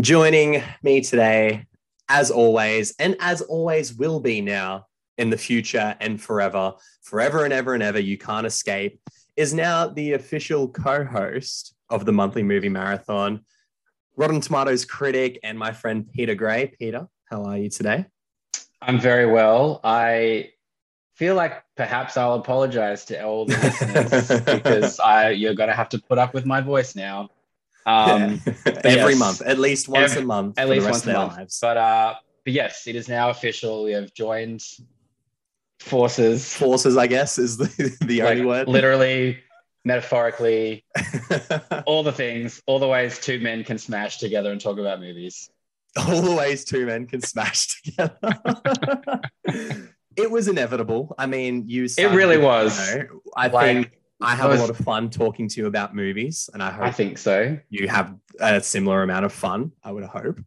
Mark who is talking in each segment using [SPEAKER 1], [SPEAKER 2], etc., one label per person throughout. [SPEAKER 1] Joining me today, as always, and as always will be now in the future and forever, forever and ever and ever, you can't escape, is now the official co host of the monthly movie marathon, Rotten Tomatoes critic, and my friend Peter Gray. Peter, how are you today?
[SPEAKER 2] I'm very well. I feel like perhaps I'll apologize to all the listeners because I, you're going to have to put up with my voice now. Um,
[SPEAKER 1] Yeah. every month, at least once a month,
[SPEAKER 2] at
[SPEAKER 1] for the
[SPEAKER 2] least
[SPEAKER 1] rest of
[SPEAKER 2] once a
[SPEAKER 1] their
[SPEAKER 2] month.
[SPEAKER 1] lives.
[SPEAKER 2] But uh, but yes, it is now official. We have joined forces.
[SPEAKER 1] Forces, I guess, is the, the
[SPEAKER 2] like,
[SPEAKER 1] only word.
[SPEAKER 2] Literally, metaphorically, all the things, all the ways two men can smash together and talk about movies.
[SPEAKER 1] all the ways two men can smash together. it was inevitable. I mean, you. started
[SPEAKER 2] really
[SPEAKER 1] the
[SPEAKER 2] was.
[SPEAKER 1] show. I
[SPEAKER 2] Like,
[SPEAKER 1] think I have
[SPEAKER 2] those-
[SPEAKER 1] a lot of fun talking to you about movies, and I hope
[SPEAKER 2] I think so.
[SPEAKER 1] you have a similar amount of fun. I would hope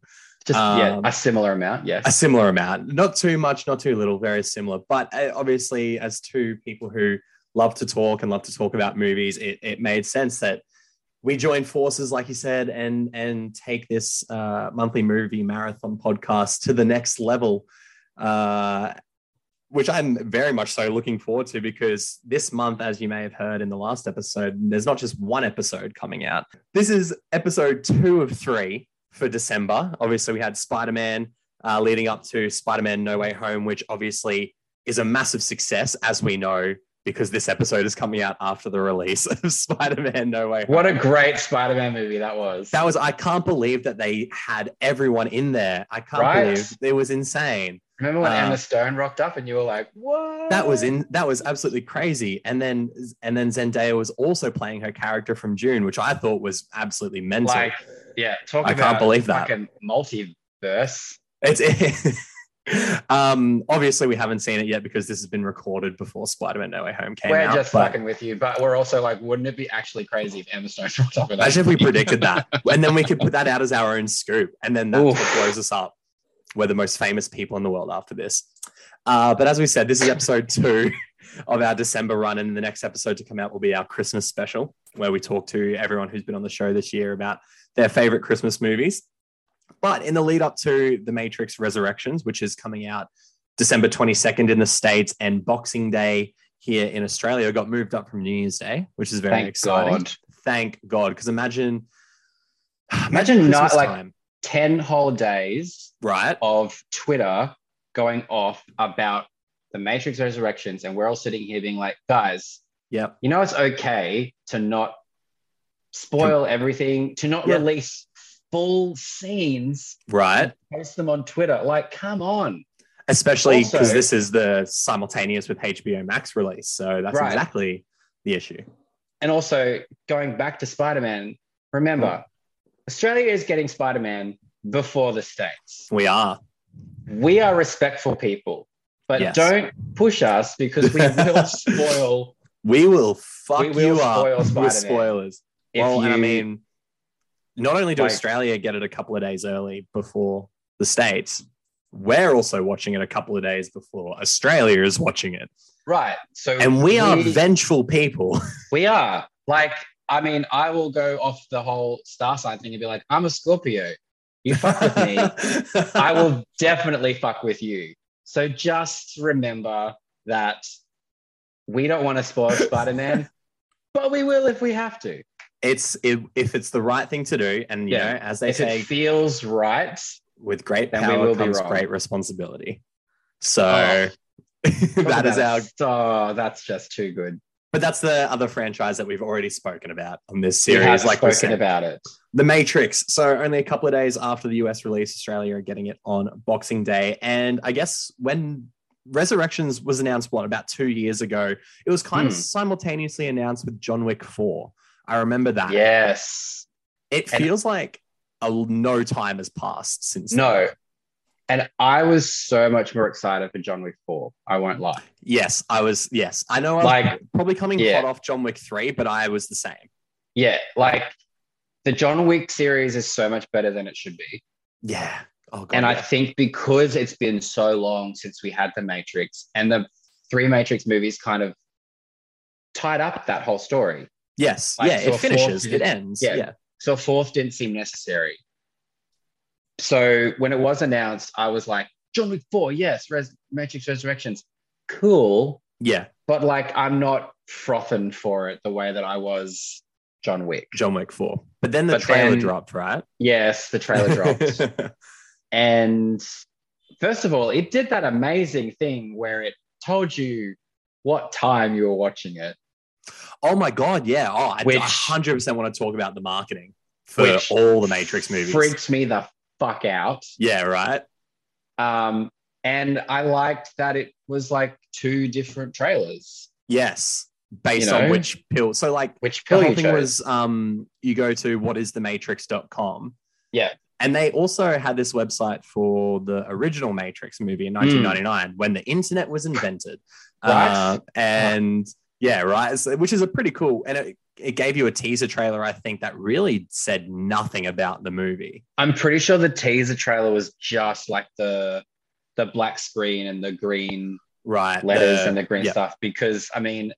[SPEAKER 2] Just yeah,
[SPEAKER 1] Um,
[SPEAKER 2] a similar amount.
[SPEAKER 1] a
[SPEAKER 2] Yes.
[SPEAKER 1] similar amount, not too much, not too little, very similar. But uh, obviously, as two people who love to talk and love to talk about movies, it, it made sense that we join forces, like you said, and and take this uh, monthly movie marathon podcast to the next level. Uh, which I'm very much so looking forward to because this month, as you may have heard in the last episode, there's not just one episode coming out. This is episode two of three for December. Obviously, we had Spider Man uh, leading up to Spider Man No Way Home, which obviously is a massive success, as we know, because this episode is coming out after the release of Spider Man No Way Home.
[SPEAKER 2] What a great Spider-Man movie that was.
[SPEAKER 1] that was, I can't believe that they had everyone in there. I can't
[SPEAKER 2] Right.
[SPEAKER 1] believe it was insane.
[SPEAKER 2] Remember when
[SPEAKER 1] uh,
[SPEAKER 2] Emma Stone rocked up and you were like, "What?"
[SPEAKER 1] that was in that was absolutely crazy and then and then zendaya was also playing her character from june which i thought was absolutely mental
[SPEAKER 2] like, yeah. Talk
[SPEAKER 1] I
[SPEAKER 2] about
[SPEAKER 1] can't believe that.
[SPEAKER 2] fucking multiverse.
[SPEAKER 1] it's um obviously we haven't seen it yet because this has been recorded before spider-man no way home came
[SPEAKER 2] we're
[SPEAKER 1] out
[SPEAKER 2] just
[SPEAKER 1] but
[SPEAKER 2] fucking with you, but we're also like, wouldn't it be actually crazy if Emma Stone rocked up? in that
[SPEAKER 1] imagine if we
[SPEAKER 2] movie?
[SPEAKER 1] predicted that and then we could put that out as our own scoop and then that
[SPEAKER 2] Oof.
[SPEAKER 1] blows us up we're the most famous people in the world after this uh, but as we said this is episode two of our december run and the next episode to come out will be our christmas special where we talk to everyone who's been on the show this year about their favorite christmas movies but in the lead up to the matrix resurrections which is coming out december 22nd in the states and boxing day here in australia got moved up from new year's day which is very
[SPEAKER 2] Thank
[SPEAKER 1] exciting
[SPEAKER 2] God.
[SPEAKER 1] thank God. Because imagine,
[SPEAKER 2] Imagine not,
[SPEAKER 1] Christmas
[SPEAKER 2] like-
[SPEAKER 1] time,
[SPEAKER 2] Ten whole days
[SPEAKER 1] right?
[SPEAKER 2] of Twitter going off about the Matrix Resurrections, and we're all sitting here being like, guys,
[SPEAKER 1] Yep.
[SPEAKER 2] you know it's okay to not spoil everything, to not
[SPEAKER 1] Yeah.
[SPEAKER 2] release full scenes,
[SPEAKER 1] Right.
[SPEAKER 2] post them on Twitter. Like, come on.
[SPEAKER 1] Especially
[SPEAKER 2] Also-
[SPEAKER 1] because this is the simultaneous with HBO Max release, so that's
[SPEAKER 2] Right.
[SPEAKER 1] exactly the issue.
[SPEAKER 2] And also going back to Spider-Man, remember, Australia is getting Spider-Man before the States.
[SPEAKER 1] We are.
[SPEAKER 2] we are respectful people, but
[SPEAKER 1] Yes.
[SPEAKER 2] don't push us because we will spoil
[SPEAKER 1] We will fuck
[SPEAKER 2] We will
[SPEAKER 1] you up
[SPEAKER 2] spoil Spider-Man.
[SPEAKER 1] with spoilers.
[SPEAKER 2] if
[SPEAKER 1] well,
[SPEAKER 2] you.
[SPEAKER 1] and I mean, not only do
[SPEAKER 2] Like-
[SPEAKER 1] Australia get it a couple of days early before the states, we're also watching it a couple of days before Australia is watching it,
[SPEAKER 2] right. So
[SPEAKER 1] and we are vengeful people.
[SPEAKER 2] we are like I mean I will go off the whole star sign thing and be like I'm a Scorpio. You fuck with me, I will definitely fuck with you. So just remember that we don't want to spoil Spider Man, but we will if we have to.
[SPEAKER 1] it's it, if it's the right thing to do, and you
[SPEAKER 2] Yeah.
[SPEAKER 1] know, as they
[SPEAKER 2] If
[SPEAKER 1] say,
[SPEAKER 2] it feels right,
[SPEAKER 1] with great
[SPEAKER 2] then we
[SPEAKER 1] power
[SPEAKER 2] will be
[SPEAKER 1] comes
[SPEAKER 2] wrong.
[SPEAKER 1] great responsibility. So
[SPEAKER 2] Oh.
[SPEAKER 1] that is our.
[SPEAKER 2] oh, that's just too good.
[SPEAKER 1] But that's the other franchise that we've already spoken about on this
[SPEAKER 2] We have
[SPEAKER 1] series, like we
[SPEAKER 2] spoken
[SPEAKER 1] said,
[SPEAKER 2] about it.
[SPEAKER 1] The Matrix. So only a couple of days after the US release, Australia are getting it on Boxing Day, and I guess when. Resurrections was announced what about two years ago. It was kind of
[SPEAKER 2] Hmm.
[SPEAKER 1] simultaneously announced with John Wick Four. I remember that.
[SPEAKER 2] Yes.
[SPEAKER 1] It
[SPEAKER 2] And-
[SPEAKER 1] feels like a, no time has passed since.
[SPEAKER 2] No. And I was so much more excited for John Wick 4. I won't lie.
[SPEAKER 1] Yes, I was. Yes, I know. I'm
[SPEAKER 2] Like-
[SPEAKER 1] probably coming
[SPEAKER 2] Yeah.
[SPEAKER 1] hot off John Wick three, but I was the same.
[SPEAKER 2] Yeah, like the John Wick series is so much better than it should be.
[SPEAKER 1] Yeah. Oh god.
[SPEAKER 2] And I
[SPEAKER 1] yeah.
[SPEAKER 2] think because it's been so long since we had the Matrix and the three Matrix movies kind of tied up that whole story.
[SPEAKER 1] yes.
[SPEAKER 2] like,
[SPEAKER 1] yeah.
[SPEAKER 2] so
[SPEAKER 1] It finishes.
[SPEAKER 2] fourth-
[SPEAKER 1] It ends.
[SPEAKER 2] yeah.
[SPEAKER 1] Yeah.
[SPEAKER 2] So a fourth didn't seem necessary. So when it was announced, I was like, John Wick 4, yes, Res- Matrix Resurrections, cool.
[SPEAKER 1] Yeah.
[SPEAKER 2] But like, I'm not frothing for it the way that I was John Wick.
[SPEAKER 1] John Wick four. But then the
[SPEAKER 2] But
[SPEAKER 1] trailer
[SPEAKER 2] then-
[SPEAKER 1] dropped, right?
[SPEAKER 2] Yes, the trailer dropped. And first of all, it did that amazing thing where it told you what time you were watching it.
[SPEAKER 1] oh my god. Yeah. Oh, I
[SPEAKER 2] Which-
[SPEAKER 1] hundred percent want to talk about the marketing for
[SPEAKER 2] Which
[SPEAKER 1] all the Matrix movies.
[SPEAKER 2] Freaked me the fuck out.
[SPEAKER 1] Yeah. Right.
[SPEAKER 2] Um, and I liked that it was like two different trailers,
[SPEAKER 1] Yes. Based
[SPEAKER 2] You know?
[SPEAKER 1] on which pill. So like
[SPEAKER 2] which
[SPEAKER 1] the
[SPEAKER 2] pill
[SPEAKER 1] whole
[SPEAKER 2] you
[SPEAKER 1] thing
[SPEAKER 2] chose.
[SPEAKER 1] was um you go to what is the matrix.com
[SPEAKER 2] Yeah.
[SPEAKER 1] and they also had this website for the original matrix movie in 1999 when the internet was invented
[SPEAKER 2] Hmm. Right.
[SPEAKER 1] Uh, and yeah right So- which is a pretty cool and it, it gave you a teaser trailer i think that really said nothing about the movie
[SPEAKER 2] I'm pretty sure the teaser trailer was just like the the black screen and the green
[SPEAKER 1] right
[SPEAKER 2] letters
[SPEAKER 1] The-
[SPEAKER 2] and the green
[SPEAKER 1] yeah.
[SPEAKER 2] stuff because I mean,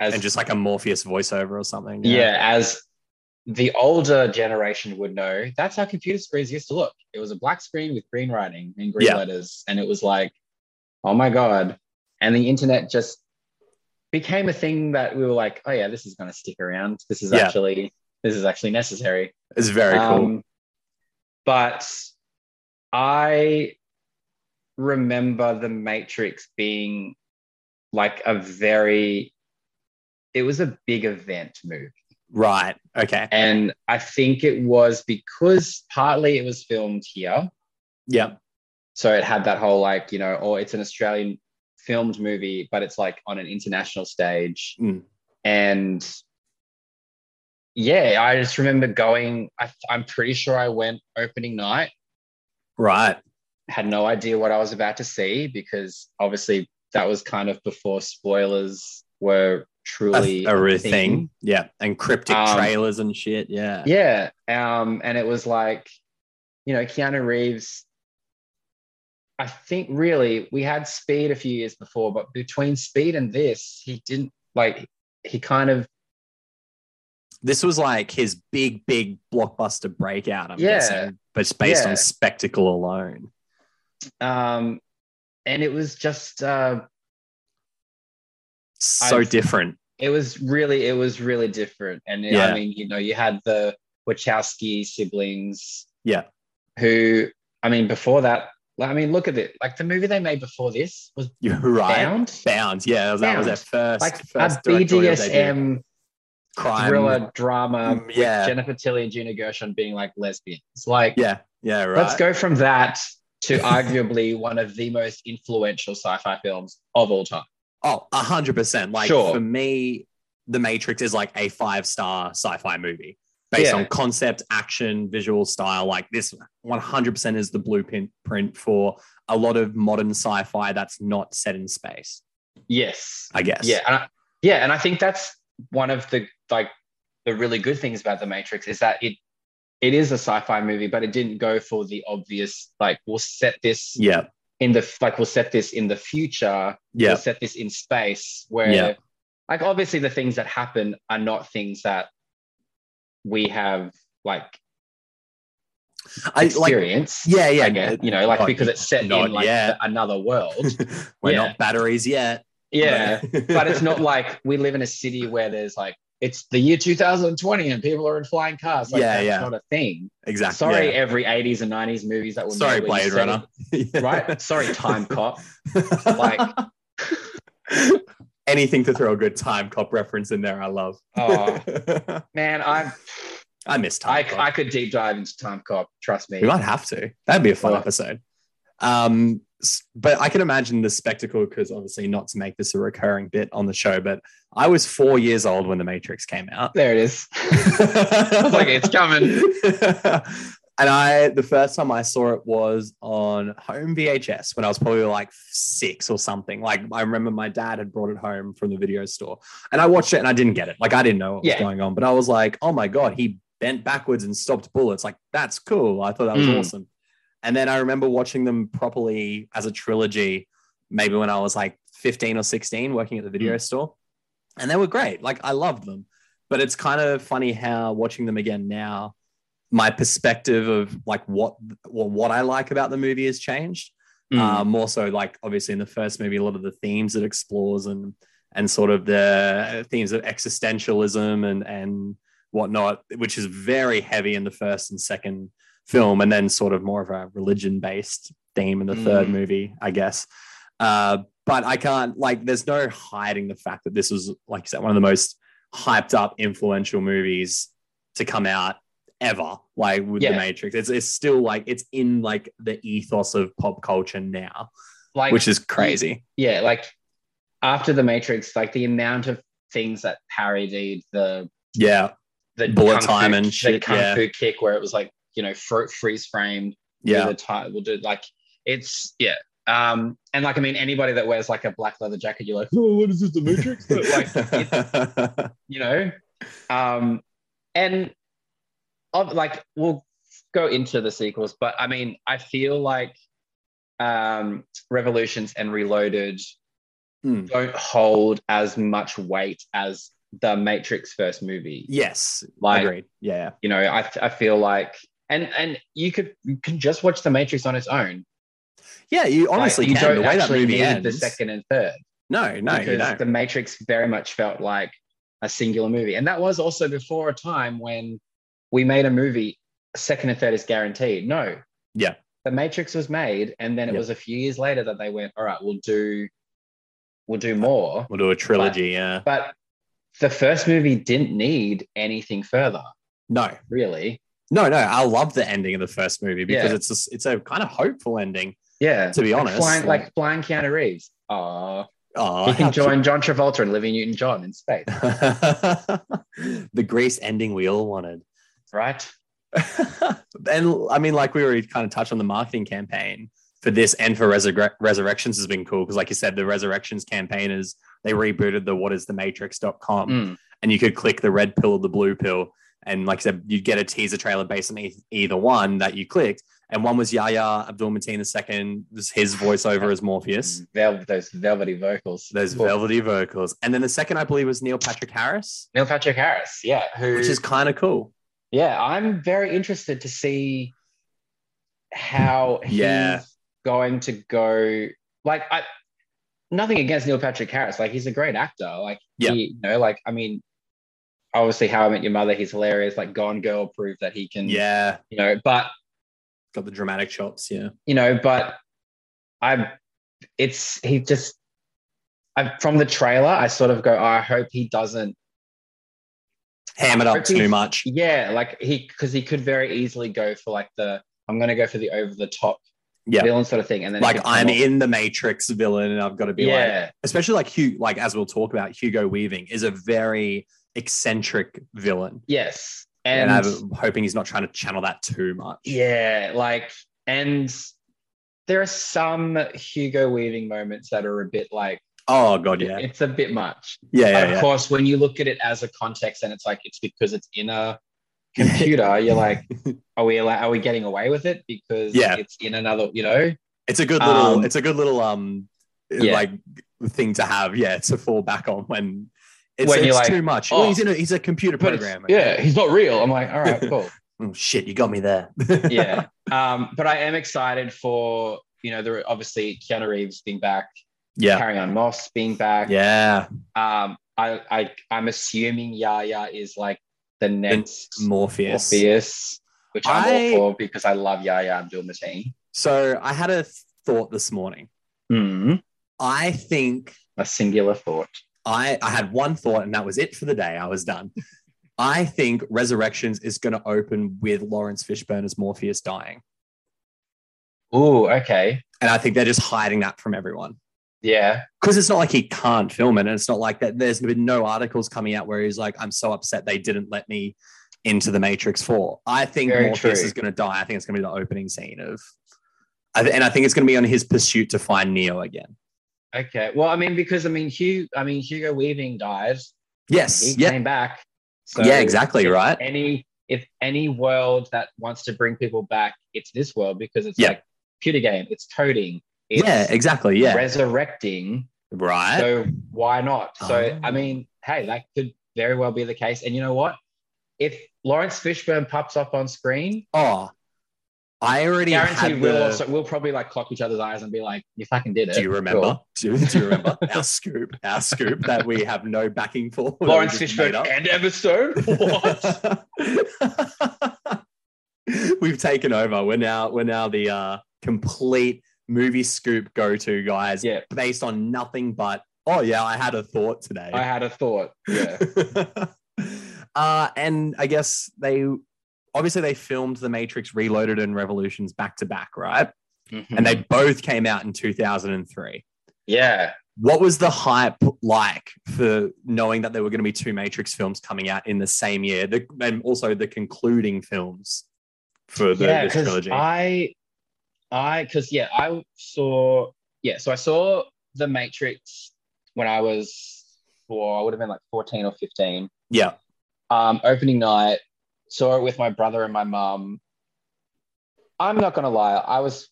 [SPEAKER 2] as
[SPEAKER 1] and just like a morpheus voiceover or something
[SPEAKER 2] yeah. as the older generation would know, that's how computer screens used to look. It was a black screen with green writing and green
[SPEAKER 1] Yeah.
[SPEAKER 2] letters, and it was like, oh my god! And the internet just became a thing that we were like, oh yeah, this is going to stick around. This is
[SPEAKER 1] Yeah.
[SPEAKER 2] actually this is actually necessary.
[SPEAKER 1] it's very cool
[SPEAKER 2] Um, But I remember the Matrix being like a very, it was a big event move.
[SPEAKER 1] right okay
[SPEAKER 2] And I think it was because partly it was filmed here.
[SPEAKER 1] yep
[SPEAKER 2] So it had that whole like, you know, or it's an Australian filmed movie, but it's like on an international stage.
[SPEAKER 1] Mm.
[SPEAKER 2] And yeah, I just remember going, I, I'm pretty sure I went opening night,
[SPEAKER 1] right
[SPEAKER 2] had no idea what I was about to see because obviously that was kind of before spoilers were
[SPEAKER 1] a,
[SPEAKER 2] truly
[SPEAKER 1] a real
[SPEAKER 2] thing.
[SPEAKER 1] thing yeah and cryptic
[SPEAKER 2] Um,
[SPEAKER 1] trailers and shit yeah
[SPEAKER 2] Yeah. Um, and it was like, you know, Keanu Reeves. I think really we had speed a few years before, but between speed and this, he didn't like he kind of
[SPEAKER 1] this was like his big, big blockbuster breakout. I'm
[SPEAKER 2] Yeah.
[SPEAKER 1] guessing, but it's based
[SPEAKER 2] Yeah.
[SPEAKER 1] on spectacle alone.
[SPEAKER 2] um and it was just uh
[SPEAKER 1] So
[SPEAKER 2] I've-
[SPEAKER 1] different.
[SPEAKER 2] it was really it was really different. And I
[SPEAKER 1] Yeah.
[SPEAKER 2] mean, you know, you had the Wachowski siblings.
[SPEAKER 1] Yeah.
[SPEAKER 2] Who I mean before that, I mean, look at it. Like the movie they made before this was
[SPEAKER 1] You're right. Bound.
[SPEAKER 2] Bound.
[SPEAKER 1] Yeah, that was, that was their first,
[SPEAKER 2] Bound. like
[SPEAKER 1] first
[SPEAKER 2] a
[SPEAKER 1] directorial debut.
[SPEAKER 2] BDSM
[SPEAKER 1] crime.
[SPEAKER 2] thriller um, drama
[SPEAKER 1] Mm, yeah,
[SPEAKER 2] Jennifer Tilly and Gina Gershon being like lesbians. Like,
[SPEAKER 1] yeah, yeah. Right.
[SPEAKER 2] let's go from that to arguably one of the most influential sci-fi films of all time.
[SPEAKER 1] Oh, hundred percent. Like
[SPEAKER 2] Sure.
[SPEAKER 1] for me, The Matrix is like a five star sci fi movie based
[SPEAKER 2] Yeah.
[SPEAKER 1] on concept, action, visual style. Like this, one hundred percent is the blueprint print for a lot of modern sci fi that's not set in space.
[SPEAKER 2] Yes.
[SPEAKER 1] I guess.
[SPEAKER 2] Yeah. And I, yeah, and I think that's one of the like the really good things about The Matrix is that it it is a sci-fi movie, but it didn't go for the obvious like we'll set this
[SPEAKER 1] Yeah.
[SPEAKER 2] in the like we'll set this in the future
[SPEAKER 1] Yeah.
[SPEAKER 2] we'll set this in space where
[SPEAKER 1] Yeah.
[SPEAKER 2] like obviously the things that happen are not things that we have like
[SPEAKER 1] I like.
[SPEAKER 2] experience
[SPEAKER 1] Yeah. Yeah.
[SPEAKER 2] I guess, you know like
[SPEAKER 1] Like,
[SPEAKER 2] because it's set
[SPEAKER 1] not
[SPEAKER 2] in like
[SPEAKER 1] yet.
[SPEAKER 2] the- another world
[SPEAKER 1] We're
[SPEAKER 2] Yeah.
[SPEAKER 1] not batteries yet.
[SPEAKER 2] yeah but it's not like we live in a city where there's like it's the year 2020 and people are in flying cars like
[SPEAKER 1] Yeah,
[SPEAKER 2] that's
[SPEAKER 1] yeah.
[SPEAKER 2] not a thing
[SPEAKER 1] exactly.
[SPEAKER 2] sorry
[SPEAKER 1] yeah.
[SPEAKER 2] every 80s and 90s movies that were
[SPEAKER 1] Sorry,
[SPEAKER 2] made where you
[SPEAKER 1] Blade
[SPEAKER 2] set
[SPEAKER 1] Runner.
[SPEAKER 2] it- right sorry time cop
[SPEAKER 1] like
[SPEAKER 2] like
[SPEAKER 1] anything to throw a good time cop reference in there. I love.
[SPEAKER 2] oh man i'm
[SPEAKER 1] I miss time.
[SPEAKER 2] I,
[SPEAKER 1] cop.
[SPEAKER 2] I could deep dive into Time Cop. Trust me.
[SPEAKER 1] We might have to. That'd be a fun
[SPEAKER 2] Right.
[SPEAKER 1] episode. Um, s- but I can imagine the spectacle because obviously not to make this a recurring bit on the show, but I was four years old when The Matrix came out.
[SPEAKER 2] There it is. I was like, it's coming.
[SPEAKER 1] And I, the first time I saw it was on home VHS when I was probably like six or something. Like I remember my dad had brought it home from the video store, and I watched it and I didn't get it. Like I didn't know what
[SPEAKER 2] Yeah.
[SPEAKER 1] was going on, but I was like, oh my god, he bent backwards and stopped bullets. Like that's cool. I thought that was
[SPEAKER 2] Mm.
[SPEAKER 1] awesome. And then I remember watching them properly as a trilogy, maybe when I was like 15 or 16, working at the video store, and they were great. Like I loved them. But it's kind of funny how watching them again now my perspective of like what or what I like about the movie has changed.
[SPEAKER 2] Mm.
[SPEAKER 1] Uh, more so, like obviously in the first movie, a lot of the themes it explores and and sort of the themes of existentialism and and whatnot, which is very heavy in the first and second film, and then sort of more of a religion based theme in the third
[SPEAKER 2] Mm.
[SPEAKER 1] movie, I guess. Uh, but I can't like. There's no hiding the fact that this was, like you said, one of the most hyped up, influential movies to come out ever. Like with the
[SPEAKER 2] Yeah.
[SPEAKER 1] Matrix, it's it's still like it's in like the ethos of pop culture now,
[SPEAKER 2] like
[SPEAKER 1] which is crazy.
[SPEAKER 2] yeah, like after the Matrix, like the amount of things that parodied the
[SPEAKER 1] Yeah,
[SPEAKER 2] the
[SPEAKER 1] Bullet
[SPEAKER 2] kung fu-
[SPEAKER 1] time and
[SPEAKER 2] the
[SPEAKER 1] shit,
[SPEAKER 2] kung
[SPEAKER 1] yeah.
[SPEAKER 2] fu kick where it was like you know fro- freeze framed.
[SPEAKER 1] yeah,
[SPEAKER 2] do the tie. We'll do like it's yeah. Um, and like I mean, anybody that wears like a black leather jacket, you're like, oh, what is this, the Matrix? But like, it, you know, um, and of, like we'll go into the sequels, but I mean, I feel like um, Revolutions and Reloaded
[SPEAKER 1] Hmm.
[SPEAKER 2] don't hold as much weight as the Matrix first movie.
[SPEAKER 1] yes,
[SPEAKER 2] Like,
[SPEAKER 1] agreed. Yeah,
[SPEAKER 2] you know I, I feel like and and you could you can just watch the matrix on its own
[SPEAKER 1] yeah. You
[SPEAKER 2] Like,
[SPEAKER 1] honestly
[SPEAKER 2] you
[SPEAKER 1] can. The way that
[SPEAKER 2] actually
[SPEAKER 1] movie
[SPEAKER 2] need
[SPEAKER 1] ends.
[SPEAKER 2] the second and third
[SPEAKER 1] no, no, you
[SPEAKER 2] because
[SPEAKER 1] don't.
[SPEAKER 2] the matrix very much felt like a singular movie and that was also before a time when we made a movie second and third is guaranteed no
[SPEAKER 1] Yeah.
[SPEAKER 2] the matrix was made and then it
[SPEAKER 1] Yeah.
[SPEAKER 2] was a few years later that they went all right we'll do we'll do more
[SPEAKER 1] We'll do a trilogy. Yeah,
[SPEAKER 2] but the first movie didn't need anything further
[SPEAKER 1] no,
[SPEAKER 2] really
[SPEAKER 1] no, no. I love the ending of the first movie because
[SPEAKER 2] Yeah.
[SPEAKER 1] it's a, it's a kind of hopeful ending.
[SPEAKER 2] yeah
[SPEAKER 1] To be honest,
[SPEAKER 2] flying like flying Keanu Reeves. Oh,
[SPEAKER 1] oh,
[SPEAKER 2] he
[SPEAKER 1] how
[SPEAKER 2] can join John Travolta and Living Newton John in space,
[SPEAKER 1] the grace ending we all wanted.
[SPEAKER 2] right?
[SPEAKER 1] and I mean, like we already kind of touched on the marketing campaign for this and for Resurre- Resurrections has been cool because, like you said, the Resurrections campaign is they rebooted the what is the matrix.com
[SPEAKER 2] Mm.
[SPEAKER 1] and you could click the red pill or the blue pill. And like I said, you'd get a teaser trailer based on e- either one that you clicked. And one was Yahya Abdul Mateen, the second was his voiceover as Morpheus,
[SPEAKER 2] Vel- those velvety vocals.
[SPEAKER 1] those
[SPEAKER 2] Mm. Cool.
[SPEAKER 1] velvety vocals. And then the second, I believe, was Neil Patrick Harris,
[SPEAKER 2] Neil Patrick Harris, yeah, who
[SPEAKER 1] which is kind of cool.
[SPEAKER 2] yeah, I'm very interested to see how he's
[SPEAKER 1] Yeah.
[SPEAKER 2] going to go. Like, I nothing against Neil Patrick Harris, like he's a great actor. Like,
[SPEAKER 1] Yeah.
[SPEAKER 2] he, you know, like I mean, obviously, How I Met Your Mother, he's hilarious. Like, Gone Girl proved that he can,
[SPEAKER 1] Yeah.
[SPEAKER 2] you know, but
[SPEAKER 1] Got the dramatic chops. Yeah.
[SPEAKER 2] you know, but I'm it's he just I from the trailer, I sort of go, oh, I hope he doesn't
[SPEAKER 1] Ham it up
[SPEAKER 2] Pretty-
[SPEAKER 1] too much.
[SPEAKER 2] yeah, like he because he could very easily go for like the I'm gonna go for the over the top
[SPEAKER 1] Yeah.
[SPEAKER 2] villain sort of thing. And then it
[SPEAKER 1] Like
[SPEAKER 2] could come
[SPEAKER 1] I'm
[SPEAKER 2] off-
[SPEAKER 1] in the Matrix villain and I've got to be like
[SPEAKER 2] yeah,
[SPEAKER 1] especially like Hugh, like as we'll talk about, Hugo Weaving is a very eccentric villain.
[SPEAKER 2] yes.
[SPEAKER 1] And,
[SPEAKER 2] And,
[SPEAKER 1] I'm hoping he's not trying to channel that too much.
[SPEAKER 2] yeah, like and there are some Hugo Weaving moments that are a bit like
[SPEAKER 1] Oh god, yeah.
[SPEAKER 2] it's a bit much.
[SPEAKER 1] Yeah, yeah,
[SPEAKER 2] of
[SPEAKER 1] yeah.
[SPEAKER 2] course, when you look at it as a context and it's like it's because it's in a computer, you're like, are we allow- are we getting away with it because
[SPEAKER 1] Yeah.
[SPEAKER 2] it's in another, you know?
[SPEAKER 1] It's a good little
[SPEAKER 2] Um,
[SPEAKER 1] it's a good little um
[SPEAKER 2] Yeah.
[SPEAKER 1] like thing to have, yeah, to fall back on when it's,
[SPEAKER 2] When
[SPEAKER 1] it's
[SPEAKER 2] you're like,
[SPEAKER 1] too much.
[SPEAKER 2] oh,
[SPEAKER 1] well, he's in a he's a computer
[SPEAKER 2] But it's-
[SPEAKER 1] programmer.
[SPEAKER 2] yeah, he's not real. I'm like, all right, cool.
[SPEAKER 1] Oh shit, you got me there.
[SPEAKER 2] yeah. Um, but I am excited for you know, there are obviously Keanu Reeves being back,
[SPEAKER 1] yeah.
[SPEAKER 2] Carry On Moss being back.
[SPEAKER 1] Yeah.
[SPEAKER 2] Um, I, I I'm assuming Yaya is like the next
[SPEAKER 1] Morpheus.
[SPEAKER 2] Morpheus, which I'm
[SPEAKER 1] I-
[SPEAKER 2] all for because I love Yaya Abdul Mateen.
[SPEAKER 1] So I had a thought this morning. Hmm. I think
[SPEAKER 2] A singular thought.
[SPEAKER 1] I, I had one thought and that was it for the day. I was done. I think Resurrections is going to open with Lawrence Fishburne as Morpheus dying.
[SPEAKER 2] Ooh, okay.
[SPEAKER 1] And I think they're just hiding that from everyone.
[SPEAKER 2] Yeah.
[SPEAKER 1] Because it's not like he can't film it. And it's not like that. There's been no articles coming out where he's like, I'm so upset they didn't let me into the Matrix Four. I think
[SPEAKER 2] Very
[SPEAKER 1] Morpheus
[SPEAKER 2] true.
[SPEAKER 1] is going to die. I think it's going to be the opening scene of, I th- and I think it's going to be on his pursuit to find Neo again.
[SPEAKER 2] Okay. Well, I mean, because I mean, Hugh, I mean, Hugo Weaving died. He
[SPEAKER 1] Yes. Yeah.
[SPEAKER 2] came back. So
[SPEAKER 1] yeah. Exactly. Right.
[SPEAKER 2] Any if any world that wants to bring people back, it's this world because it's
[SPEAKER 1] Yeah.
[SPEAKER 2] like computer game. It's coding. It's
[SPEAKER 1] Yeah. Exactly. Yeah.
[SPEAKER 2] resurrecting.
[SPEAKER 1] right.
[SPEAKER 2] So why not? So
[SPEAKER 1] Oh.
[SPEAKER 2] I mean, hey, that could very well be the case. And you know what? If Lawrence Fishburne pops up on screen,
[SPEAKER 1] oh, I already
[SPEAKER 2] guarantee
[SPEAKER 1] had
[SPEAKER 2] we'll
[SPEAKER 1] the-
[SPEAKER 2] also we'll probably like clock each other's eyes and be like, "You fucking did it."
[SPEAKER 1] Do you remember?
[SPEAKER 2] Cool.
[SPEAKER 1] Do, do you remember our scoop? Our scoop that we have no backing for. that we
[SPEAKER 2] Lawrence
[SPEAKER 1] just made
[SPEAKER 2] Fishburne
[SPEAKER 1] up?
[SPEAKER 2] and Everstone. What?
[SPEAKER 1] We've taken over. We're now we're now the uh, complete movie scoop go to guys,
[SPEAKER 2] yeah,
[SPEAKER 1] based on nothing but oh yeah, I had a thought today.
[SPEAKER 2] I had a thought. Yeah.
[SPEAKER 1] uh, and I guess they obviously they filmed The Matrix Reloaded and Revolutions back to back, right? And they both came out in two thousand and three.
[SPEAKER 2] yeah.
[SPEAKER 1] What was the hype like for knowing that there were going to be two Matrix films coming out in the same year, the, and also the concluding films for the,
[SPEAKER 2] yeah,
[SPEAKER 1] this
[SPEAKER 2] 'cause
[SPEAKER 1] trilogy?
[SPEAKER 2] I, I, because yeah, I saw yeah, so I saw The Matrix when I was four. I would have been like fourteen or fifteen.
[SPEAKER 1] yeah,
[SPEAKER 2] Um, opening night, saw it with my brother and my mum. I'm not gonna lie, I was,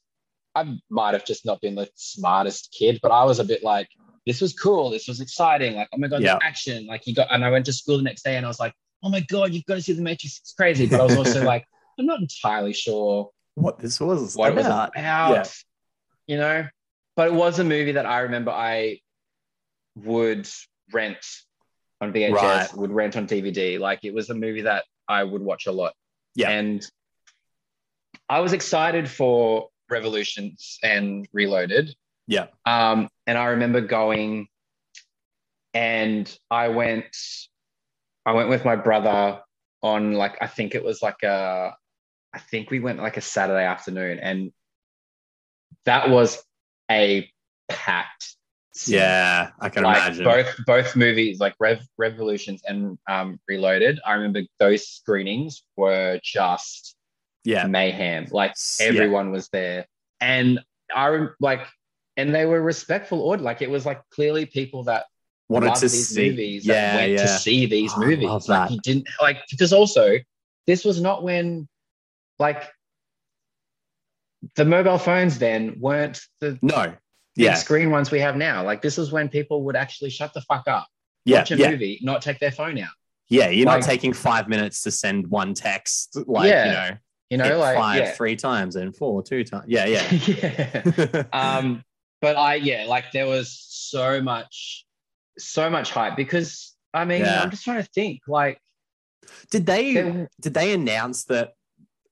[SPEAKER 2] I might have just not been the smartest kid, but I was a bit like, this was cool, this was exciting, like oh my god,
[SPEAKER 1] Yeah.
[SPEAKER 2] there's action, like you got. And I went to school the next day and I was like, oh my god, you've got to see The Matrix, it's crazy. But I was also like, I'm not entirely sure
[SPEAKER 1] what this was
[SPEAKER 2] what it was
[SPEAKER 1] about?
[SPEAKER 2] about, you know. But it was a movie that I remember I would rent on VHS,
[SPEAKER 1] Right.
[SPEAKER 2] would rent on DVD. Like it was a movie that I would watch a lot.
[SPEAKER 1] Yeah.
[SPEAKER 2] And I was excited for Revolutions and Reloaded.
[SPEAKER 1] Yeah.
[SPEAKER 2] Um, and I remember going and I went I went with my brother on like I think it was like a I think we went like a Saturday afternoon and that was a packed scene.
[SPEAKER 1] yeah, I can
[SPEAKER 2] like
[SPEAKER 1] imagine.
[SPEAKER 2] both both movies like Rev Revolutions and um Reloaded I remember those screenings were just
[SPEAKER 1] yeah,
[SPEAKER 2] mayhem like
[SPEAKER 1] Yeah.
[SPEAKER 2] everyone was there and I rem- like and they were respectful or like it was like clearly people that
[SPEAKER 1] wanted
[SPEAKER 2] loved
[SPEAKER 1] to
[SPEAKER 2] these
[SPEAKER 1] see.
[SPEAKER 2] movies that
[SPEAKER 1] yeah,
[SPEAKER 2] went to
[SPEAKER 1] yeah,
[SPEAKER 2] see these
[SPEAKER 1] Oh, I
[SPEAKER 2] movies.
[SPEAKER 1] love
[SPEAKER 2] Like
[SPEAKER 1] that.
[SPEAKER 2] you didn't like because also this was not when like the mobile phones then weren't the
[SPEAKER 1] no,
[SPEAKER 2] big
[SPEAKER 1] yeah,
[SPEAKER 2] screen ones we have now. Like this is when people would actually shut the fuck up,
[SPEAKER 1] yeah,
[SPEAKER 2] watch a
[SPEAKER 1] yeah,
[SPEAKER 2] movie, not take their phone out.
[SPEAKER 1] yeah. You're
[SPEAKER 2] Like-
[SPEAKER 1] not taking five minutes to send one text, like
[SPEAKER 2] Yeah,
[SPEAKER 1] you know,
[SPEAKER 2] You know,
[SPEAKER 1] hit
[SPEAKER 2] like
[SPEAKER 1] five
[SPEAKER 2] yeah.
[SPEAKER 1] three times and four two times. Yeah, yeah.
[SPEAKER 2] yeah. um but i yeah like there was so much so much hype because i mean
[SPEAKER 1] Yeah.
[SPEAKER 2] i'm just trying to think like
[SPEAKER 1] did they?
[SPEAKER 2] there-
[SPEAKER 1] did they announce that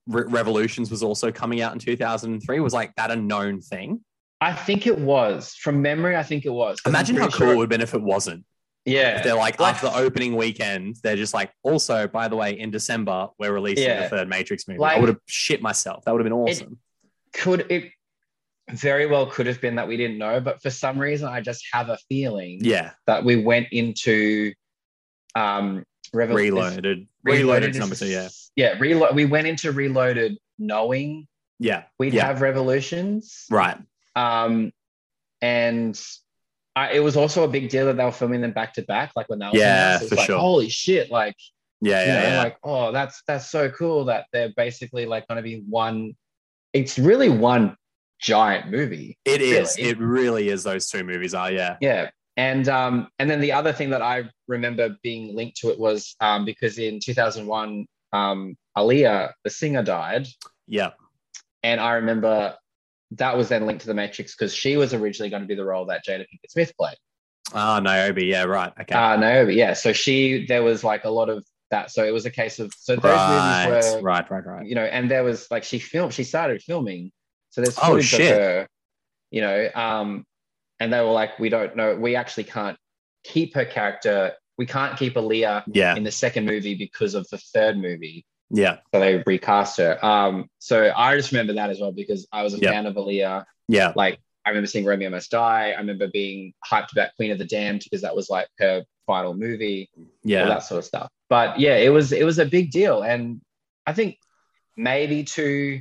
[SPEAKER 1] Re- Revolutions was also coming out in 2003? Was like that a known thing?
[SPEAKER 2] i think it was from memory i think it was 'Cause I'm
[SPEAKER 1] Imagine how
[SPEAKER 2] pretty
[SPEAKER 1] cool
[SPEAKER 2] sure-
[SPEAKER 1] it would have been if it wasn't. If
[SPEAKER 2] yeah
[SPEAKER 1] they're like,
[SPEAKER 2] Like-
[SPEAKER 1] after the opening weekend, they're just like, also, by the way, in December, we're releasing
[SPEAKER 2] Yeah.
[SPEAKER 1] the third Matrix movie. I
[SPEAKER 2] Like-
[SPEAKER 1] would have shit myself. That would have been awesome.
[SPEAKER 2] could it very well could have been that we didn't know but for some reason i just have a feeling
[SPEAKER 1] yeah.
[SPEAKER 2] that we went into um Revol-
[SPEAKER 1] Reloaded.
[SPEAKER 2] Reloaded
[SPEAKER 1] Reloaded
[SPEAKER 2] is
[SPEAKER 1] number
[SPEAKER 2] the-
[SPEAKER 1] two. Yeah.
[SPEAKER 2] yeah reload we went into reloaded knowing
[SPEAKER 1] Yeah.
[SPEAKER 2] we'd
[SPEAKER 1] Yeah.
[SPEAKER 2] have revolutions
[SPEAKER 1] Right.
[SPEAKER 2] Um, and I, it was also a big deal that they were filming them back to back, like when that was
[SPEAKER 1] Yeah,
[SPEAKER 2] announced. It was
[SPEAKER 1] for
[SPEAKER 2] like,
[SPEAKER 1] sure.
[SPEAKER 2] holy shit, like
[SPEAKER 1] Yeah.
[SPEAKER 2] you
[SPEAKER 1] Yeah.
[SPEAKER 2] know,
[SPEAKER 1] yeah.
[SPEAKER 2] like oh, that's that's so cool that they're basically like going to be one. It's really one giant movie.
[SPEAKER 1] it is.
[SPEAKER 2] really.
[SPEAKER 1] It really is. Those two movies are. Yeah.
[SPEAKER 2] Yeah. And um, and then the other thing that I remember being linked to it was um, because in 2001, um, Aaliyah, the singer, died.
[SPEAKER 1] Yeah.
[SPEAKER 2] And I remember that was then linked to The Matrix because she was originally going to be the role that Jada Pinkett Smith played.
[SPEAKER 1] Ah, Niobe. Yeah. Right. Okay.
[SPEAKER 2] Uh, Niobe, yeah. So she, there was like a lot of that. So it was a case of, so those movies
[SPEAKER 1] right.
[SPEAKER 2] were,
[SPEAKER 1] Right. Right. Right.
[SPEAKER 2] you know, and there was like she filmed, she started filming. So there's
[SPEAKER 1] Oh,
[SPEAKER 2] footage
[SPEAKER 1] shit.
[SPEAKER 2] of her, you know, um, and they were like, we don't know, we actually can't keep her character. We can't keep Aaliyah
[SPEAKER 1] Yeah.
[SPEAKER 2] in the second movie because of the third movie.
[SPEAKER 1] Yeah.
[SPEAKER 2] So they recast her. Um, so I just remember that as well because I was a
[SPEAKER 1] Yeah.
[SPEAKER 2] fan of Aaliyah
[SPEAKER 1] Yeah.
[SPEAKER 2] like I remember seeing Romeo Must Die. I remember being hyped about Queen of the Damned because that was like her final movie, all
[SPEAKER 1] yeah,
[SPEAKER 2] that sort of stuff. But yeah, it was it was a big deal, and I think maybe to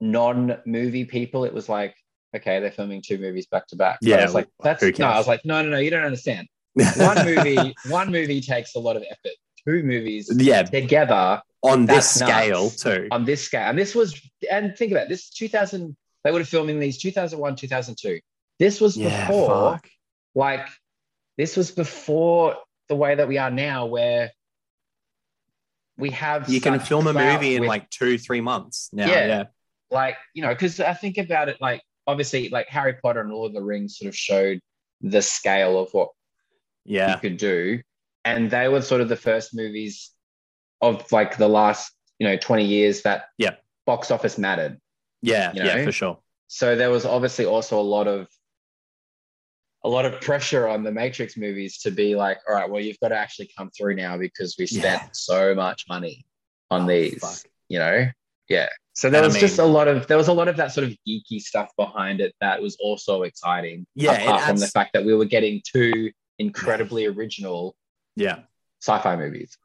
[SPEAKER 2] non-movie people, it was like, okay, they're filming two movies back to back. But
[SPEAKER 1] Yeah,
[SPEAKER 2] I was like, that's
[SPEAKER 1] who
[SPEAKER 2] no. I
[SPEAKER 1] cares?
[SPEAKER 2] was like, no, no, no, you don't understand. One movie, one movie takes a lot of effort. Two movies
[SPEAKER 1] yeah,
[SPEAKER 2] together
[SPEAKER 1] on
[SPEAKER 2] That's
[SPEAKER 1] this
[SPEAKER 2] nuts. Uh,
[SPEAKER 1] scale too.
[SPEAKER 2] on this scale. And this was, and think about it, this 2000, they would have filming these 2001, 2002. This was
[SPEAKER 1] yeah,
[SPEAKER 2] before,
[SPEAKER 1] fuck.
[SPEAKER 2] like, this was before the way that we are now, where we have
[SPEAKER 1] you can
[SPEAKER 2] such
[SPEAKER 1] film a
[SPEAKER 2] clout
[SPEAKER 1] movie in
[SPEAKER 2] with,
[SPEAKER 1] like two, three months now.
[SPEAKER 2] Yeah.
[SPEAKER 1] Yeah,
[SPEAKER 2] like you know, because I think about it, like obviously, like Harry Potter and Lord of the Rings sort of showed the scale of what
[SPEAKER 1] yeah,
[SPEAKER 2] you could do. And they were sort of the first movies of like the last, you know, 20 years that
[SPEAKER 1] Yeah.
[SPEAKER 2] box office mattered.
[SPEAKER 1] yeah,
[SPEAKER 2] You
[SPEAKER 1] yeah,
[SPEAKER 2] know?
[SPEAKER 1] for sure.
[SPEAKER 2] So there was obviously also a lot of a lot of pressure on the Matrix movies to be like, all right, well, you've got to actually come through now because we spent
[SPEAKER 1] Yeah.
[SPEAKER 2] so much money on
[SPEAKER 1] Oh,
[SPEAKER 2] these.
[SPEAKER 1] fuck.
[SPEAKER 2] You know? Yeah. So there
[SPEAKER 1] And I
[SPEAKER 2] was just a
[SPEAKER 1] mean-
[SPEAKER 2] lot of there was a lot of that sort of geeky stuff behind it that was also exciting.
[SPEAKER 1] Yeah, it
[SPEAKER 2] Apart from the
[SPEAKER 1] adds-
[SPEAKER 2] fact that we were getting two incredibly original
[SPEAKER 1] Yeah,
[SPEAKER 2] sci-fi movies.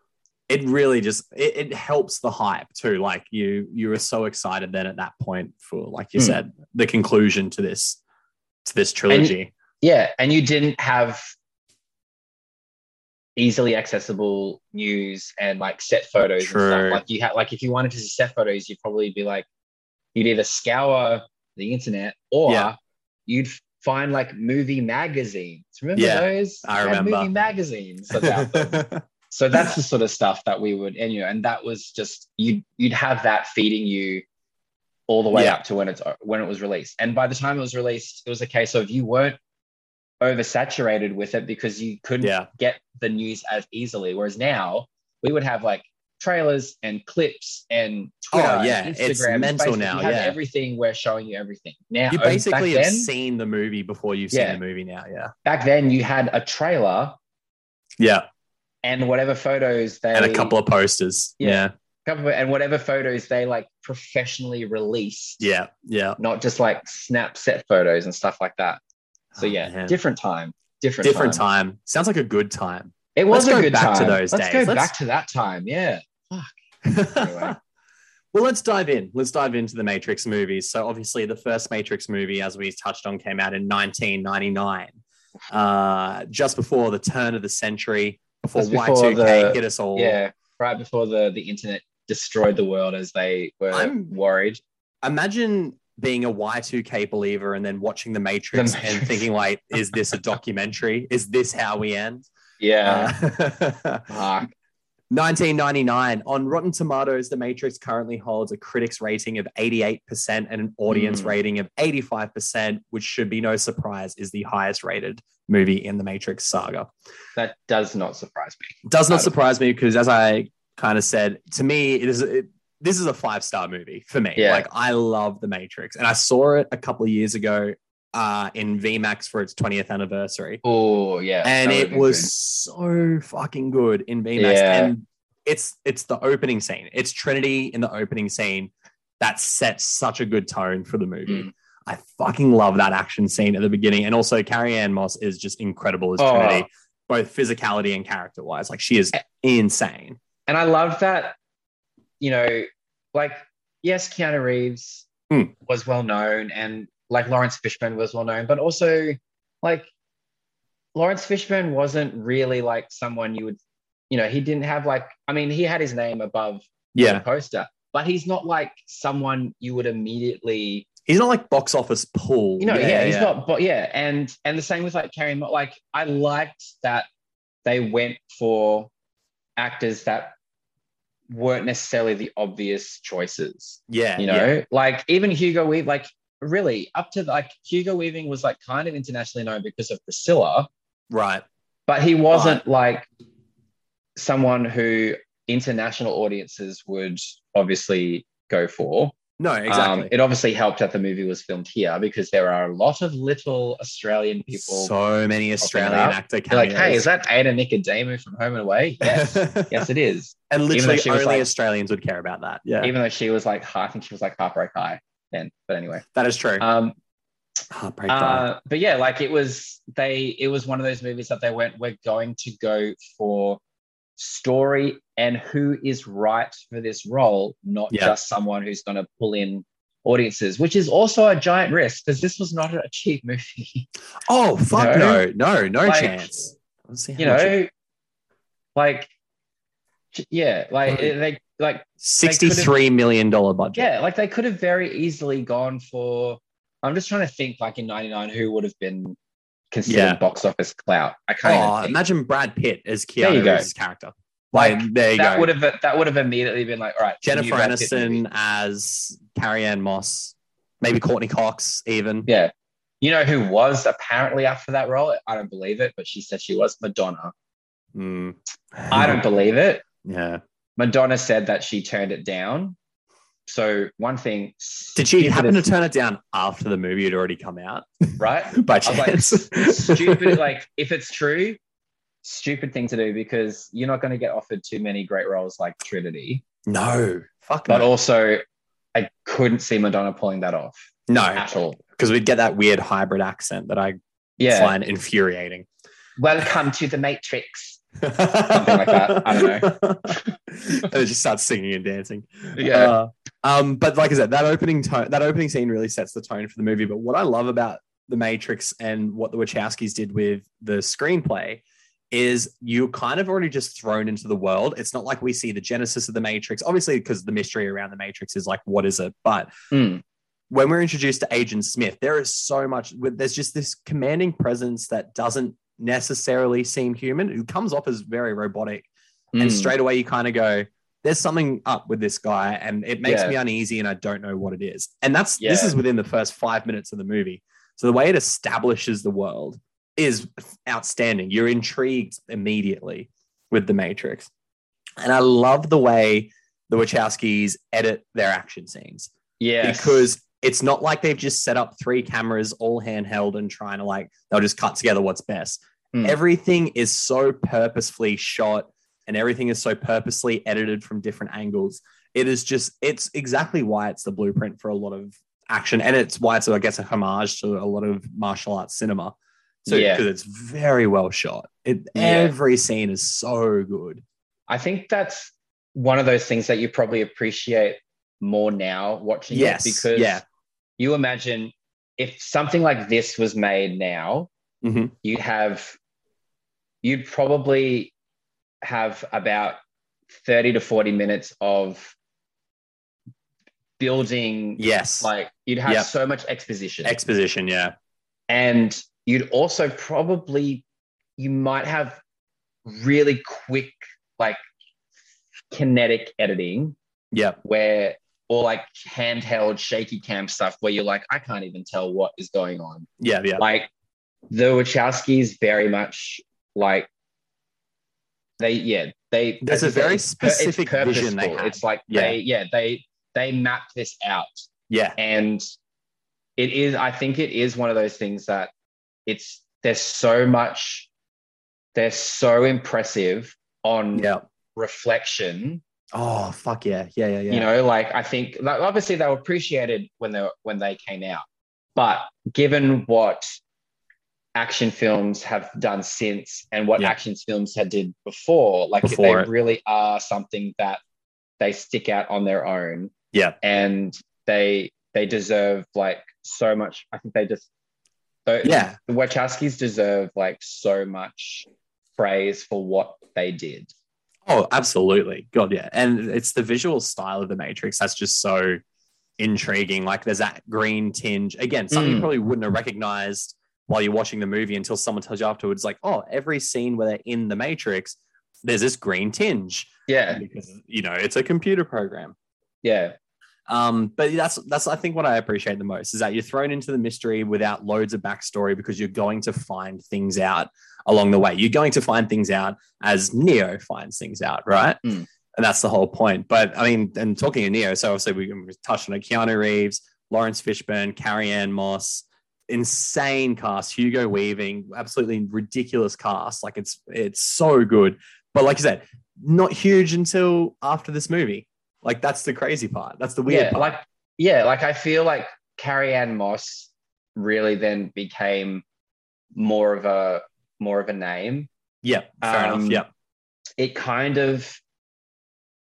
[SPEAKER 1] it really just it, it helps the hype too. Like you, you were so excited then at that point for, like you
[SPEAKER 2] Hmm.
[SPEAKER 1] said, the conclusion to this to this trilogy.
[SPEAKER 2] Yeah, and you didn't have easily accessible news and like set photos and
[SPEAKER 1] True.
[SPEAKER 2] stuff. Like you had like if you wanted to see set photos, you'd probably be like you'd either scour the internet or
[SPEAKER 1] Yeah.
[SPEAKER 2] you'd find like movie magazines. Remember
[SPEAKER 1] Yeah,
[SPEAKER 2] those?
[SPEAKER 1] I
[SPEAKER 2] They had
[SPEAKER 1] remember.
[SPEAKER 2] movie magazines about them. so that's the sort of stuff that we would and you know and that was just you'd you'd have that feeding you all the way
[SPEAKER 1] Yeah.
[SPEAKER 2] up to when it's when it was released and by the time it was released it was a case of you weren't oversaturated with it because you couldn't
[SPEAKER 1] yeah,
[SPEAKER 2] get the news as easily whereas now we would have like trailers and clips and Twitter
[SPEAKER 1] Oh,
[SPEAKER 2] and
[SPEAKER 1] yeah, it's
[SPEAKER 2] Instagram,
[SPEAKER 1] mental
[SPEAKER 2] Facebook. You
[SPEAKER 1] now,
[SPEAKER 2] have
[SPEAKER 1] yeah.
[SPEAKER 2] everything we're showing you everything now
[SPEAKER 1] you
[SPEAKER 2] over- back
[SPEAKER 1] basically have
[SPEAKER 2] then-
[SPEAKER 1] seen the movie before you've
[SPEAKER 2] Yeah.
[SPEAKER 1] seen the movie now. Yeah,
[SPEAKER 2] back then you had a trailer
[SPEAKER 1] yeah,
[SPEAKER 2] and whatever photos they
[SPEAKER 1] and a couple of posters.
[SPEAKER 2] Yeah.
[SPEAKER 1] Yeah,
[SPEAKER 2] couple of- and whatever photos they like professionally release,
[SPEAKER 1] yeah, yeah.
[SPEAKER 2] not just like snap set photos and stuff like that. So
[SPEAKER 1] Oh,
[SPEAKER 2] yeah,
[SPEAKER 1] man.
[SPEAKER 2] different time, different,
[SPEAKER 1] different
[SPEAKER 2] time.
[SPEAKER 1] time. Sounds like a good time.
[SPEAKER 2] It was
[SPEAKER 1] Let's go
[SPEAKER 2] a good
[SPEAKER 1] back to
[SPEAKER 2] time.
[SPEAKER 1] those
[SPEAKER 2] Let's
[SPEAKER 1] days.
[SPEAKER 2] go
[SPEAKER 1] Let's-
[SPEAKER 2] back to that time. Yeah, Anyway.
[SPEAKER 1] Well, let's dive in. Let's dive into the Matrix movies. So, obviously, the first Matrix movie, as we touched on, came out in 1999, uh, just before the turn of the century, before
[SPEAKER 2] That's before
[SPEAKER 1] Y2K
[SPEAKER 2] the-
[SPEAKER 1] hit us all.
[SPEAKER 2] yeah. Right before the the internet destroyed the world, as they were
[SPEAKER 1] I'm-
[SPEAKER 2] worried.
[SPEAKER 1] Imagine being a Y2K believer and then watching The Matrix, and
[SPEAKER 2] Matrix.
[SPEAKER 1] thinking, like, is this a documentary? is this how we end?
[SPEAKER 2] Yeah.
[SPEAKER 1] Uh,
[SPEAKER 2] Fuck.
[SPEAKER 1] 1999 on Rotten Tomatoes, The Matrix currently holds a critics rating of 88% and an audience
[SPEAKER 2] Mm.
[SPEAKER 1] rating of 85%, which should be no surprise is the highest rated movie in the Matrix saga.
[SPEAKER 2] that does not surprise me.
[SPEAKER 1] Does not
[SPEAKER 2] Out of-
[SPEAKER 1] surprise me because, as I kind of said, to me, it is it, this is a five star movie for me.
[SPEAKER 2] Yeah.
[SPEAKER 1] Like I love The Matrix, and I saw it a couple of years ago uh, in VMAX for its 20th anniversary
[SPEAKER 2] Oh yeah,
[SPEAKER 1] and
[SPEAKER 2] that
[SPEAKER 1] it
[SPEAKER 2] would've been
[SPEAKER 1] was so fucking good in VMAX.
[SPEAKER 2] Yeah.
[SPEAKER 1] And it's it's the opening scene. It's Trinity in the opening scene that sets such a good tone for the movie.
[SPEAKER 2] Mm.
[SPEAKER 1] I fucking love that action scene at the beginning. And also Carrie Ann Moss is just incredible as
[SPEAKER 2] Oh. Eh.
[SPEAKER 1] Trinity, both physicality and character wise. Like she is insane.
[SPEAKER 2] and I love that, you know, like yes, Keanu Reeves
[SPEAKER 1] Hmm.
[SPEAKER 2] was well known, and like Lawrence Fishburne was well known, but also like Lawrence Fishburne wasn't really like someone you would, you know, he didn't have like, I mean, he had his name above the
[SPEAKER 1] Yeah.
[SPEAKER 2] poster, but he's not like someone you would immediately,
[SPEAKER 1] He's not like box office pull.
[SPEAKER 2] you know, yeah, he's not, but yeah, and and the same with like Carrie, Mo- like I liked that they went for actors that weren't necessarily the obvious choices.
[SPEAKER 1] Yeah.
[SPEAKER 2] You
[SPEAKER 1] yeah.
[SPEAKER 2] know, like even Hugo Weave, like really up to like Hugo Weaving was like kind of internationally known because of Priscilla,
[SPEAKER 1] Right.
[SPEAKER 2] but he wasn't like someone who international audiences would obviously go for.
[SPEAKER 1] No,
[SPEAKER 2] Um,
[SPEAKER 1] exactly.
[SPEAKER 2] it obviously helped that the movie was filmed here because there are a lot of little Australian people.
[SPEAKER 1] so many Australian
[SPEAKER 2] up.
[SPEAKER 1] actor
[SPEAKER 2] They're like,
[SPEAKER 1] cameos.
[SPEAKER 2] hey, is that Ada Nicodemu from Home and Away? Yes, yes, it is.
[SPEAKER 1] and
[SPEAKER 2] though
[SPEAKER 1] literally
[SPEAKER 2] she
[SPEAKER 1] only
[SPEAKER 2] was like-
[SPEAKER 1] Australians would care about that. Yeah.
[SPEAKER 2] Even though she was like, half- I think she was like heartbreak high then. But anyway,
[SPEAKER 1] That is true.
[SPEAKER 2] um,
[SPEAKER 1] Heartbreak Diary.
[SPEAKER 2] Uh, but yeah, like it was they it was one of those movies that they went, we're going to go for story and who is right for this role, not
[SPEAKER 1] Yeah.
[SPEAKER 2] just someone who's gonna pull in audiences, which is also a giant risk because this was not a cheap movie.
[SPEAKER 1] Oh fuck
[SPEAKER 2] no.
[SPEAKER 1] no, no, no
[SPEAKER 2] Like,
[SPEAKER 1] chance. Let's see how
[SPEAKER 2] you
[SPEAKER 1] much it-
[SPEAKER 2] know, like yeah, like
[SPEAKER 1] Right.
[SPEAKER 2] they like
[SPEAKER 1] sixty-three million dollar budget.
[SPEAKER 2] yeah, like they could have very easily gone for. I'm just trying to think, like in '99, who would have been considered
[SPEAKER 1] Yeah.
[SPEAKER 2] box office clout? I can't. even
[SPEAKER 1] Oh,
[SPEAKER 2] think.
[SPEAKER 1] imagine Brad Pitt as
[SPEAKER 2] There you
[SPEAKER 1] Keanu
[SPEAKER 2] go.
[SPEAKER 1] Reeves' character. Like, there you
[SPEAKER 2] that
[SPEAKER 1] go.
[SPEAKER 2] would have uh, that would have immediately been like, all right, the new
[SPEAKER 1] Jennifer
[SPEAKER 2] Brad Pitt movie.
[SPEAKER 1] Aniston as Carrie Ann Moss, maybe Courtney Cox even.
[SPEAKER 2] Yeah, you know who was apparently up for that role? I don't believe it, but she said she was Madonna.
[SPEAKER 1] Mm.
[SPEAKER 2] I don't believe it.
[SPEAKER 1] Yeah.
[SPEAKER 2] Madonna said that she turned it down. So one thing
[SPEAKER 1] Did she
[SPEAKER 2] stupid
[SPEAKER 1] happen
[SPEAKER 2] as-
[SPEAKER 1] to turn it down after the movie had already come out
[SPEAKER 2] right?
[SPEAKER 1] by
[SPEAKER 2] I was
[SPEAKER 1] chance?
[SPEAKER 2] like, stupid. like, if it's true, stupid thing to do because you're not going to get offered too many great roles like Trinity.
[SPEAKER 1] no. Fuck
[SPEAKER 2] But
[SPEAKER 1] no.
[SPEAKER 2] also, I couldn't see Madonna pulling that off
[SPEAKER 1] No,
[SPEAKER 2] at all.
[SPEAKER 1] because we'd get that weird hybrid accent that I
[SPEAKER 2] Yeah.
[SPEAKER 1] find infuriating.
[SPEAKER 2] Welcome to the Matrix.
[SPEAKER 1] Something
[SPEAKER 2] like that. I don't
[SPEAKER 1] know. and it just starts singing and dancing.
[SPEAKER 2] Yeah.
[SPEAKER 1] Uh, um, but like I said, that opening tone, that opening scene really sets the tone for the movie. But what I love about The Matrix and what the Wachowskis did with the screenplay is you kind of already just thrown into the world. It's not like we see the genesis of the Matrix, obviously, because the mystery around the Matrix is like, what is it? But
[SPEAKER 2] Mm.
[SPEAKER 1] when we're introduced to Agent Smith, there is so much. There's just this commanding presence that doesn't necessarily seem human. It comes off as very robotic, and
[SPEAKER 2] Mm.
[SPEAKER 1] straight away you kind of go, "There's something up with this guy," and it makes
[SPEAKER 2] Yeah.
[SPEAKER 1] me uneasy, and I don't know what it is. And that's this
[SPEAKER 2] Yeah.
[SPEAKER 1] is within the first five minutes of the movie. So the way it establishes the world is outstanding. You're intrigued immediately with the Matrix, and I love the way the Wachowskis edit their action scenes
[SPEAKER 2] Yes.
[SPEAKER 1] because it's not like they've just set up three cameras all handheld and trying to like they'll just cut together what's best.
[SPEAKER 2] Mm.
[SPEAKER 1] Everything is so purposefully shot and everything is so purposely edited from different angles. It is just it's exactly why it's the blueprint for a lot of action and it's why it's I guess a homage to a lot of martial arts cinema. So
[SPEAKER 2] Yeah.
[SPEAKER 1] because it's very well shot. It
[SPEAKER 2] Yeah.
[SPEAKER 1] every scene is so good.
[SPEAKER 2] I think that's one of those things that you probably appreciate more now watching
[SPEAKER 1] Yes,
[SPEAKER 2] it because
[SPEAKER 1] yeah.
[SPEAKER 2] you imagine if something like this was made now,
[SPEAKER 1] Mhm.
[SPEAKER 2] you'd have you'd probably have about 30 to 40 minutes of building
[SPEAKER 1] Yes.
[SPEAKER 2] like you'd have
[SPEAKER 1] Yep.
[SPEAKER 2] so much exposition
[SPEAKER 1] Exposition, yeah.
[SPEAKER 2] and you'd also probably you might have really quick like kinetic editing
[SPEAKER 1] Yeah.
[SPEAKER 2] where or like handheld shaky cam stuff where you're like i can't even tell what is going on
[SPEAKER 1] Yeah, yeah.
[SPEAKER 2] like the wachowskis very much like they yeah they
[SPEAKER 1] There's a very
[SPEAKER 2] it's pur- it's
[SPEAKER 1] specific vision they
[SPEAKER 2] purposeful.
[SPEAKER 1] had.
[SPEAKER 2] it's like
[SPEAKER 1] Yeah.
[SPEAKER 2] they yeah they they map this out
[SPEAKER 1] yeah.
[SPEAKER 2] and it is i think it is one of those things that it's there's so much they're so impressive on
[SPEAKER 1] Yeah.
[SPEAKER 2] reflection
[SPEAKER 1] Oh fuck yeah. Yeah, yeah, yeah.
[SPEAKER 2] you know like i think like obviously they were appreciated when they were- when they came out but given what action films have done since and what
[SPEAKER 1] Yeah.
[SPEAKER 2] action films had did before like
[SPEAKER 1] Before
[SPEAKER 2] they
[SPEAKER 1] it.
[SPEAKER 2] really are something that they stick out on their own
[SPEAKER 1] Yeah.
[SPEAKER 2] and they they deserve like so much i think they just so
[SPEAKER 1] Yeah.
[SPEAKER 2] the wachowskis deserve like so much praise for what they did
[SPEAKER 1] Oh, absolutely. God, yeah. And it's the visual style of the Matrix that's just so intriguing. Like there's that green tinge. Again, something you
[SPEAKER 2] Mm.
[SPEAKER 1] probably wouldn't have recognized while you're watching the movie until someone tells you afterwards, like, oh, every scene where they're in the Matrix, there's this green tinge.
[SPEAKER 2] yeah
[SPEAKER 1] Because you know, it's a computer program.
[SPEAKER 2] yeah
[SPEAKER 1] Um, but that's that's I think what I appreciate the most is that you're thrown into the mystery without loads of backstory because you're going to find things out along the way. You're going to find things out as Neo finds things out, right?
[SPEAKER 2] Mm.
[SPEAKER 1] And that's the whole point. But I mean, and talking of Neo, so obviously we we touched on it. Keanu Reeves, Lawrence Fishburne, Carrie Ann Moss, insane cast, Hugo Weaving, absolutely ridiculous cast. Like it's it's so good. But like I said, not huge until after this movie. Like that's the crazy part. That's the weird
[SPEAKER 2] yeah
[SPEAKER 1] part.
[SPEAKER 2] like yeah like i feel like carrie ann moss really then became more of a more of a name.
[SPEAKER 1] Yeah, fair
[SPEAKER 2] Um,
[SPEAKER 1] enough. Yeah.
[SPEAKER 2] It kind of,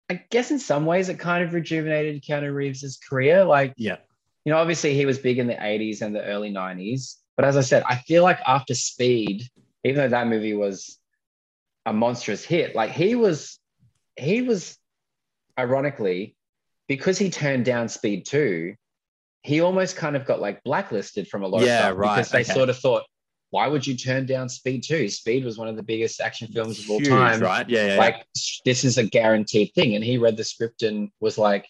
[SPEAKER 2] I guess, in some ways, it kind of rejuvenated Keanu Reeves's career. Like,
[SPEAKER 1] Yeah.
[SPEAKER 2] you know, obviously he was big in the 80s and the early 90s. But as I said, I feel like after Speed, even though that movie was a monstrous hit, like he was, he was, ironically, because he turned down Speed 2, he almost kind of got like blacklisted from a lot
[SPEAKER 1] Yeah,
[SPEAKER 2] of stuff
[SPEAKER 1] right,
[SPEAKER 2] because they
[SPEAKER 1] okay.
[SPEAKER 2] sort of thought, why would you turn down Speed 2? Speed was one of the biggest action films of all
[SPEAKER 1] Huge,
[SPEAKER 2] time
[SPEAKER 1] right? Yeah, yeah.
[SPEAKER 2] like "Sh- this is a guaranteed thing and he read the script and was like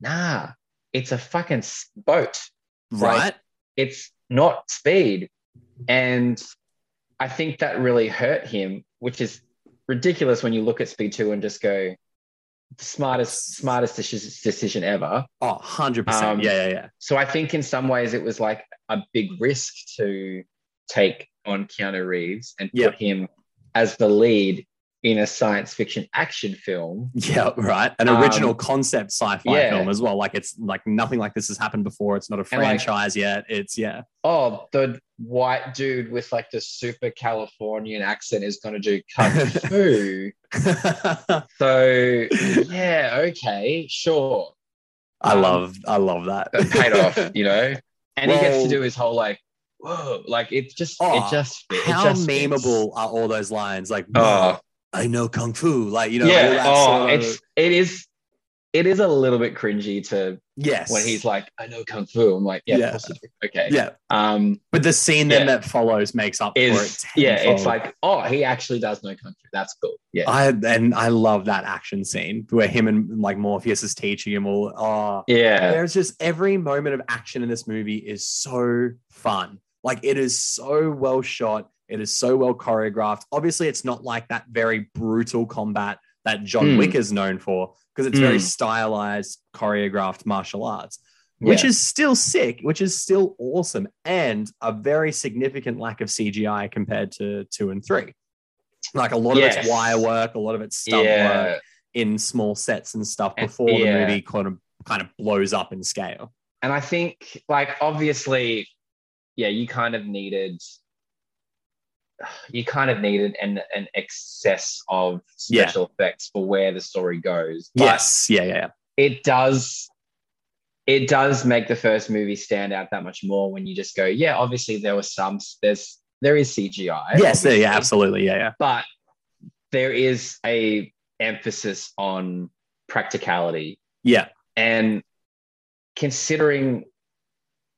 [SPEAKER 2] nah it's a fucking s- boat
[SPEAKER 1] yeah.
[SPEAKER 2] like-
[SPEAKER 1] right.
[SPEAKER 2] it's not speed and i think that really hurt him which is ridiculous when you look at speed 2 and just go the smartest smartest deci- decision ever
[SPEAKER 1] Oh, 100%.
[SPEAKER 2] Um,
[SPEAKER 1] yeah, yeah, yeah.
[SPEAKER 2] so i think in some ways it was like a big risk to take on keanu reeves and
[SPEAKER 1] Yeah.
[SPEAKER 2] put him as the lead in a science fiction action film
[SPEAKER 1] Yeah, right. An
[SPEAKER 2] Um,
[SPEAKER 1] original concept sci-fi
[SPEAKER 2] yeah.
[SPEAKER 1] film as well. Like it's like nothing like this has happened before. It's not a
[SPEAKER 2] And, like-
[SPEAKER 1] franchise yet. It's yeah.
[SPEAKER 2] oh, the white dude with like the super Californian accent is going to do kung fu. So, yeah, okay, sure.
[SPEAKER 1] I
[SPEAKER 2] Um,
[SPEAKER 1] love I love that.
[SPEAKER 2] But paid off, you know? And he gets
[SPEAKER 1] Well-
[SPEAKER 2] to do his whole like, whoa, like it just,
[SPEAKER 1] Oh,
[SPEAKER 2] it just, it
[SPEAKER 1] How
[SPEAKER 2] just fits.
[SPEAKER 1] memeable are all those lines? Like,
[SPEAKER 2] Oh,
[SPEAKER 1] I know kung fu. Like, you know, all
[SPEAKER 2] yeah.
[SPEAKER 1] that
[SPEAKER 2] Oh,
[SPEAKER 1] sort of-
[SPEAKER 2] it's, it is, it is a little bit cringy to
[SPEAKER 1] yes.
[SPEAKER 2] when he's like, I know kung fu. I'm like, yeah,
[SPEAKER 1] Yeah.
[SPEAKER 2] of course you do. okay.
[SPEAKER 1] yeah.
[SPEAKER 2] Um,
[SPEAKER 1] But the scene then
[SPEAKER 2] Yeah.
[SPEAKER 1] that follows makes up for it.
[SPEAKER 2] is yeah, it's
[SPEAKER 1] tenfold. Uh,
[SPEAKER 2] like, oh, he actually does know kung fu. That's cool. Yeah.
[SPEAKER 1] I and I love that action scene where him and like Morpheus is teaching him all. Oh,
[SPEAKER 2] yeah.
[SPEAKER 1] there's just every moment of action in this movie is so fun. Like it is so well shot. It is so well choreographed. Obviously, it's not like that very brutal combat that John
[SPEAKER 2] Hmm.
[SPEAKER 1] Wick is known for because it's very
[SPEAKER 2] Hmm.
[SPEAKER 1] stylized, choreographed martial arts, which is still sick, which is still awesome, and a very significant lack of CGI compared to two and three. Like a lot of
[SPEAKER 2] Yes.
[SPEAKER 1] it's wire work, a lot of it's stunt work
[SPEAKER 2] yeah.
[SPEAKER 1] in small sets and stuff
[SPEAKER 2] And-
[SPEAKER 1] before
[SPEAKER 2] yeah.
[SPEAKER 1] the movie kind of kind of blows up in scale.
[SPEAKER 2] And I think, like, obviously, yeah, you kind of needed, you kind of needed an, an excess of
[SPEAKER 1] Yeah.
[SPEAKER 2] special effects for where the story goes. But
[SPEAKER 1] Yes, yeah, yeah, yeah.
[SPEAKER 2] It does, it does make the first movie stand out that much more when you just go, yeah, obviously there was some, there's, there is
[SPEAKER 1] yes, yeah, yeah,
[SPEAKER 2] CGI. obviously.
[SPEAKER 1] absolutely, yeah, yeah,
[SPEAKER 2] but there is a emphasis on practicality
[SPEAKER 1] yeah,
[SPEAKER 2] and considering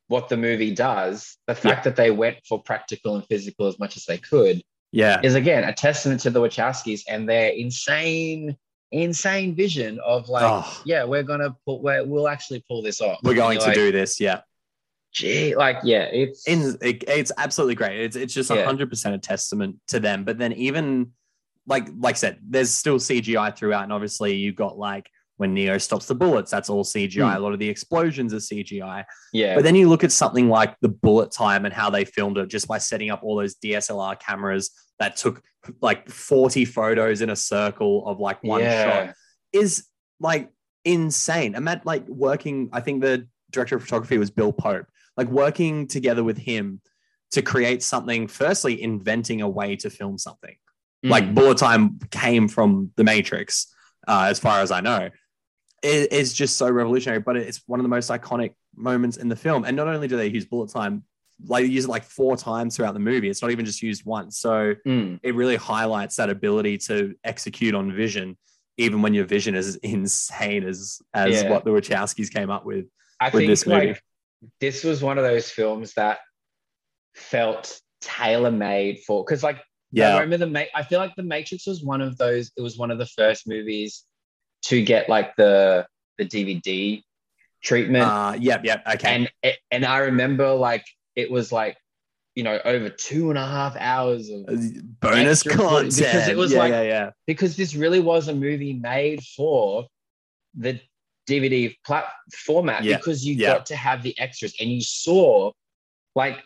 [SPEAKER 2] what the movie does the fact that they went for practical and physical as much as they could
[SPEAKER 1] yeah.
[SPEAKER 2] is again a testament to the wachowskis and their insane insane vision of like
[SPEAKER 1] Oh,
[SPEAKER 2] yeah we're gonna pull we're, we'll actually pull this off
[SPEAKER 1] we're
[SPEAKER 2] And
[SPEAKER 1] going
[SPEAKER 2] you're
[SPEAKER 1] to
[SPEAKER 2] like,
[SPEAKER 1] do this, yeah.
[SPEAKER 2] gee like yeah it's
[SPEAKER 1] In, it, it's absolutely great. It's it's just
[SPEAKER 2] Yeah.
[SPEAKER 1] hundred percent a testament to them. But then even like like I said, there's still CGI throughout, and obviously you got like when Neo stops the bullets, that's all CGI.
[SPEAKER 2] Hmm.
[SPEAKER 1] A lot of the explosions are CGI.
[SPEAKER 2] yeah
[SPEAKER 1] But then you look at something like the bullet time and how they filmed it just by setting up all those DSLR cameras that took like 40 photos in a circle of like one
[SPEAKER 2] yeah.
[SPEAKER 1] shot is like insane. I'm at like working, I think the director of photography was Bill Pope, like working together with him to create something, firstly, inventing a way to film something
[SPEAKER 2] Mm.
[SPEAKER 1] like bullet time came from the matrix uh, as far as i know it is just so revolutionary but it's one of the most iconic moments in the film and not only do they use bullet time like they use it like four times throughout the movie it's not even just used once so
[SPEAKER 2] Mm.
[SPEAKER 1] it really highlights that ability to execute on vision even when your vision is as insane as as
[SPEAKER 2] Yeah.
[SPEAKER 1] what the wachowskis came up with
[SPEAKER 2] I
[SPEAKER 1] with
[SPEAKER 2] think
[SPEAKER 1] this movie.
[SPEAKER 2] like this was one of those films that felt tailor made for because like I
[SPEAKER 1] yeah
[SPEAKER 2] remember the Ma- I feel like the Matrix was one of those. It was one of the first movies to get like the the DVD treatment,
[SPEAKER 1] uh yep yep okay
[SPEAKER 2] and it- and I remember like it was like you know over two and a half hours of
[SPEAKER 1] Uh, bonus
[SPEAKER 2] Extra footage,
[SPEAKER 1] content
[SPEAKER 2] because it was
[SPEAKER 1] yeah,
[SPEAKER 2] like-
[SPEAKER 1] yeah yeah
[SPEAKER 2] because this really was a movie made for the DVD plat- format
[SPEAKER 1] Yeah,
[SPEAKER 2] because you
[SPEAKER 1] yeah.
[SPEAKER 2] got to have the extras and you saw like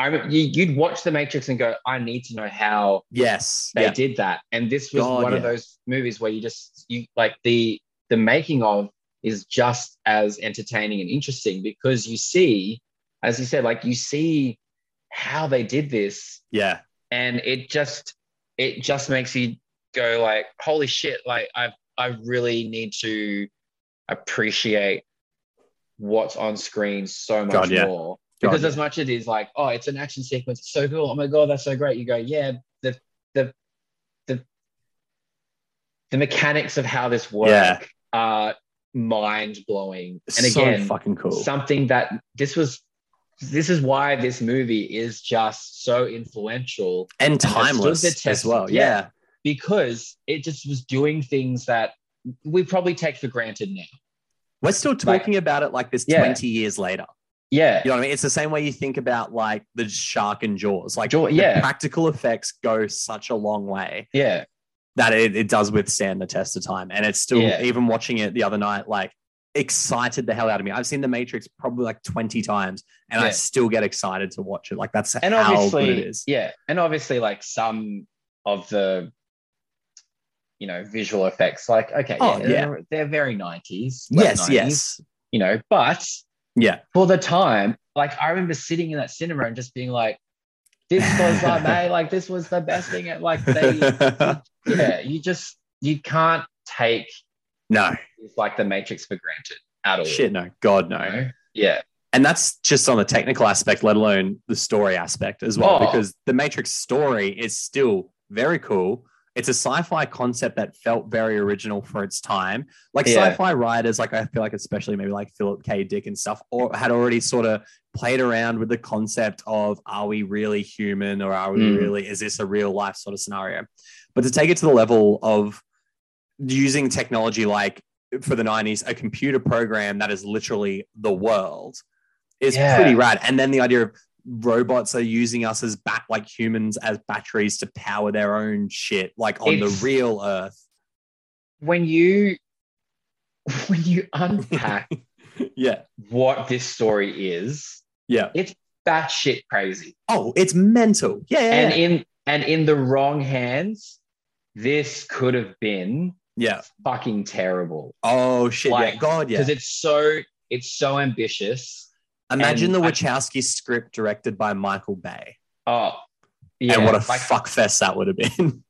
[SPEAKER 2] I remember you, you'd watch The Matrix and go, I need to know how
[SPEAKER 1] yes
[SPEAKER 2] they
[SPEAKER 1] yeah.
[SPEAKER 2] did that. And this was
[SPEAKER 1] God,
[SPEAKER 2] one of
[SPEAKER 1] yeah.
[SPEAKER 2] those movies where you just you like the the making of is just as entertaining and interesting because you see as you said, like you see how they did this,
[SPEAKER 1] Yeah.
[SPEAKER 2] and it just it just makes you go like, holy shit! Like I I really need to appreciate what's on screen so much
[SPEAKER 1] God, yeah.
[SPEAKER 2] more
[SPEAKER 1] God,
[SPEAKER 2] because as much as it is like, oh, it's an action sequence, it's so cool. Oh my god, that's so great. You go, yeah, the the the the mechanics of how this works
[SPEAKER 1] Yeah.
[SPEAKER 2] are mind blowing.
[SPEAKER 1] it's
[SPEAKER 2] And again,
[SPEAKER 1] so fucking cool.
[SPEAKER 2] something that this was this is why this movie is just so influential
[SPEAKER 1] and
[SPEAKER 2] has stood
[SPEAKER 1] timeless
[SPEAKER 2] the test-
[SPEAKER 1] as well.
[SPEAKER 2] yeah.
[SPEAKER 1] Yeah.
[SPEAKER 2] because it just was doing things that we probably take for granted now.
[SPEAKER 1] We're still talking about it like this
[SPEAKER 2] Yeah.
[SPEAKER 1] 20 years later.
[SPEAKER 2] Yeah.
[SPEAKER 1] You know what I mean? It's the same way you think about like the shark and jaws. Like
[SPEAKER 2] Jaw-
[SPEAKER 1] the
[SPEAKER 2] yeah.
[SPEAKER 1] practical effects go such a long way
[SPEAKER 2] Yeah.
[SPEAKER 1] that it, it does withstand the test of time. And it's still,
[SPEAKER 2] Yeah.
[SPEAKER 1] even watching it the other night, like excited the hell out of me. I've seen The Matrix probably like 20 times and I
[SPEAKER 2] Yeah.
[SPEAKER 1] still get excited to watch it. Like that's
[SPEAKER 2] and
[SPEAKER 1] how
[SPEAKER 2] obviously
[SPEAKER 1] good it is.
[SPEAKER 2] yeah and obviously like some of the you know visual effects like okay
[SPEAKER 1] Oh,
[SPEAKER 2] They're, they're very 90s late
[SPEAKER 1] Yes,
[SPEAKER 2] 90s,
[SPEAKER 1] yes.
[SPEAKER 2] you know but
[SPEAKER 1] Yeah.
[SPEAKER 2] for the time like i remember sitting in that cinema and just being like this was like mate, like this was the best thing at like they yeah you just you can't take
[SPEAKER 1] no,
[SPEAKER 2] things like the matrix for granted at all
[SPEAKER 1] shit, no. God, no.
[SPEAKER 2] you know? yeah
[SPEAKER 1] and that's just on the technical aspect, let alone the story aspect as well,
[SPEAKER 2] Oh.
[SPEAKER 1] because the Matrix story is still very cool. It's a sci-fi concept that felt very original for its time. Like
[SPEAKER 2] Yeah.
[SPEAKER 1] sci-fi writers, like I feel like especially maybe like Philip K. Dick and stuff, or had already sort of played around with the concept of are we really human or are we
[SPEAKER 2] Mm.
[SPEAKER 1] really is this a real life sort of scenario? But to take it to the level of using technology like for the 90s, a computer program that is literally the world is
[SPEAKER 2] Yeah.
[SPEAKER 1] pretty rad. And then the idea of robots are using us as bat like humans as batteries to power their own shit, like on
[SPEAKER 2] It's-
[SPEAKER 1] the real earth.
[SPEAKER 2] when you when you unpack
[SPEAKER 1] Yeah.
[SPEAKER 2] what this story is
[SPEAKER 1] Yeah.
[SPEAKER 2] batshit crazy.
[SPEAKER 1] Oh, it's mental. Yeah. Yeah.
[SPEAKER 2] And
[SPEAKER 1] yeah.
[SPEAKER 2] in and in the wrong hands, this could have been
[SPEAKER 1] Yeah.
[SPEAKER 2] fucking terrible.
[SPEAKER 1] Oh shit. yeah.
[SPEAKER 2] Like,
[SPEAKER 1] God. Yeah.
[SPEAKER 2] Because it's so it's so ambitious.
[SPEAKER 1] Imagine the
[SPEAKER 2] and I-
[SPEAKER 1] Wachowski script directed by Michael Bay.
[SPEAKER 2] Oh yeah.
[SPEAKER 1] and what a
[SPEAKER 2] like,
[SPEAKER 1] fuck fest that would have been.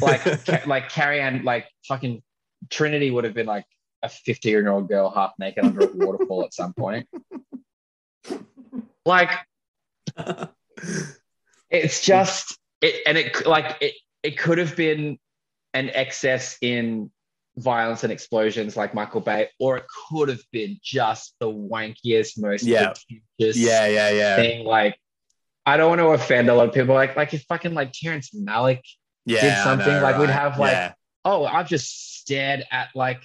[SPEAKER 2] like ca- like Carrie Ann, like fucking Trinity would have been like a 15-year-old girl half naked under a waterfall at some point. Like it's just it and it like it it could have been an excess in violence and explosions like michael bay or it could have been just the wankiest most
[SPEAKER 1] Yeah.
[SPEAKER 2] pretentious
[SPEAKER 1] yeah, yeah, yeah.
[SPEAKER 2] thing like i don't want to offend a lot of people like like if fucking like terrence malick
[SPEAKER 1] Yeah. I
[SPEAKER 2] something, like, we'd have, like,
[SPEAKER 1] yeah.
[SPEAKER 2] oh i've just stared at like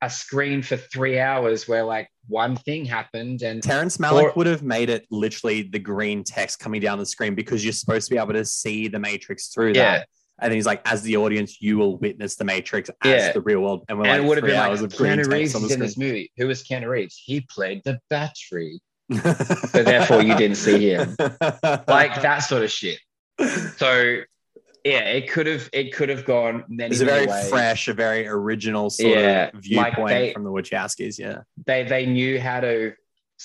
[SPEAKER 2] a screen for three hours where like one thing happened and
[SPEAKER 1] Terrence Malick
[SPEAKER 2] Or-
[SPEAKER 1] would have made it literally the green text coming down the screen because you're supposed to be able to see the Matrix through
[SPEAKER 2] Yeah.
[SPEAKER 1] that. And then he's like, as the audience, you will witness the Matrix as
[SPEAKER 2] Yeah.
[SPEAKER 1] the real world. And we're
[SPEAKER 2] and
[SPEAKER 1] like,
[SPEAKER 2] it would have
[SPEAKER 1] three
[SPEAKER 2] been like
[SPEAKER 1] hours of green
[SPEAKER 2] Keanu
[SPEAKER 1] text
[SPEAKER 2] Reeves
[SPEAKER 1] on
[SPEAKER 2] is
[SPEAKER 1] the
[SPEAKER 2] in this
[SPEAKER 1] screen.
[SPEAKER 2] movie. Who was Keanu Reeves? He played the battery. So therefore, you didn't see him. Like that sort of shit. So yeah, it could have it could have gone many,
[SPEAKER 1] It's a very
[SPEAKER 2] many ways.
[SPEAKER 1] fresh, a very original sort
[SPEAKER 2] Yeah,
[SPEAKER 1] of
[SPEAKER 2] like
[SPEAKER 1] viewpoint
[SPEAKER 2] they-
[SPEAKER 1] from the Wachowskis. Yeah.
[SPEAKER 2] They they knew how to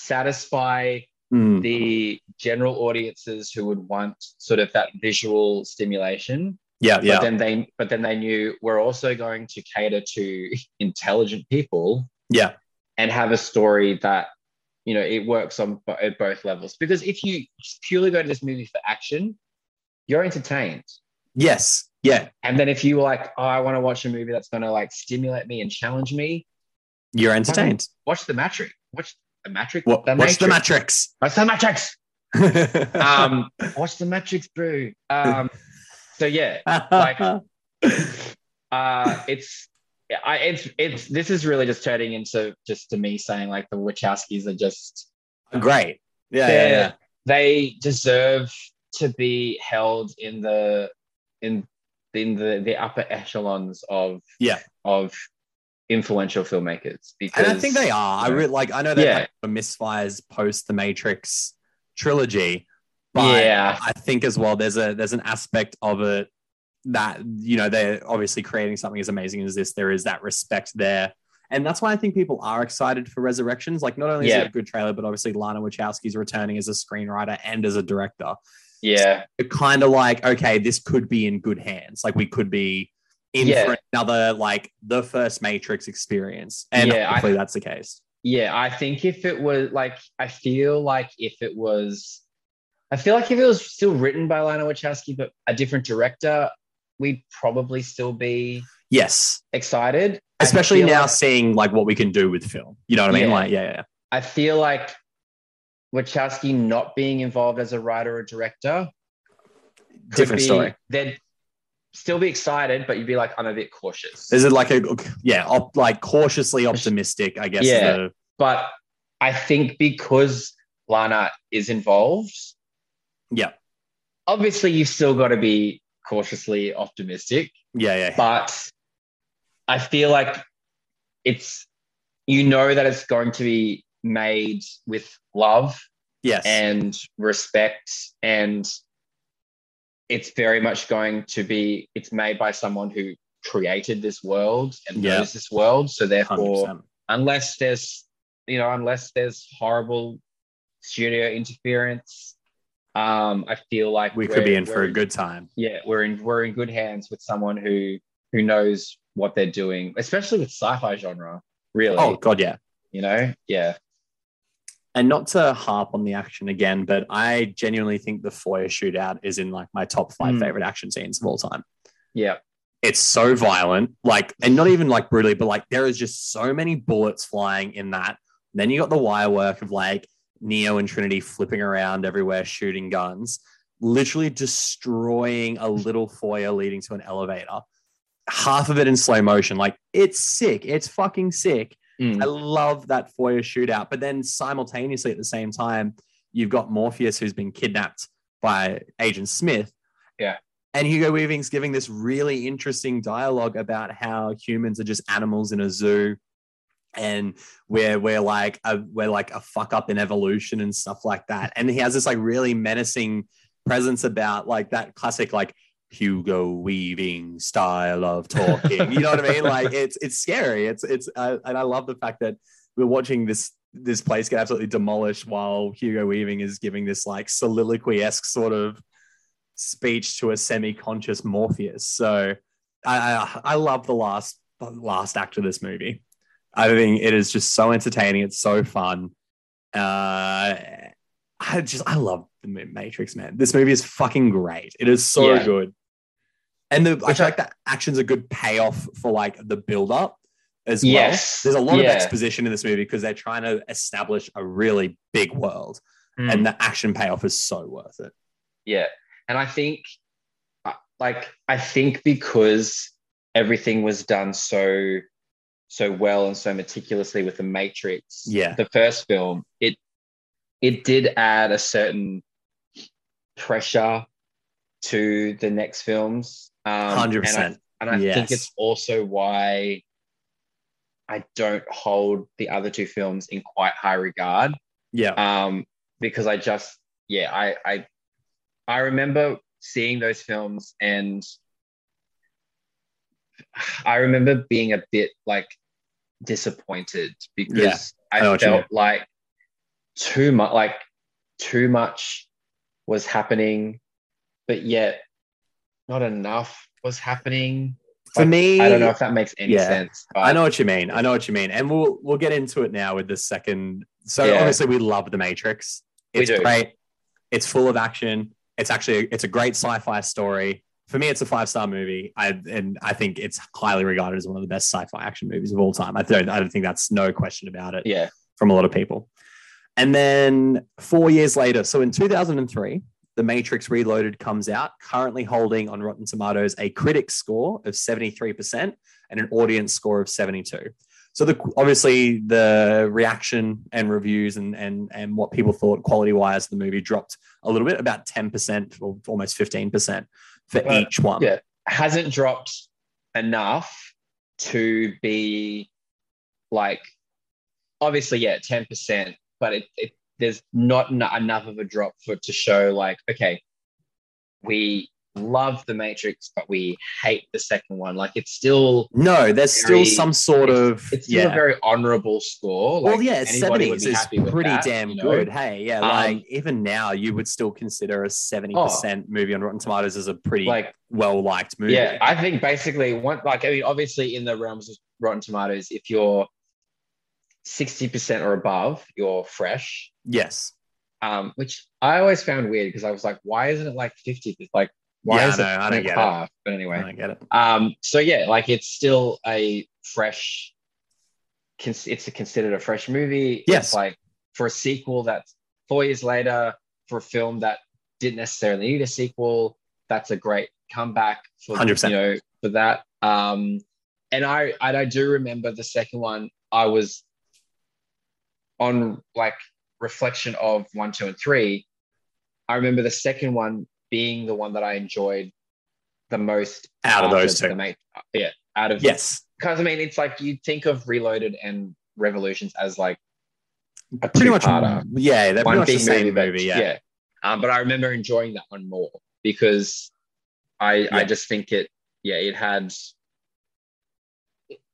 [SPEAKER 2] satisfy
[SPEAKER 1] Mm.
[SPEAKER 2] the general audiences who would want sort of that visual stimulation.
[SPEAKER 1] Yeah.
[SPEAKER 2] But
[SPEAKER 1] Yeah.
[SPEAKER 2] then they but then they knew we're also going to cater to intelligent people
[SPEAKER 1] Yeah.
[SPEAKER 2] and have a story that you know it works on bo- at both levels because if you just purely go to this movie for action you're entertained
[SPEAKER 1] Yes. Yeah.
[SPEAKER 2] and then if you were like oh i want to watch a movie that's going to like stimulate me and challenge me
[SPEAKER 1] You're entertained.
[SPEAKER 2] watch the matrix watch the matrix
[SPEAKER 1] What,
[SPEAKER 2] the
[SPEAKER 1] watch the
[SPEAKER 2] Matrix.
[SPEAKER 1] Matrix.
[SPEAKER 2] watch the matrix um watch the matrix bro um so yeah like- uh it's I, it's it's this is really just turning into just to me saying like the Wachowskis are just
[SPEAKER 1] Great. Yeah. Yeah.
[SPEAKER 2] They're-
[SPEAKER 1] yeah.
[SPEAKER 2] they deserve to be held in the in in the the upper echelons of
[SPEAKER 1] Yeah.
[SPEAKER 2] of influential filmmakers because
[SPEAKER 1] And I think they are. I
[SPEAKER 2] Yeah.
[SPEAKER 1] really like. I know they
[SPEAKER 2] Yeah.
[SPEAKER 1] had the misfires post the Matrix trilogy, but
[SPEAKER 2] yeah
[SPEAKER 1] I think as well there's a there's an aspect of it that you know they're obviously creating something as amazing as this. There is that respect there, And that's why I think people are excited for Resurrections. Like, not only is
[SPEAKER 2] Yeah.
[SPEAKER 1] it a good trailer, but obviously Lana Wachowski's returning as a screenwriter and as a director.
[SPEAKER 2] Yeah.
[SPEAKER 1] But kind of like, okay, this could be in good hands. Like, we could be in
[SPEAKER 2] Yeah.
[SPEAKER 1] for another, like, the first Matrix experience. And
[SPEAKER 2] Yeah, I-
[SPEAKER 1] hopefully that's the case.
[SPEAKER 2] Yeah. I think if it was like, I feel like if it was, I feel like if it was still written by Lana Wachowski, but a different director, we'd probably still be
[SPEAKER 1] Yes.
[SPEAKER 2] excited. I
[SPEAKER 1] Especially
[SPEAKER 2] feel
[SPEAKER 1] now
[SPEAKER 2] like-
[SPEAKER 1] seeing like what we can do with film. You know what I mean?
[SPEAKER 2] Yeah.
[SPEAKER 1] Like, yeah, yeah.
[SPEAKER 2] I feel like Wachowski not being involved as a writer or director. could
[SPEAKER 1] Different
[SPEAKER 2] be-
[SPEAKER 1] story.
[SPEAKER 2] They'd still be excited, but you'd be like, I'm a bit cautious.
[SPEAKER 1] Is it like a yeah, op, like cautiously optimistic? I guess. is
[SPEAKER 2] Yeah.
[SPEAKER 1] the-
[SPEAKER 2] but I think because Lana is involved,
[SPEAKER 1] Yeah.
[SPEAKER 2] obviously you've still got to be cautiously optimistic,
[SPEAKER 1] yeah, yeah.
[SPEAKER 2] but I feel like it's you know that it's going to be made with love
[SPEAKER 1] yes.
[SPEAKER 2] and respect and it's very much going to be it's made by someone who created this world and
[SPEAKER 1] Yeah.
[SPEAKER 2] knows this world so therefore
[SPEAKER 1] 100%.
[SPEAKER 2] unless there's you know unless there's horrible studio interference um i feel like
[SPEAKER 1] We
[SPEAKER 2] we're-
[SPEAKER 1] could be in for
[SPEAKER 2] we're
[SPEAKER 1] a good time.
[SPEAKER 2] yeah we're in we're in good hands with someone who who knows what they're doing especially with sci-fi genre really
[SPEAKER 1] Oh god, yeah.
[SPEAKER 2] you know yeah
[SPEAKER 1] And not to harp on the action again, but I genuinely think the foyer shootout is in like my top five
[SPEAKER 2] Mm.
[SPEAKER 1] favorite action scenes of all time.
[SPEAKER 2] yeah
[SPEAKER 1] It's so violent, like, and not even like brutally, but like there is just so many bullets flying in that. Then you got the wire work of like Neo and Trinity flipping around everywhere, shooting guns, literally destroying a little foyer leading to an elevator. Half of it in slow motion. Like it's sick. It's fucking sick.
[SPEAKER 2] Mm.
[SPEAKER 1] I love that foyer shootout. But then simultaneously at the same time, you've got Morpheus who's been kidnapped by Agent Smith.
[SPEAKER 2] Yeah.
[SPEAKER 1] And Hugo Weaving's giving this really interesting dialogue about how humans are just animals in a zoo and we're we're like a we're like a fuck up in evolution and stuff like that. And he has this like really menacing presence about like that classic like Hugo Weaving style of talking. you know what I mean? Like it's it's scary. It's it's uh, and I love the fact that we're watching this this place get absolutely demolished while Hugo Weaving is giving this like soliloquy esque sort of speech to a semi conscious Morpheus. So I, I I love the last the last act of this movie. I think it is just so entertaining. It's so fun. Uh, I just I love the Ma- Matrix, man. This movie is fucking great. It is so
[SPEAKER 2] Yeah.
[SPEAKER 1] good, and the I
[SPEAKER 2] Which
[SPEAKER 1] feel
[SPEAKER 2] I-
[SPEAKER 1] like the action's a good payoff for like the build up as
[SPEAKER 2] Yes.
[SPEAKER 1] well. There's a lot
[SPEAKER 2] Yeah.
[SPEAKER 1] of exposition in this movie because they're trying to establish a really big world,
[SPEAKER 2] Mm.
[SPEAKER 1] and the action payoff is so worth it.
[SPEAKER 2] Yeah. And I think, I- like, I think because everything was done so, so well and so meticulously with the Matrix,
[SPEAKER 1] Yeah.
[SPEAKER 2] the first film, it, it did add a certain pressure to the next films. Um, and I-
[SPEAKER 1] Hundred percent.
[SPEAKER 2] And I think
[SPEAKER 1] Yes.
[SPEAKER 2] it's also why I don't hold the other two films in quite high regard
[SPEAKER 1] Yeah.
[SPEAKER 2] um, because I just yeah I I I remember seeing those films and I remember being a bit like disappointed because
[SPEAKER 1] Yeah, I know
[SPEAKER 2] I
[SPEAKER 1] what you
[SPEAKER 2] felt like too much like too much was happening, but yet not enough was happening.
[SPEAKER 1] For
[SPEAKER 2] Like,
[SPEAKER 1] me,
[SPEAKER 2] I don't know if that makes any
[SPEAKER 1] Yeah.
[SPEAKER 2] sense. But
[SPEAKER 1] I know what you mean. I know what you mean, and we'll we'll get into it now with this second. So
[SPEAKER 2] Yeah.
[SPEAKER 1] obviously, we love the Matrix.
[SPEAKER 2] We
[SPEAKER 1] It's
[SPEAKER 2] do.
[SPEAKER 1] great. It's full of action. It's actually it's a great sci-fi story. For me, it's a five-star movie. I and I think it's highly regarded as one of the best sci-fi action movies of all time. I don't I don't think that's no question about it
[SPEAKER 2] Yeah.
[SPEAKER 1] from a lot of people. And then four years later, so in 2003, The Matrix Reloaded comes out, currently holding on Rotten Tomatoes a critic score of 73% and an audience score of 72. So the, obviously the reaction and reviews and, and, and what people thought quality wise, the movie dropped a little bit, about 10% or almost 15% for
[SPEAKER 2] Well,
[SPEAKER 1] each one.
[SPEAKER 2] yeah. hasn't dropped enough to be like obviously yeah 10% but it, it there's not n- enough of a drop for to show like okay we love The Matrix, but we hate the second one. Like it's still
[SPEAKER 1] No, there's still
[SPEAKER 2] Very-
[SPEAKER 1] some sort of
[SPEAKER 2] it's still
[SPEAKER 1] yeah.
[SPEAKER 2] a very honorable score. Like
[SPEAKER 1] well, yeah,
[SPEAKER 2] anybody would
[SPEAKER 1] seventies
[SPEAKER 2] be
[SPEAKER 1] is
[SPEAKER 2] happy with
[SPEAKER 1] pretty
[SPEAKER 2] that,
[SPEAKER 1] damn
[SPEAKER 2] you know?
[SPEAKER 1] good. Hey, yeah, like
[SPEAKER 2] Um, Oh.
[SPEAKER 1] even now, you would still consider a seventy percent movie on Rotten Tomatoes as a pretty
[SPEAKER 2] Like
[SPEAKER 1] well liked movie.
[SPEAKER 2] Yeah, I think basically one like I mean, obviously in the realms of Rotten Tomatoes, if you're sixty percent or above, you're fresh.
[SPEAKER 1] yes.
[SPEAKER 2] Um, which I always found weird because I was like, why isn't it like fifty? Like, why
[SPEAKER 1] Yeah,
[SPEAKER 2] is
[SPEAKER 1] I
[SPEAKER 2] it
[SPEAKER 1] know, I don't
[SPEAKER 2] like
[SPEAKER 1] get it.
[SPEAKER 2] half? But anyway,
[SPEAKER 1] I get it.
[SPEAKER 2] um, so yeah, like it's still a fresh. cons- It's a considered a fresh movie.
[SPEAKER 1] Yes.
[SPEAKER 2] it's like for a sequel that's four years later for a film that didn't necessarily need a sequel. That's a great comeback for
[SPEAKER 1] 100%.
[SPEAKER 2] you know for that. Um, and I and I do remember the second one. I was on like reflection of one, two, and three. I remember the second one being the one that I enjoyed the most
[SPEAKER 1] Out of
[SPEAKER 2] after
[SPEAKER 1] those
[SPEAKER 2] the
[SPEAKER 1] two,
[SPEAKER 2] ma- yeah, out of
[SPEAKER 1] yes,
[SPEAKER 2] Because I mean, it's like you think of Reloaded and Revolutions as like a
[SPEAKER 1] pretty much.
[SPEAKER 2] two-parter.
[SPEAKER 1] Yeah, they're pretty much the
[SPEAKER 2] big
[SPEAKER 1] same
[SPEAKER 2] that-
[SPEAKER 1] movie. yeah.
[SPEAKER 2] Um, but I remember enjoying that one more because I I
[SPEAKER 1] Yeah.
[SPEAKER 2] just think it yeah it had.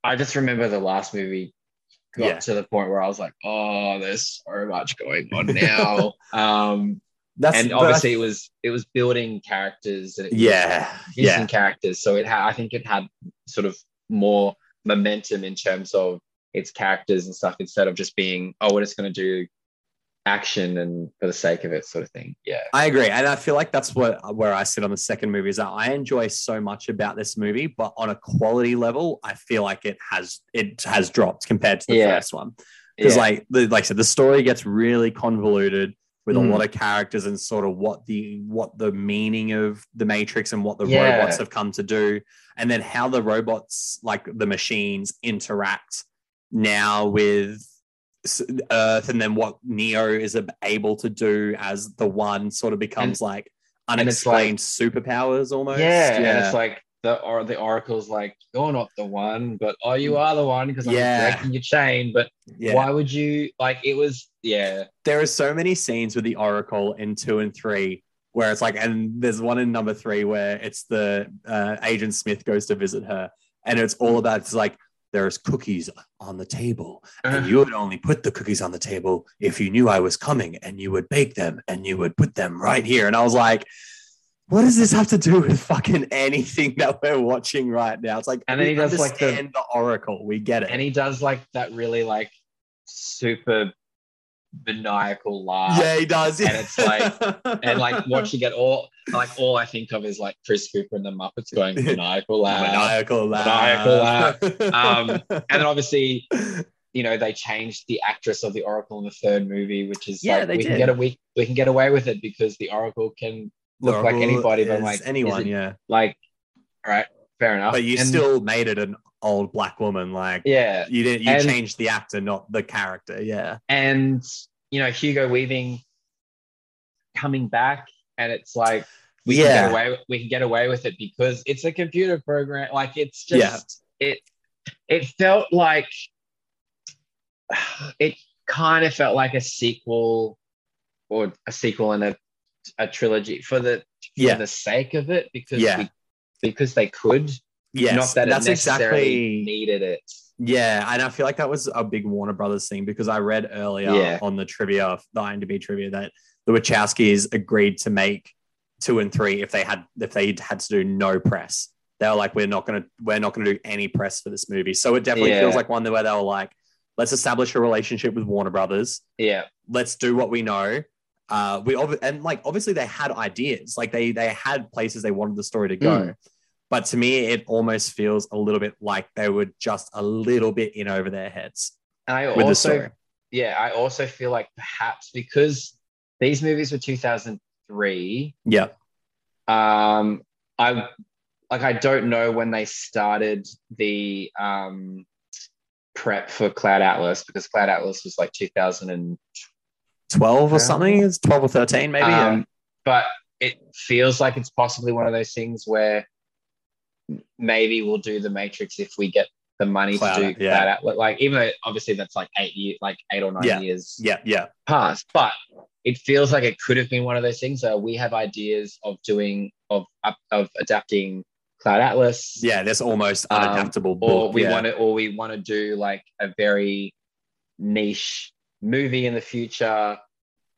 [SPEAKER 2] I just remember the last movie got
[SPEAKER 1] Yeah.
[SPEAKER 2] to the point where I was like, oh, there's so much going on now. um,
[SPEAKER 1] that's
[SPEAKER 2] and
[SPEAKER 1] but I-
[SPEAKER 2] obviously it was it was building characters and it was
[SPEAKER 1] yeah,
[SPEAKER 2] interesting
[SPEAKER 1] yeah,
[SPEAKER 2] characters. So it had, I think it had sort of more momentum in terms of its characters and stuff instead of just being, oh, we're just going to do action and for the sake of it sort of thing. Yeah.
[SPEAKER 1] I agree, and I feel like that's what where I sit on the second movie is that I enjoy so much about this movie, but on a quality level, I feel like it has it has dropped compared to the
[SPEAKER 2] Yeah.
[SPEAKER 1] first one. because
[SPEAKER 2] yeah.
[SPEAKER 1] like the, like I said, the story gets really convoluted with
[SPEAKER 2] Mm.
[SPEAKER 1] a lot of characters and sort of what the what the meaning of the Matrix and what the
[SPEAKER 2] Yeah.
[SPEAKER 1] robots have come to do, and then how the robots like the machines interact now with s- Earth, and then what Neo is ab- able to do as the one sort of becomes like
[SPEAKER 2] and it's like-
[SPEAKER 1] unexplained superpowers almost.
[SPEAKER 2] yeah. And it's like the, or the oracle's like, you're not the one, but oh, you are the one because I'm
[SPEAKER 1] Mm. Yeah.
[SPEAKER 2] breaking your chain. But
[SPEAKER 1] yeah.
[SPEAKER 2] why would you like, it was, yeah.
[SPEAKER 1] there are so many scenes with the Oracle in two and three where it's like, and there's one in number three where it's the uh, Agent Smith goes to visit her, and it's all about it's like there's cookies on the table, and you would only put the cookies on the table if you knew I was coming, and you would bake them, and you would put them right here. And I was like. What does this have to do with fucking anything that we're watching right now? It's like
[SPEAKER 2] And then
[SPEAKER 1] we
[SPEAKER 2] he does, like, the-
[SPEAKER 1] understand the Oracle. We get it.
[SPEAKER 2] and he does like that really like super maniacal laugh.
[SPEAKER 1] yeah, he does.
[SPEAKER 2] and it's
[SPEAKER 1] like
[SPEAKER 2] and like watching it all like all I think of is like Chris Cooper and the Muppets going maniacal laugh.
[SPEAKER 1] maniacal laugh.
[SPEAKER 2] Maniacal Um, And then obviously, you know, they changed the actress of the Oracle in the third movie, which is
[SPEAKER 1] Yeah,
[SPEAKER 2] like
[SPEAKER 1] they
[SPEAKER 2] we can
[SPEAKER 1] did.
[SPEAKER 2] get a we, we can get away with it because the Oracle can look like
[SPEAKER 1] Laurel
[SPEAKER 2] anybody, but
[SPEAKER 1] is
[SPEAKER 2] like is
[SPEAKER 1] anyone,
[SPEAKER 2] it-
[SPEAKER 1] yeah.
[SPEAKER 2] like all right, fair enough.
[SPEAKER 1] But you
[SPEAKER 2] And-
[SPEAKER 1] still made it an old black woman. Like
[SPEAKER 2] Yeah.
[SPEAKER 1] you didn't. You
[SPEAKER 2] And-
[SPEAKER 1] changed the actor, not the character. Yeah.
[SPEAKER 2] And you know, Hugo Weaving coming back and it's like we can get
[SPEAKER 1] yeah.
[SPEAKER 2] away we can get away with it because it's a computer program like it's just it it felt like it kind of felt like a sequel or a sequel and a, a trilogy for the for
[SPEAKER 1] Yeah.
[SPEAKER 2] the sake of it because
[SPEAKER 1] Yeah.
[SPEAKER 2] we, because they could
[SPEAKER 1] Yes.
[SPEAKER 2] not that
[SPEAKER 1] that's
[SPEAKER 2] it necessarily
[SPEAKER 1] exactly.
[SPEAKER 2] needed it
[SPEAKER 1] Yeah, and I feel like that was a big Warner Brothers thing because I read earlier
[SPEAKER 2] Yeah.
[SPEAKER 1] on the trivia, the IMDb trivia, that the Wachowskis agreed to make two and three if they had if they had to do no press. They were like, we're not gonna we're not gonna do any press for this movie. So it definitely
[SPEAKER 2] Yeah.
[SPEAKER 1] feels like one where they were like, let's establish a relationship with Warner Brothers.
[SPEAKER 2] yeah
[SPEAKER 1] Let's do what we know. Uh, we ob- and like obviously they had ideas, like they they had places they wanted the story to go.
[SPEAKER 2] Mm.
[SPEAKER 1] But to me, it almost feels a little bit like they were just a little bit in over their heads
[SPEAKER 2] and i
[SPEAKER 1] with the
[SPEAKER 2] also
[SPEAKER 1] story.
[SPEAKER 2] yeah i also feel like perhaps because these movies were 2003
[SPEAKER 1] Yeah,
[SPEAKER 2] um i like i don't know when they started the um prep for cloud atlas because cloud atlas was like 2000 and
[SPEAKER 1] twelve
[SPEAKER 2] Yeah.
[SPEAKER 1] or something. It's twelve or thirteen, maybe.
[SPEAKER 2] um, but it feels like it's possibly one of those things where maybe we'll do the matrix if we get the money
[SPEAKER 1] Cloud,
[SPEAKER 2] to do
[SPEAKER 1] yeah.
[SPEAKER 2] cloud atlas like even though obviously that's like eight years like eight or nine
[SPEAKER 1] Yeah.
[SPEAKER 2] years
[SPEAKER 1] yeah, yeah,
[SPEAKER 2] past but it feels like it could have been one of those things. Uh, we have ideas of doing of of adapting Cloud Atlas.
[SPEAKER 1] Yeah, that's almost
[SPEAKER 2] Um,
[SPEAKER 1] unadaptable.
[SPEAKER 2] or
[SPEAKER 1] book,
[SPEAKER 2] we
[SPEAKER 1] yeah.
[SPEAKER 2] want to or we want to do like a very niche movie in the future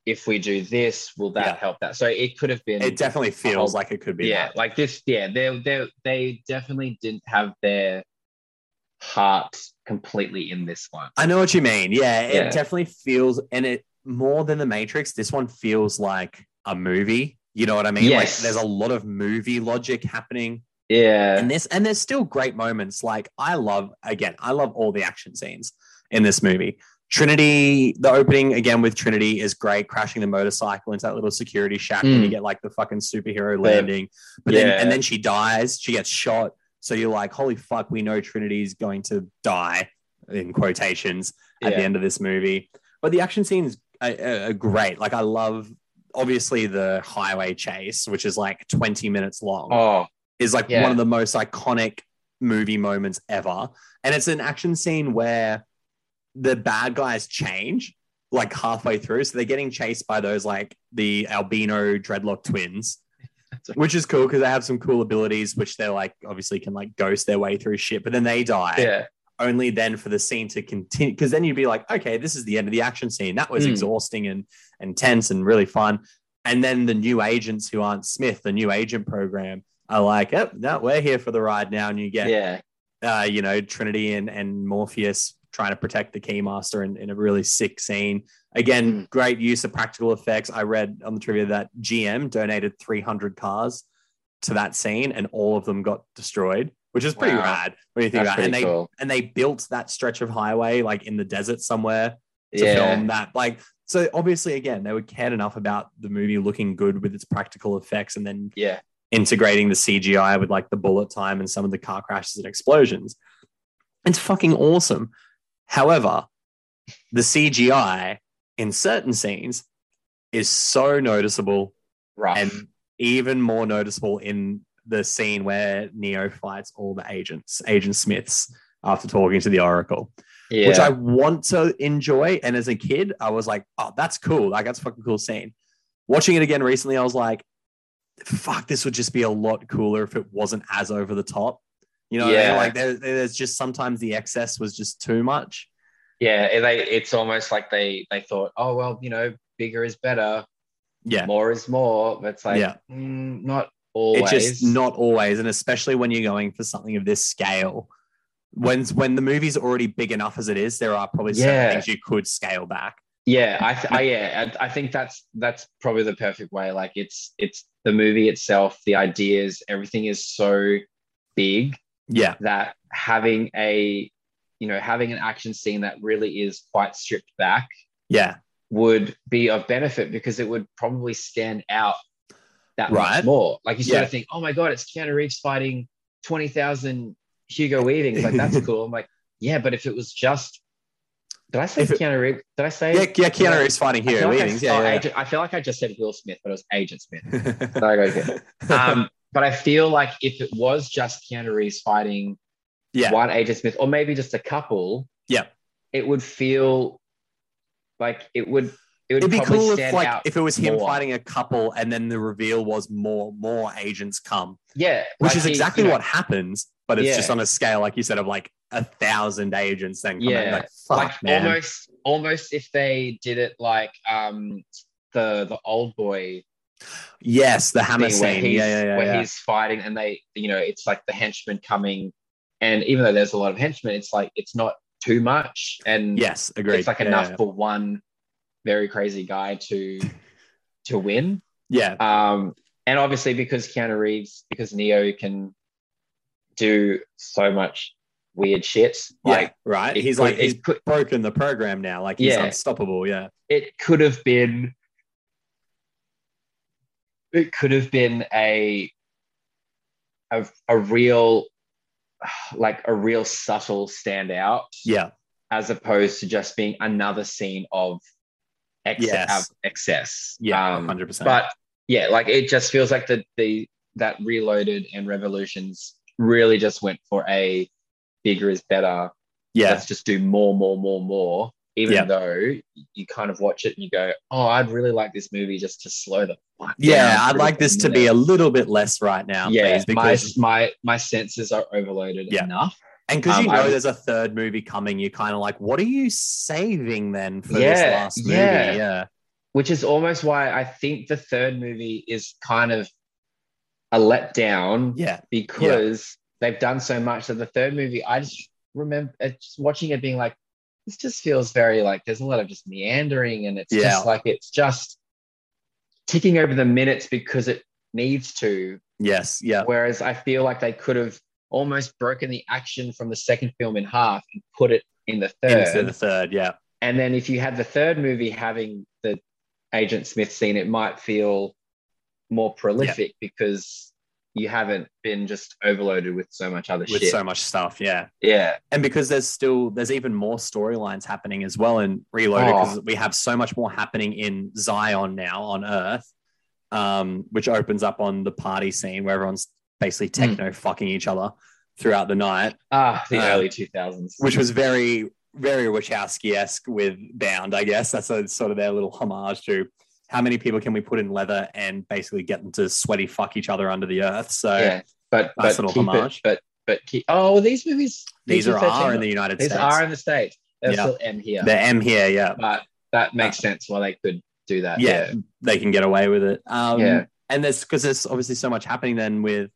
[SPEAKER 2] if we do this will that
[SPEAKER 1] Yeah.
[SPEAKER 2] help that so it could have been
[SPEAKER 1] It definitely feels like it could be.
[SPEAKER 2] yeah
[SPEAKER 1] that.
[SPEAKER 2] like this yeah they they they definitely didn't have their heart completely in this one
[SPEAKER 1] I know what you mean. Yeah, it
[SPEAKER 2] Yeah.
[SPEAKER 1] definitely feels, and it more than the Matrix. This one feels like a movie. You know what I mean?
[SPEAKER 2] Yes.
[SPEAKER 1] Like there's a lot of movie logic happening
[SPEAKER 2] yeah
[SPEAKER 1] in this, and there's still great moments. Like I love again, I love all the action scenes in this movie. Trinity, the opening again with Trinity is great, crashing the motorcycle into that little security shack, and you
[SPEAKER 2] Mm.
[SPEAKER 1] get like the fucking superhero landing. But then
[SPEAKER 2] Yeah.
[SPEAKER 1] and then she dies, she gets shot. So you're like, holy fuck, we know Trinity's going to die in quotations at the
[SPEAKER 2] yeah.
[SPEAKER 1] end of this movie. But the action scenes are, are are great. Like I love obviously the highway chase, which is like 20 minutes long
[SPEAKER 2] oh
[SPEAKER 1] is like
[SPEAKER 2] Yeah.
[SPEAKER 1] one of the most iconic movie moments ever. And it's an action scene where the bad guys change like halfway through. So they're getting chased by those like the albino dreadlock twins,
[SPEAKER 2] That's right.
[SPEAKER 1] which is cool because they have some cool abilities, which they're like obviously can like ghost their way through shit, but then they die.
[SPEAKER 2] yeah
[SPEAKER 1] Only then for the scene to continue. Because then you'd be like, okay, this is the end of the action scene. That was
[SPEAKER 2] Hmm.
[SPEAKER 1] exhausting and and tense and really fun. And then the new agents who aren't Smith, the new agent program, are like, oh, no, we're here for the ride now. And you
[SPEAKER 2] yeah
[SPEAKER 1] get,
[SPEAKER 2] yeah
[SPEAKER 1] uh, you know, Trinity and, and Morpheus trying to protect the Keymaster in, in a really sick scene.
[SPEAKER 2] Hmm.
[SPEAKER 1] Again, great use of practical effects. I read on the trivia that GM donated 300 cars to that scene and all of them got destroyed, which is pretty
[SPEAKER 2] Wow.
[SPEAKER 1] rad when you think
[SPEAKER 2] that's
[SPEAKER 1] about it. And
[SPEAKER 2] pretty
[SPEAKER 1] they,
[SPEAKER 2] cool
[SPEAKER 1] and they built that stretch of highway like in the desert somewhere to
[SPEAKER 2] yeah
[SPEAKER 1] film that. Like, so obviously, again, they were cared enough about the movie looking good with its practical effects and then
[SPEAKER 2] yeah
[SPEAKER 1] integrating the CGI with like the bullet time and some of the car crashes and explosions. It's fucking awesome. However, the CGI in certain scenes is so noticeable
[SPEAKER 2] rough
[SPEAKER 1] and even more noticeable in the scene where Neo fights all the agents, Agent Smiths, after talking to the Oracle
[SPEAKER 2] yeah
[SPEAKER 1] which I want to enjoy. And as a kid, I was like, oh, that's cool. Like, that's a fucking cool scene. Watching it again recently, I was like, fuck, this would just be a lot cooler if it wasn't as over the top. You know, what I mean?
[SPEAKER 2] Yeah.
[SPEAKER 1] like there, there's just sometimes the excess was just too much.
[SPEAKER 2] yeah it- they, it's almost like they they thought oh well you know bigger is better
[SPEAKER 1] Yeah.
[SPEAKER 2] more is more. That's like
[SPEAKER 1] Yeah.
[SPEAKER 2] mm, not
[SPEAKER 1] It's
[SPEAKER 2] always.
[SPEAKER 1] just not always, and especially when you're going for something of this scale. When when the movie's already big enough as it is, there are probably
[SPEAKER 2] Yeah.
[SPEAKER 1] certain things you could scale back.
[SPEAKER 2] Yeah, I, th- I yeah, I, I think that's that's probably the perfect way. Like it's it's the movie itself, the ideas, everything is so big
[SPEAKER 1] Yeah,
[SPEAKER 2] that having a you know having an action scene that really is quite stripped back
[SPEAKER 1] yeah,
[SPEAKER 2] would be of benefit because it would probably stand out that
[SPEAKER 1] Right.
[SPEAKER 2] much more. Like you sort
[SPEAKER 1] Yeah.
[SPEAKER 2] of think, oh my god, it's Keanu Reeves fighting twenty thousand Hugo Weavings. Like that's cool. I'm like, yeah, but if it was just, did I say
[SPEAKER 1] If it-
[SPEAKER 2] Keanu Reeves? Did I say?
[SPEAKER 1] yeah, yeah. Keanu
[SPEAKER 2] Yeah.
[SPEAKER 1] Reeves fighting
[SPEAKER 2] I
[SPEAKER 1] here.
[SPEAKER 2] feel, like I,
[SPEAKER 1] Weavings.
[SPEAKER 2] oh,
[SPEAKER 1] yeah,
[SPEAKER 2] Agent- I feel like I just said Will Smith, but it was Agent Smith.
[SPEAKER 1] yeah, yeah.
[SPEAKER 2] Sorry, I got it. um, but I feel like if it was just Keanu Reeves fighting
[SPEAKER 1] yeah.
[SPEAKER 2] one Agent Smith, or maybe just a couple,
[SPEAKER 1] Yeah.
[SPEAKER 2] it would feel like it would it would
[SPEAKER 1] It'd be
[SPEAKER 2] probably
[SPEAKER 1] cool if
[SPEAKER 2] stand
[SPEAKER 1] like
[SPEAKER 2] out.
[SPEAKER 1] if it was him
[SPEAKER 2] more.
[SPEAKER 1] fighting a couple and then the reveal was more more agents come,
[SPEAKER 2] yeah,
[SPEAKER 1] which
[SPEAKER 2] like
[SPEAKER 1] is
[SPEAKER 2] he-
[SPEAKER 1] exactly
[SPEAKER 2] you know,
[SPEAKER 1] what happens, but it's
[SPEAKER 2] Yeah.
[SPEAKER 1] just on a scale like you said of like a thousand agents then come in,
[SPEAKER 2] Yeah.
[SPEAKER 1] like fuck
[SPEAKER 2] like
[SPEAKER 1] man.
[SPEAKER 2] almost almost if they did it like um the the old boy
[SPEAKER 1] yes, the hammer
[SPEAKER 2] thing where
[SPEAKER 1] scene.
[SPEAKER 2] he's
[SPEAKER 1] Yeah, yeah, yeah.
[SPEAKER 2] where
[SPEAKER 1] yeah.
[SPEAKER 2] he's fighting and they you know it's like the henchmen coming and even though there's a lot of henchmen it's like it's not too much and
[SPEAKER 1] Yes, agreed.
[SPEAKER 2] it's like
[SPEAKER 1] Yeah,
[SPEAKER 2] enough
[SPEAKER 1] yeah,
[SPEAKER 2] for one very crazy guy to to win
[SPEAKER 1] Yeah.
[SPEAKER 2] um and obviously because Keanu Reeves because Neo can do so much weird shit
[SPEAKER 1] Yeah,
[SPEAKER 2] like
[SPEAKER 1] right.
[SPEAKER 2] it
[SPEAKER 1] He's
[SPEAKER 2] could-
[SPEAKER 1] like he's
[SPEAKER 2] it could,
[SPEAKER 1] broken the program now. Like he's
[SPEAKER 2] Yeah.
[SPEAKER 1] unstoppable. Yeah.
[SPEAKER 2] it could have been it could have been a a, a real like a real subtle standout
[SPEAKER 1] Yeah.
[SPEAKER 2] as opposed to just being another scene of excess
[SPEAKER 1] Yes.
[SPEAKER 2] of excess
[SPEAKER 1] Yeah.
[SPEAKER 2] Um,
[SPEAKER 1] hundred percent.
[SPEAKER 2] but yeah like it just feels like the the that reloaded and revolutions really just went for a bigger is better
[SPEAKER 1] yeah.
[SPEAKER 2] let's just do more more more more even
[SPEAKER 1] Yeah.
[SPEAKER 2] though you kind of watch it and you go, "Oh, I'd really like this movie just to slow the fuck
[SPEAKER 1] Yeah,
[SPEAKER 2] down
[SPEAKER 1] I'd
[SPEAKER 2] for
[SPEAKER 1] like this to be
[SPEAKER 2] minute."
[SPEAKER 1] a little bit less right now,
[SPEAKER 2] yeah,
[SPEAKER 1] please, because
[SPEAKER 2] my my my senses are overloaded
[SPEAKER 1] Yeah.
[SPEAKER 2] enough.
[SPEAKER 1] and because you
[SPEAKER 2] um,
[SPEAKER 1] know
[SPEAKER 2] I-
[SPEAKER 1] there's a third movie coming, you're kind of like, what are you saving then for this
[SPEAKER 2] Yeah,
[SPEAKER 1] last movie?
[SPEAKER 2] yeah.
[SPEAKER 1] yeah.
[SPEAKER 2] which is almost why I think the third movie is kind of a letdown
[SPEAKER 1] Yeah.
[SPEAKER 2] because they've done so much. So the third movie, I just remember uh, just watching it being like, this just feels very like there's a lot of just meandering and it's
[SPEAKER 1] Yeah.
[SPEAKER 2] just like it's just ticking over the minutes because it needs to.
[SPEAKER 1] Yes. Yeah.
[SPEAKER 2] Whereas I feel like they could have almost broken the action from the second film in half and put it in the third.
[SPEAKER 1] Into the third. Yeah.
[SPEAKER 2] And then if you had the third movie having the Agent Smith scene, it might feel more prolific because you haven't been just overloaded with so much other
[SPEAKER 1] With
[SPEAKER 2] shit.
[SPEAKER 1] so much stuff. Yeah.
[SPEAKER 2] yeah.
[SPEAKER 1] and because there's still there's even more storylines happening as well in Reloaded
[SPEAKER 2] Oh.
[SPEAKER 1] because we have so much more happening in Zion now on Earth, um, which opens up on the party scene where everyone's basically techno fucking each other throughout the night,
[SPEAKER 2] Ah, the
[SPEAKER 1] Uh,
[SPEAKER 2] early 2000s.
[SPEAKER 1] which was very very Wachowski esque with Bound, I guess. That's a, sort of their little homage to how many people can we put in leather and basically get them to sweaty fuck each other under the earth. So
[SPEAKER 2] yeah. But,
[SPEAKER 1] uh, nice
[SPEAKER 2] but
[SPEAKER 1] little
[SPEAKER 2] keep
[SPEAKER 1] homage.
[SPEAKER 2] it, but, but keep, oh, well, these movies.
[SPEAKER 1] these are
[SPEAKER 2] PG-13,
[SPEAKER 1] R in the United
[SPEAKER 2] These
[SPEAKER 1] States.
[SPEAKER 2] are in the States. They're
[SPEAKER 1] Yeah.
[SPEAKER 2] still M here.
[SPEAKER 1] the M here, yeah.
[SPEAKER 2] but that makes sense why they could do that.
[SPEAKER 1] yeah, they can get away with it. Um,
[SPEAKER 2] Yeah.
[SPEAKER 1] and there's because there's obviously so much happening then with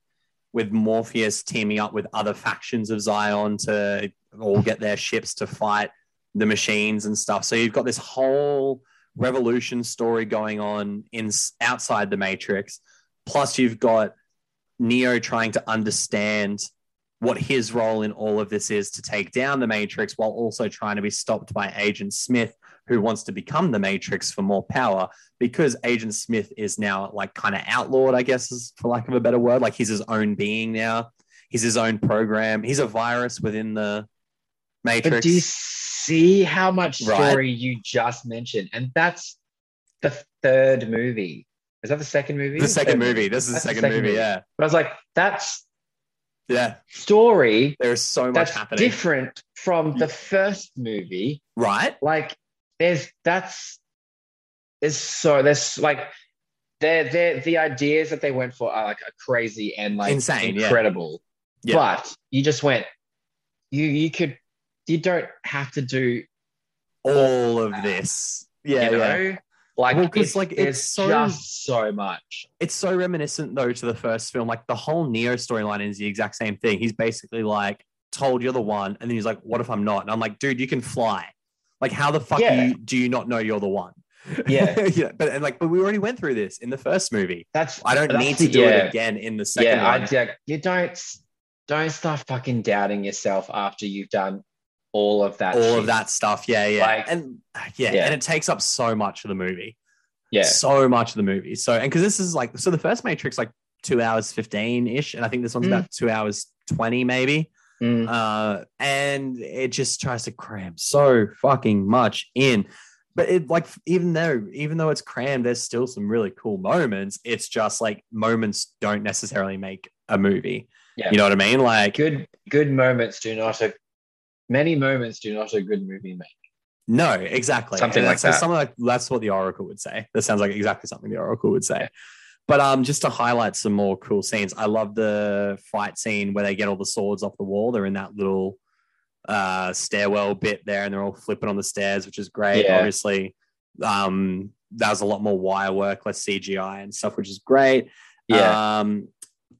[SPEAKER 1] with Morpheus teaming up with other factions of Zion to all get their ships to fight the machines and stuff. So you've got this whole revolution story going on in outside the Matrix. Plus, you've got Neo trying to understand what his role in all of this is to take down the Matrix while also trying to be stopped by Agent Smith, who wants to become the Matrix for more power because Agent Smith is now like kind of outlawed, I guess, is for lack of a better word. Like he's his own being now, he's his own program, he's a virus within the Matrix.
[SPEAKER 2] But do you see how much
[SPEAKER 1] Right.
[SPEAKER 2] story you just mentioned? And that's the third movie. Is that the second movie?
[SPEAKER 1] the second
[SPEAKER 2] Third
[SPEAKER 1] movie. This is the
[SPEAKER 2] That's
[SPEAKER 1] second, movie. Yeah.
[SPEAKER 2] But I was like, that's
[SPEAKER 1] Yeah.
[SPEAKER 2] story
[SPEAKER 1] There is so much
[SPEAKER 2] that's
[SPEAKER 1] happening.
[SPEAKER 2] different from the first movie.
[SPEAKER 1] Right.
[SPEAKER 2] Like, there's that's there's so there's like they're, they're, the ideas that they went for are like are crazy and like
[SPEAKER 1] Insane, yeah.
[SPEAKER 2] incredible.
[SPEAKER 1] Yeah.
[SPEAKER 2] But you just went, you you could you don't have to do
[SPEAKER 1] All of this. Yeah.
[SPEAKER 2] you
[SPEAKER 1] yeah.
[SPEAKER 2] know? Like,
[SPEAKER 1] Well, 'cause,
[SPEAKER 2] it's,
[SPEAKER 1] like,
[SPEAKER 2] like
[SPEAKER 1] it's
[SPEAKER 2] it's
[SPEAKER 1] so-
[SPEAKER 2] just so much.
[SPEAKER 1] it's so reminiscent though to the first film. Like the whole Neo storyline is the exact same thing. He's basically like told you're the one, and then he's like, "What if I'm not?" And I'm like, "Dude, you can fly. Like, how the fuck
[SPEAKER 2] Yeah.
[SPEAKER 1] do, you, do you not know you're the one?"
[SPEAKER 2] Yeah.
[SPEAKER 1] yeah. But and like, but we already went through this in the first movie.
[SPEAKER 2] That's
[SPEAKER 1] I don't
[SPEAKER 2] that's-
[SPEAKER 1] need to do
[SPEAKER 2] yeah.
[SPEAKER 1] it again in the second
[SPEAKER 2] Yeah, I,
[SPEAKER 1] one.
[SPEAKER 2] yeah, you don't don't start fucking doubting yourself after you've done all of that.
[SPEAKER 1] All
[SPEAKER 2] shit.
[SPEAKER 1] of that stuff. Yeah, yeah,
[SPEAKER 2] Like-
[SPEAKER 1] and yeah,
[SPEAKER 2] Yeah.
[SPEAKER 1] and it takes up so much of the movie.
[SPEAKER 2] Yeah,
[SPEAKER 1] so much of the movie. So, and because this is like, so the first Matrix like two hours fifteen ish, and I think this one's
[SPEAKER 2] Mm.
[SPEAKER 1] about two hours twenty maybe.
[SPEAKER 2] Mm.
[SPEAKER 1] Uh, and it just tries to cram so fucking much in. But it like even though even though it's crammed, there's still some really cool moments. It's just like moments don't necessarily make a movie.
[SPEAKER 2] Yeah.
[SPEAKER 1] You know what I mean? Like
[SPEAKER 2] good good moments do not a many moments do not a good movie make.
[SPEAKER 1] No, exactly.
[SPEAKER 2] Something
[SPEAKER 1] And
[SPEAKER 2] like
[SPEAKER 1] that's-
[SPEAKER 2] that.
[SPEAKER 1] Something like that's what the Oracle would say. That sounds like exactly something the Oracle would say. But um, just to highlight some more cool scenes, I love the fight scene where they get all the swords off the wall. They're in that little uh, stairwell bit there, and they're all flipping on the stairs, which is great.
[SPEAKER 2] Yeah.
[SPEAKER 1] Obviously, um, that was a lot more wire work, less CGI and stuff, which is great.
[SPEAKER 2] Yeah,
[SPEAKER 1] Um,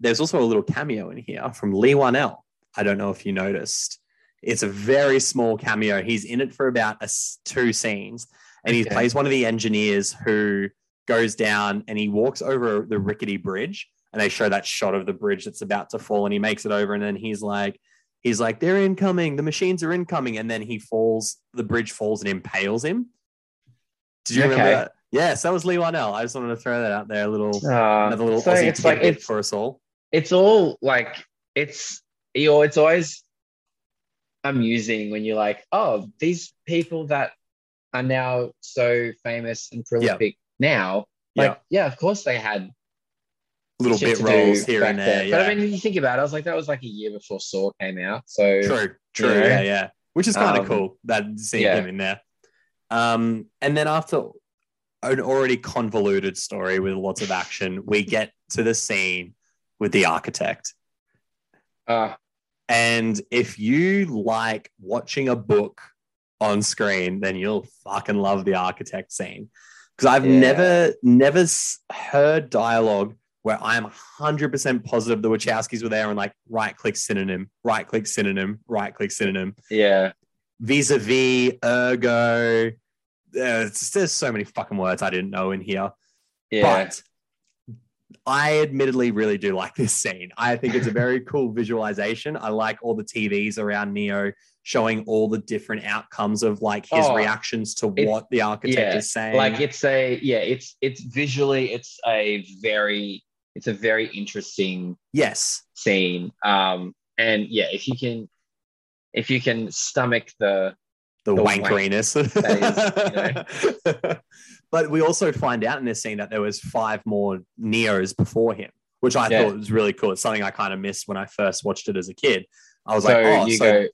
[SPEAKER 1] there's also a little cameo in here from Lee One L. I don't know if you noticed. It's a very small cameo. He's in it for about a s two scenes, and he
[SPEAKER 2] Okay.
[SPEAKER 1] plays one of the engineers who goes down and he walks over the rickety bridge. And they show that shot of the bridge that's about to fall, and he makes it over, and then he's like, he's like, they're incoming, the machines are incoming, and then he falls, the bridge falls and impales him. Did you remember
[SPEAKER 2] Okay.
[SPEAKER 1] that? Yes, that was Lee One L. I just wanted to throw that out there, a little
[SPEAKER 2] Uh,
[SPEAKER 1] another little
[SPEAKER 2] so
[SPEAKER 1] Aussie
[SPEAKER 2] it's like
[SPEAKER 1] tidbit
[SPEAKER 2] it's
[SPEAKER 1] for us all.
[SPEAKER 2] it's all like it's you know, it's always amusing when you're like, oh, these people that are now so famous and prolific now, like, yeah. of course they had
[SPEAKER 1] Little
[SPEAKER 2] shit
[SPEAKER 1] bit
[SPEAKER 2] to do
[SPEAKER 1] rolls here
[SPEAKER 2] back
[SPEAKER 1] and there.
[SPEAKER 2] But
[SPEAKER 1] Yeah.
[SPEAKER 2] I mean, you think about it, I was like, that was like a year before Saw came out, so
[SPEAKER 1] true, true.
[SPEAKER 2] Yeah.
[SPEAKER 1] Yeah, yeah. Which is kind of
[SPEAKER 2] Um,
[SPEAKER 1] cool that seeing
[SPEAKER 2] yeah.
[SPEAKER 1] him in there. Um, and then after an already convoluted story with lots of action, we get to the scene with the architect.
[SPEAKER 2] Uh,
[SPEAKER 1] And if you like watching a book on screen, then you'll fucking love the architect scene. Because I've
[SPEAKER 2] Yeah.
[SPEAKER 1] never, never s- heard dialogue where I'm 100% positive the Wachowskis were there and like right click synonym, right click synonym, right click synonym,
[SPEAKER 2] yeah.
[SPEAKER 1] vis a vis, ergo. Uh, it's- there's so many fucking words I didn't know in here.
[SPEAKER 2] Yeah.
[SPEAKER 1] But I admittedly really do like this scene. I think it's a very cool visualization. I like all the TVs around Neo showing all the different outcomes of like his
[SPEAKER 2] Oh,
[SPEAKER 1] reactions to
[SPEAKER 2] it's-
[SPEAKER 1] what the architect
[SPEAKER 2] yeah,
[SPEAKER 1] is saying.
[SPEAKER 2] like it's a yeah, it's it's visually it's a very it's a very interesting
[SPEAKER 1] yes.
[SPEAKER 2] scene. Um and yeah, if you can if you can stomach the
[SPEAKER 1] The,
[SPEAKER 2] The wank
[SPEAKER 1] wankeriness.
[SPEAKER 2] that
[SPEAKER 1] but we also find out in this scene that there was five more Neos before him, which I
[SPEAKER 2] Yeah.
[SPEAKER 1] thought was really cool. It's something I kind of missed when I first watched it as a kid. I was
[SPEAKER 2] so
[SPEAKER 1] like, oh,
[SPEAKER 2] you
[SPEAKER 1] so
[SPEAKER 2] go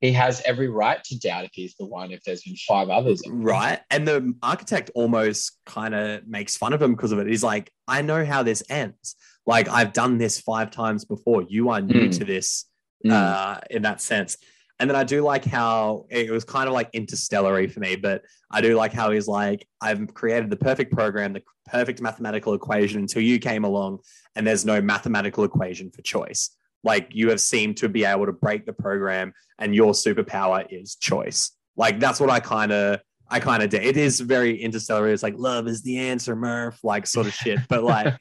[SPEAKER 2] he has every right to doubt if he's the one if there's been five others.
[SPEAKER 1] right? And the architect almost kind of makes fun of him because of it. He's like, I know how this ends. Like, I've done this five times before. You are new
[SPEAKER 2] Mm.
[SPEAKER 1] to this
[SPEAKER 2] Mm.
[SPEAKER 1] uh, in that sense. And then I do like how it was kind of like interstellary for me, but I do like how he's like, I've created the perfect program, the perfect mathematical equation until you came along, and there's no mathematical equation for choice. Like you have seemed to be able to break the program, and your superpower is choice. Like that's what I kind of, I kind of did. It is very interstellary. It's like love is the answer, Murph, like sort of shit. But like,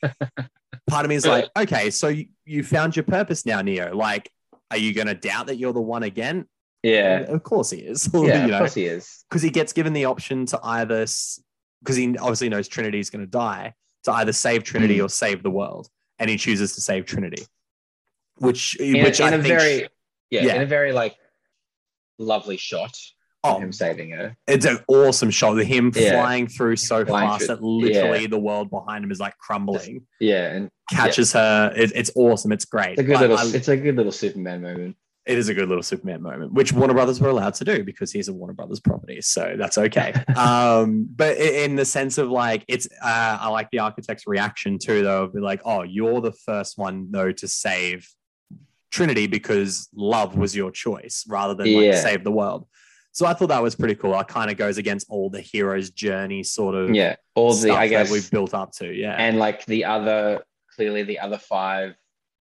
[SPEAKER 1] part of me is like, okay, so you, you found your purpose now, Neo. Like, are you going to doubt that you're the one again?
[SPEAKER 2] yeah.
[SPEAKER 1] Of course he is.
[SPEAKER 2] Yeah,
[SPEAKER 1] you
[SPEAKER 2] of
[SPEAKER 1] know,
[SPEAKER 2] course he is.
[SPEAKER 1] because he gets given the option to either, because he obviously knows Trinity's going to die, to either save Trinity
[SPEAKER 2] Hmm.
[SPEAKER 1] or save the world, and he chooses to save Trinity, which
[SPEAKER 2] In,
[SPEAKER 1] which
[SPEAKER 2] a,
[SPEAKER 1] I
[SPEAKER 2] in a
[SPEAKER 1] think
[SPEAKER 2] very yeah,
[SPEAKER 1] yeah.
[SPEAKER 2] in a very like lovely shot of
[SPEAKER 1] oh,
[SPEAKER 2] him saving her.
[SPEAKER 1] it's an awesome shot. with Him
[SPEAKER 2] Yeah.
[SPEAKER 1] flying through so
[SPEAKER 2] Flying
[SPEAKER 1] fast
[SPEAKER 2] through-
[SPEAKER 1] that literally the world behind him is like crumbling.
[SPEAKER 2] Yeah, and
[SPEAKER 1] Catches her. It, it's awesome. It's great.
[SPEAKER 2] it's a good
[SPEAKER 1] I-
[SPEAKER 2] little
[SPEAKER 1] I-
[SPEAKER 2] it's a good little Superman moment.
[SPEAKER 1] it is a good little Superman moment, which Warner Brothers were allowed to do because he's a Warner Brothers property, so that's okay. um, but i- in the sense of like, it's uh, I like the architect's reaction too, though, of be like, "Oh, you're the first one though to save Trinity because love was your choice rather than like
[SPEAKER 2] Yeah.
[SPEAKER 1] save the world." So I thought that was pretty cool. It kind of goes against all the hero's journey sort of
[SPEAKER 2] Yeah, all the
[SPEAKER 1] stuff
[SPEAKER 2] I guess
[SPEAKER 1] that we've built up to. Yeah,
[SPEAKER 2] and like the other clearly the other five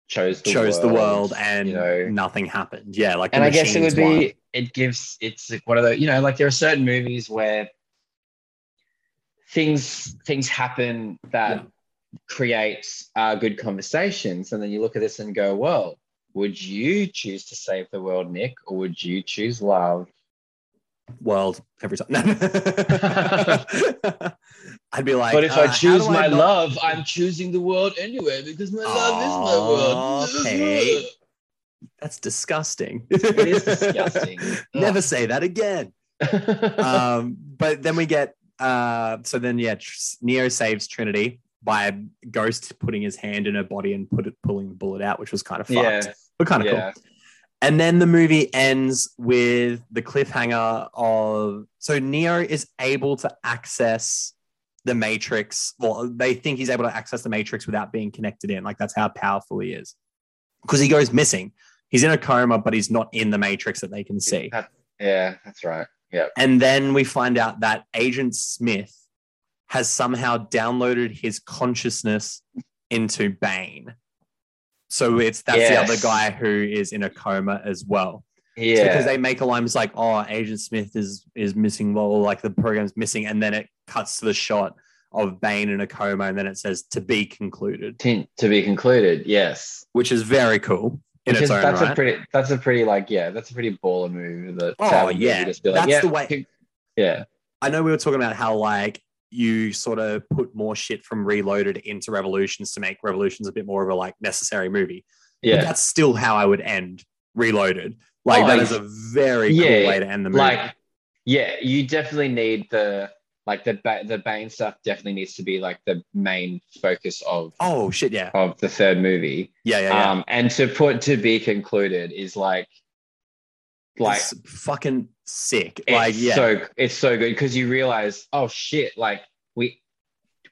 [SPEAKER 2] chose the
[SPEAKER 1] chose
[SPEAKER 2] world,
[SPEAKER 1] the world and
[SPEAKER 2] you know.
[SPEAKER 1] nothing happened. Yeah, like the
[SPEAKER 2] and I guess it
[SPEAKER 1] machines
[SPEAKER 2] would be
[SPEAKER 1] won.
[SPEAKER 2] it gives it's like one of the you know like there are certain movies where things things happen that
[SPEAKER 1] Yeah.
[SPEAKER 2] create uh, good conversations, and then you look at this and go, well, would you choose to save the world, Nick, or would you choose love?
[SPEAKER 1] world every time. No. I'd be like,
[SPEAKER 2] but if
[SPEAKER 1] uh,
[SPEAKER 2] I
[SPEAKER 1] how
[SPEAKER 2] choose
[SPEAKER 1] do
[SPEAKER 2] my
[SPEAKER 1] not-
[SPEAKER 2] love, I'm choosing the world anyway because my love is my world.
[SPEAKER 1] Okay. that's disgusting.
[SPEAKER 2] It is disgusting.
[SPEAKER 1] Never say that again. Um, but then we get, uh, so then yeah, Tr- Neo saves Trinity by Ghost putting his hand in her body and put it, pulling the bullet out, which was kind of fucked,
[SPEAKER 2] yeah,
[SPEAKER 1] but kind of cool.
[SPEAKER 2] yeah.
[SPEAKER 1] And then the movie ends with the cliffhanger of so Neo is able to access the Matrix. Well, they think he's able to access the Matrix without being connected in. Like that's how powerful he is. Because he goes missing. He's in a coma, but he's not in the Matrix that they can see.
[SPEAKER 2] That- yeah, that's right. Yeah.
[SPEAKER 1] And then we find out that Agent Smith has somehow downloaded his consciousness into Bane. So it's that's
[SPEAKER 2] Yes.
[SPEAKER 1] the other guy who is in a coma as well. It's
[SPEAKER 2] Yeah.
[SPEAKER 1] because they make a line it's like, oh, Agent Smith is is missing, well, like the program's missing, and then it cuts to the shot of Bane in a coma, and then it says to be concluded,
[SPEAKER 2] To- to be concluded, yes.
[SPEAKER 1] which is very cool in
[SPEAKER 2] Because
[SPEAKER 1] its own
[SPEAKER 2] that's
[SPEAKER 1] right.
[SPEAKER 2] a pretty that's a pretty like yeah, that's a pretty baller move that
[SPEAKER 1] Oh,
[SPEAKER 2] to have a movie
[SPEAKER 1] yeah.
[SPEAKER 2] just be like,
[SPEAKER 1] That's
[SPEAKER 2] yeah,
[SPEAKER 1] the way-
[SPEAKER 2] pick- Yeah.
[SPEAKER 1] I know we were talking about how like you sort of put more shit from Reloaded into Revolutions to make Revolutions a bit more of a like necessary movie. But
[SPEAKER 2] Yeah.
[SPEAKER 1] that's still how I would end Reloaded. Like
[SPEAKER 2] Oh,
[SPEAKER 1] that
[SPEAKER 2] yeah.
[SPEAKER 1] is a very
[SPEAKER 2] Yeah,
[SPEAKER 1] cool way to end the movie.
[SPEAKER 2] Like yeah, you definitely need the like the ba- the Bane stuff definitely needs to be like the main focus of
[SPEAKER 1] oh shit, yeah,
[SPEAKER 2] of the third movie.
[SPEAKER 1] yeah, yeah, yeah.
[SPEAKER 2] Um and to put to be concluded is like like
[SPEAKER 1] It's fucking sick.
[SPEAKER 2] It's
[SPEAKER 1] like, yeah,
[SPEAKER 2] so it's so good because you realize, oh shit, like we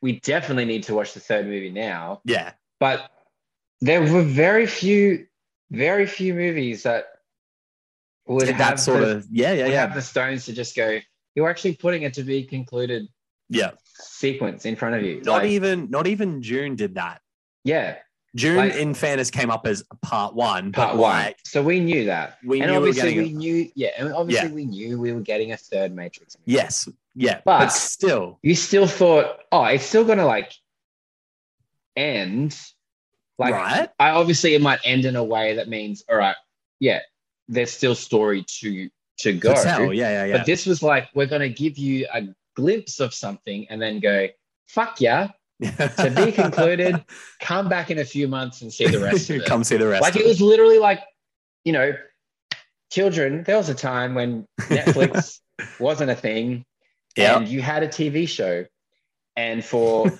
[SPEAKER 2] we definitely need to watch the third movie now.
[SPEAKER 1] yeah,
[SPEAKER 2] But there were very few, very few movies that would
[SPEAKER 1] Did
[SPEAKER 2] have
[SPEAKER 1] that sort
[SPEAKER 2] the,
[SPEAKER 1] of, yeah, yeah,
[SPEAKER 2] would
[SPEAKER 1] yeah,
[SPEAKER 2] have the stones to just go. You're actually putting a to be concluded
[SPEAKER 1] yeah.
[SPEAKER 2] sequence in front of you.
[SPEAKER 1] Not
[SPEAKER 2] Like,
[SPEAKER 1] even, not even June did that.
[SPEAKER 2] yeah,
[SPEAKER 1] June,
[SPEAKER 2] Like-
[SPEAKER 1] in fairness, came up as part one,
[SPEAKER 2] part
[SPEAKER 1] but
[SPEAKER 2] one.
[SPEAKER 1] like,
[SPEAKER 2] so we knew that.
[SPEAKER 1] we
[SPEAKER 2] and
[SPEAKER 1] knew we were
[SPEAKER 2] obviously
[SPEAKER 1] getting.
[SPEAKER 2] we, knew, yeah, and obviously
[SPEAKER 1] Yeah.
[SPEAKER 2] we knew we were getting a third Matrix. Movie.
[SPEAKER 1] yes, yeah,
[SPEAKER 2] But-
[SPEAKER 1] but still,
[SPEAKER 2] you still thought, oh, it's still gonna like end. Like
[SPEAKER 1] right?
[SPEAKER 2] I obviously it might end in a way that means, all right, yeah, there's still story to to go.
[SPEAKER 1] To tell, yeah, yeah, yeah.
[SPEAKER 2] But this was like we're gonna give you a glimpse of something and then go, fuck yeah, to be concluded, come back in a few months and see the rest of it.
[SPEAKER 1] Come see the rest.
[SPEAKER 2] like
[SPEAKER 1] of
[SPEAKER 2] it was literally like, you know, children, there was a time when Netflix wasn't a thing
[SPEAKER 1] Yeah.
[SPEAKER 2] and you had a TV show, and for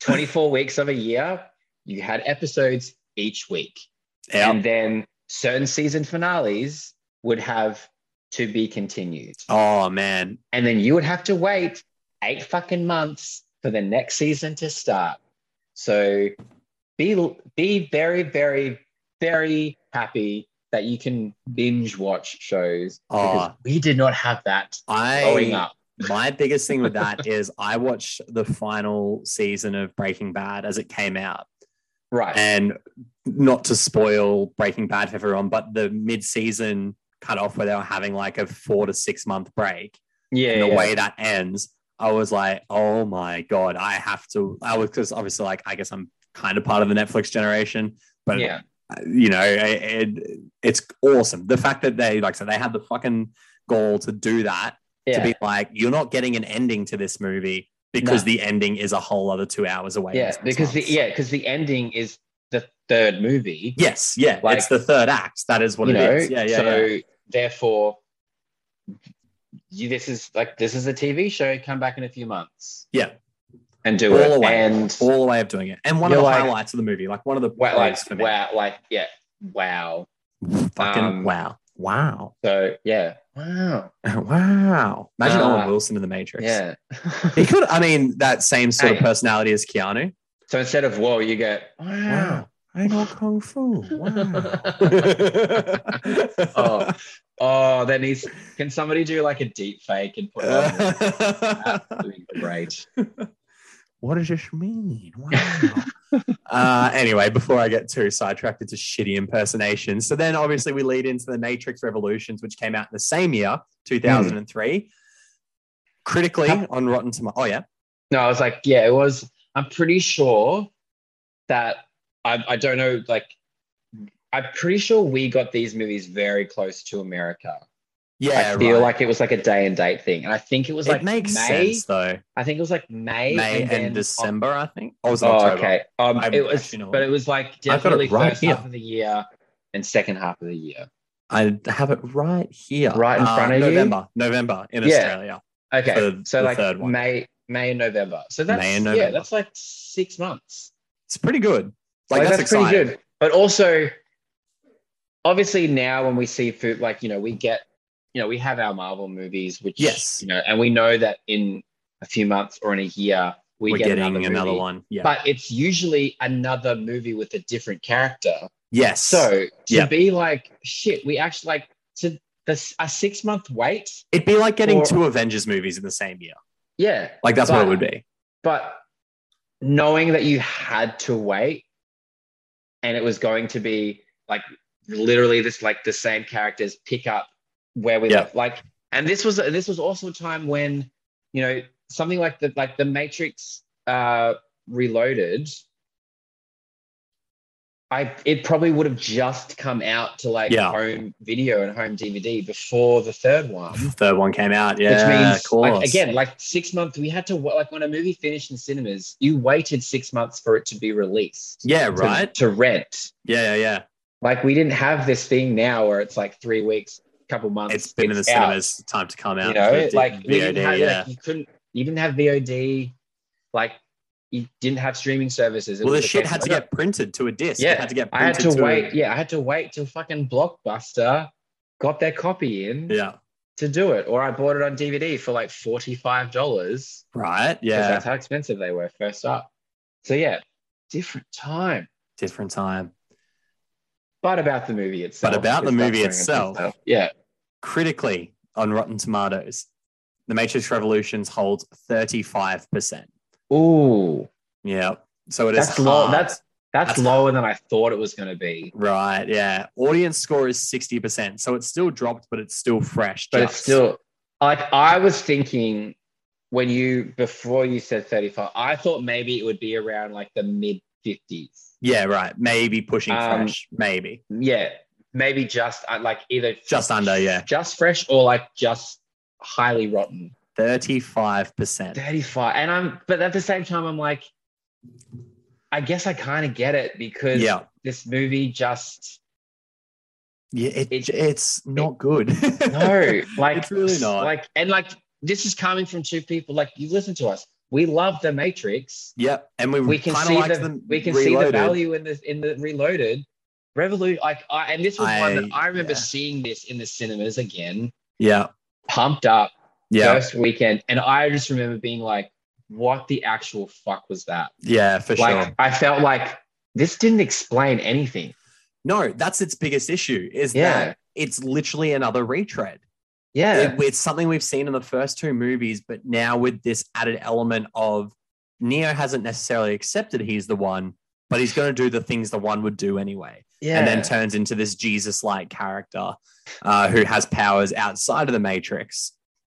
[SPEAKER 2] 24 weeks of a year, you had episodes each week.
[SPEAKER 1] yeah.
[SPEAKER 2] And then certain season finales would have to be continued.
[SPEAKER 1] Oh man.
[SPEAKER 2] And then you would have to wait eight fucking months for the next season to start. So be be very, very, very happy that you can binge watch shows because
[SPEAKER 1] Oh.
[SPEAKER 2] we did not have that growing
[SPEAKER 1] I
[SPEAKER 2] up.
[SPEAKER 1] my biggest thing with that is I watched the final season of Breaking Bad as it came out.
[SPEAKER 2] Right.
[SPEAKER 1] And not to spoil Breaking Bad for everyone, but the mid-season cutoff where they were having like a four to six month break.
[SPEAKER 2] yeah.
[SPEAKER 1] and the
[SPEAKER 2] yeah.
[SPEAKER 1] way that ends, I was like, oh my god, I have to. I was because obviously, like, I guess I'm kind of part of the Netflix generation, but
[SPEAKER 2] yeah.
[SPEAKER 1] you know, it, it- it's awesome. The fact that they like so they had the fucking goal to do that
[SPEAKER 2] Yeah.
[SPEAKER 1] to be like, you're not getting an ending to this movie because the ending is a whole other two hours away. in
[SPEAKER 2] yeah
[SPEAKER 1] six
[SPEAKER 2] because the
[SPEAKER 1] months."
[SPEAKER 2] yeah because the ending is the third movie
[SPEAKER 1] yes, yeah,
[SPEAKER 2] Like-
[SPEAKER 1] it's the third act. That is what
[SPEAKER 2] you
[SPEAKER 1] it is.
[SPEAKER 2] know
[SPEAKER 1] Yeah, yeah,
[SPEAKER 2] so
[SPEAKER 1] yeah.
[SPEAKER 2] therefore you, this is like this is a tv show come back in a few months
[SPEAKER 1] Yeah.
[SPEAKER 2] and do
[SPEAKER 1] All
[SPEAKER 2] it
[SPEAKER 1] the way.
[SPEAKER 2] and
[SPEAKER 1] All the way of doing it, and one
[SPEAKER 2] You're
[SPEAKER 1] of the
[SPEAKER 2] like-
[SPEAKER 1] highlights of the movie, like one of the
[SPEAKER 2] wow, like
[SPEAKER 1] pros for me.
[SPEAKER 2] wow like yeah wow
[SPEAKER 1] fucking
[SPEAKER 2] um,
[SPEAKER 1] wow, wow.
[SPEAKER 2] so yeah wow
[SPEAKER 1] Wow. Imagine
[SPEAKER 2] Ah.
[SPEAKER 1] Owen Wilson in the Matrix.
[SPEAKER 2] yeah
[SPEAKER 1] He could, I mean, that same sort of
[SPEAKER 2] Hey.
[SPEAKER 1] personality as Keanu.
[SPEAKER 2] so instead of whoa you go wow
[SPEAKER 1] I know Kung Fu. Wow.
[SPEAKER 2] oh oh that needs can somebody do like a deep fake and put it on That'd be great
[SPEAKER 1] what does this mean? Wow. uh, anyway, before I get too sidetracked into shitty impersonations. So then obviously we lead into the Matrix Revolutions, which came out the same year, 2003. Critically on Rotten Tomatoes. Oh, yeah.
[SPEAKER 2] No, I was like, yeah, it was. I'm pretty sure that I, I don't know, like, I'm pretty sure we got these movies very close to America.
[SPEAKER 1] Yeah.
[SPEAKER 2] I feel
[SPEAKER 1] right.
[SPEAKER 2] like it was like a day and date thing. And I think it was
[SPEAKER 1] it
[SPEAKER 2] like
[SPEAKER 1] makes
[SPEAKER 2] May.
[SPEAKER 1] sense though.
[SPEAKER 2] I think it was like May,
[SPEAKER 1] May and,
[SPEAKER 2] then-
[SPEAKER 1] December, I think. Oh, was it
[SPEAKER 2] Oh,
[SPEAKER 1] October?
[SPEAKER 2] okay. Um,
[SPEAKER 1] I'm
[SPEAKER 2] it was,
[SPEAKER 1] actually not-
[SPEAKER 2] but it was like
[SPEAKER 1] got it
[SPEAKER 2] definitely
[SPEAKER 1] right
[SPEAKER 2] first
[SPEAKER 1] here.
[SPEAKER 2] half of the year and second half of the year.
[SPEAKER 1] I have it right here, Uh,
[SPEAKER 2] Right in front of you?
[SPEAKER 1] November, November in
[SPEAKER 2] Yeah.
[SPEAKER 1] Australia.
[SPEAKER 2] Okay,
[SPEAKER 1] For
[SPEAKER 2] so
[SPEAKER 1] the
[SPEAKER 2] like
[SPEAKER 1] third one.
[SPEAKER 2] May, May and November. So that's
[SPEAKER 1] May and
[SPEAKER 2] yeah,
[SPEAKER 1] November.
[SPEAKER 2] that's like six months.
[SPEAKER 1] It's pretty good. Like, that's, exciting.
[SPEAKER 2] pretty good. But also, obviously, now when we see food, like you know, we get, you know, we have our Marvel movies, which
[SPEAKER 1] Yes.
[SPEAKER 2] you know, and we know that in a few months or in a year we
[SPEAKER 1] We're
[SPEAKER 2] get
[SPEAKER 1] getting
[SPEAKER 2] another,
[SPEAKER 1] another,
[SPEAKER 2] movie.
[SPEAKER 1] one. Yeah.
[SPEAKER 2] But it's usually another movie with a different character.
[SPEAKER 1] yes.
[SPEAKER 2] So to
[SPEAKER 1] Yeah.
[SPEAKER 2] be like, shit, we actually like to the a six month wait.
[SPEAKER 1] it'd be like getting
[SPEAKER 2] or-
[SPEAKER 1] two Avengers movies in the same year.
[SPEAKER 2] Yeah,
[SPEAKER 1] Like that's what
[SPEAKER 2] But-
[SPEAKER 1] it would be.
[SPEAKER 2] but knowing that you had to wait and it was going to be like literally this like the same characters pick up where we
[SPEAKER 1] Yeah.
[SPEAKER 2] left like and this was this was also a time when you know something like the like the matrix uh reloaded i it probably would have just come out to like
[SPEAKER 1] Yeah.
[SPEAKER 2] home video and home dvd before the third one
[SPEAKER 1] The third one came out. Yeah.
[SPEAKER 2] which means
[SPEAKER 1] of
[SPEAKER 2] like,
[SPEAKER 1] course.
[SPEAKER 2] again like six months we had to wa- like when a movie finished in cinemas you waited six months for it to be released
[SPEAKER 1] Yeah.
[SPEAKER 2] to-
[SPEAKER 1] Right.
[SPEAKER 2] to, rent
[SPEAKER 1] Yeah. Yeah. Yeah.
[SPEAKER 2] like we didn't have this thing now where it's like three weeks couple months
[SPEAKER 1] It's been in the
[SPEAKER 2] out,
[SPEAKER 1] cinemas. Time to come out.
[SPEAKER 2] you know
[SPEAKER 1] It's
[SPEAKER 2] like, we
[SPEAKER 1] VOD.
[SPEAKER 2] didn't have,
[SPEAKER 1] yeah.
[SPEAKER 2] like you couldn't you didn't have vod like you didn't have streaming services It
[SPEAKER 1] well, the
[SPEAKER 2] was a
[SPEAKER 1] shit
[SPEAKER 2] case
[SPEAKER 1] had
[SPEAKER 2] of,
[SPEAKER 1] to get printed to a disc. It
[SPEAKER 2] Yeah,
[SPEAKER 1] had to get
[SPEAKER 2] i had
[SPEAKER 1] printed
[SPEAKER 2] to
[SPEAKER 1] a-
[SPEAKER 2] wait yeah i had to wait till fucking blockbuster got their copy in
[SPEAKER 1] Yeah.
[SPEAKER 2] to do it. Or I bought it on DVD for like $45 because
[SPEAKER 1] Right.
[SPEAKER 2] that's
[SPEAKER 1] Yeah.
[SPEAKER 2] how expensive they were first up. So yeah, different time.
[SPEAKER 1] Different time.
[SPEAKER 2] But about the movie itself.
[SPEAKER 1] But about the
[SPEAKER 2] because that's
[SPEAKER 1] movie
[SPEAKER 2] where it's
[SPEAKER 1] itself.
[SPEAKER 2] itself. Yeah.
[SPEAKER 1] Critically on Rotten Tomatoes, The Matrix Revolutions holds 35%.
[SPEAKER 2] Ooh,
[SPEAKER 1] Yeah. So it is
[SPEAKER 2] that's low.
[SPEAKER 1] hard.
[SPEAKER 2] That's that's,
[SPEAKER 1] That's
[SPEAKER 2] lower than I thought it was going to be.
[SPEAKER 1] right. Yeah. Audience score is 60%. So it's still dropped, but it's still fresh.
[SPEAKER 2] But it's
[SPEAKER 1] just.
[SPEAKER 2] still like I was thinking when you before you said 35, I thought maybe it would be around like the mid 50s.
[SPEAKER 1] Yeah, right. Maybe pushing
[SPEAKER 2] Um,
[SPEAKER 1] fresh. Maybe.
[SPEAKER 2] Yeah, maybe just uh, like either
[SPEAKER 1] Just under, yeah.
[SPEAKER 2] just fresh or like just highly rotten.
[SPEAKER 1] 35%.
[SPEAKER 2] 35. And I'm but at the same time I'm like I guess I kind of get it because
[SPEAKER 1] Yeah.
[SPEAKER 2] this movie just
[SPEAKER 1] Yeah, it,
[SPEAKER 2] It-
[SPEAKER 1] it's not good.
[SPEAKER 2] No, like
[SPEAKER 1] It's really not.
[SPEAKER 2] Like, and like this is coming from two people. Like, you listen to us. We love the Matrix.
[SPEAKER 1] Yep. And we,
[SPEAKER 2] We can
[SPEAKER 1] kind
[SPEAKER 2] see
[SPEAKER 1] of like
[SPEAKER 2] the
[SPEAKER 1] them.
[SPEAKER 2] we can see the
[SPEAKER 1] reloaded.
[SPEAKER 2] value in the in the Reloaded, Revolution. Like, I, and this was one that
[SPEAKER 1] I-
[SPEAKER 2] I remember
[SPEAKER 1] yeah.
[SPEAKER 2] seeing this in the cinemas again,
[SPEAKER 1] Yeah.
[SPEAKER 2] pumped up
[SPEAKER 1] Yeah.
[SPEAKER 2] first weekend, and I just remember being like, "What the actual fuck was that?"
[SPEAKER 1] Yeah, for
[SPEAKER 2] like,
[SPEAKER 1] sure.
[SPEAKER 2] I felt like this didn't explain anything.
[SPEAKER 1] No, that's its biggest issue is
[SPEAKER 2] Yeah.
[SPEAKER 1] that it's literally another retread.
[SPEAKER 2] Yeah,
[SPEAKER 1] It- it's something we've seen in the first two movies, but now with this added element of Neo hasn't necessarily accepted he's the one, but he's going to do the things the one would do anyway.
[SPEAKER 2] yeah,
[SPEAKER 1] and then turns into this Jesus like character uh, who has powers outside of the Matrix,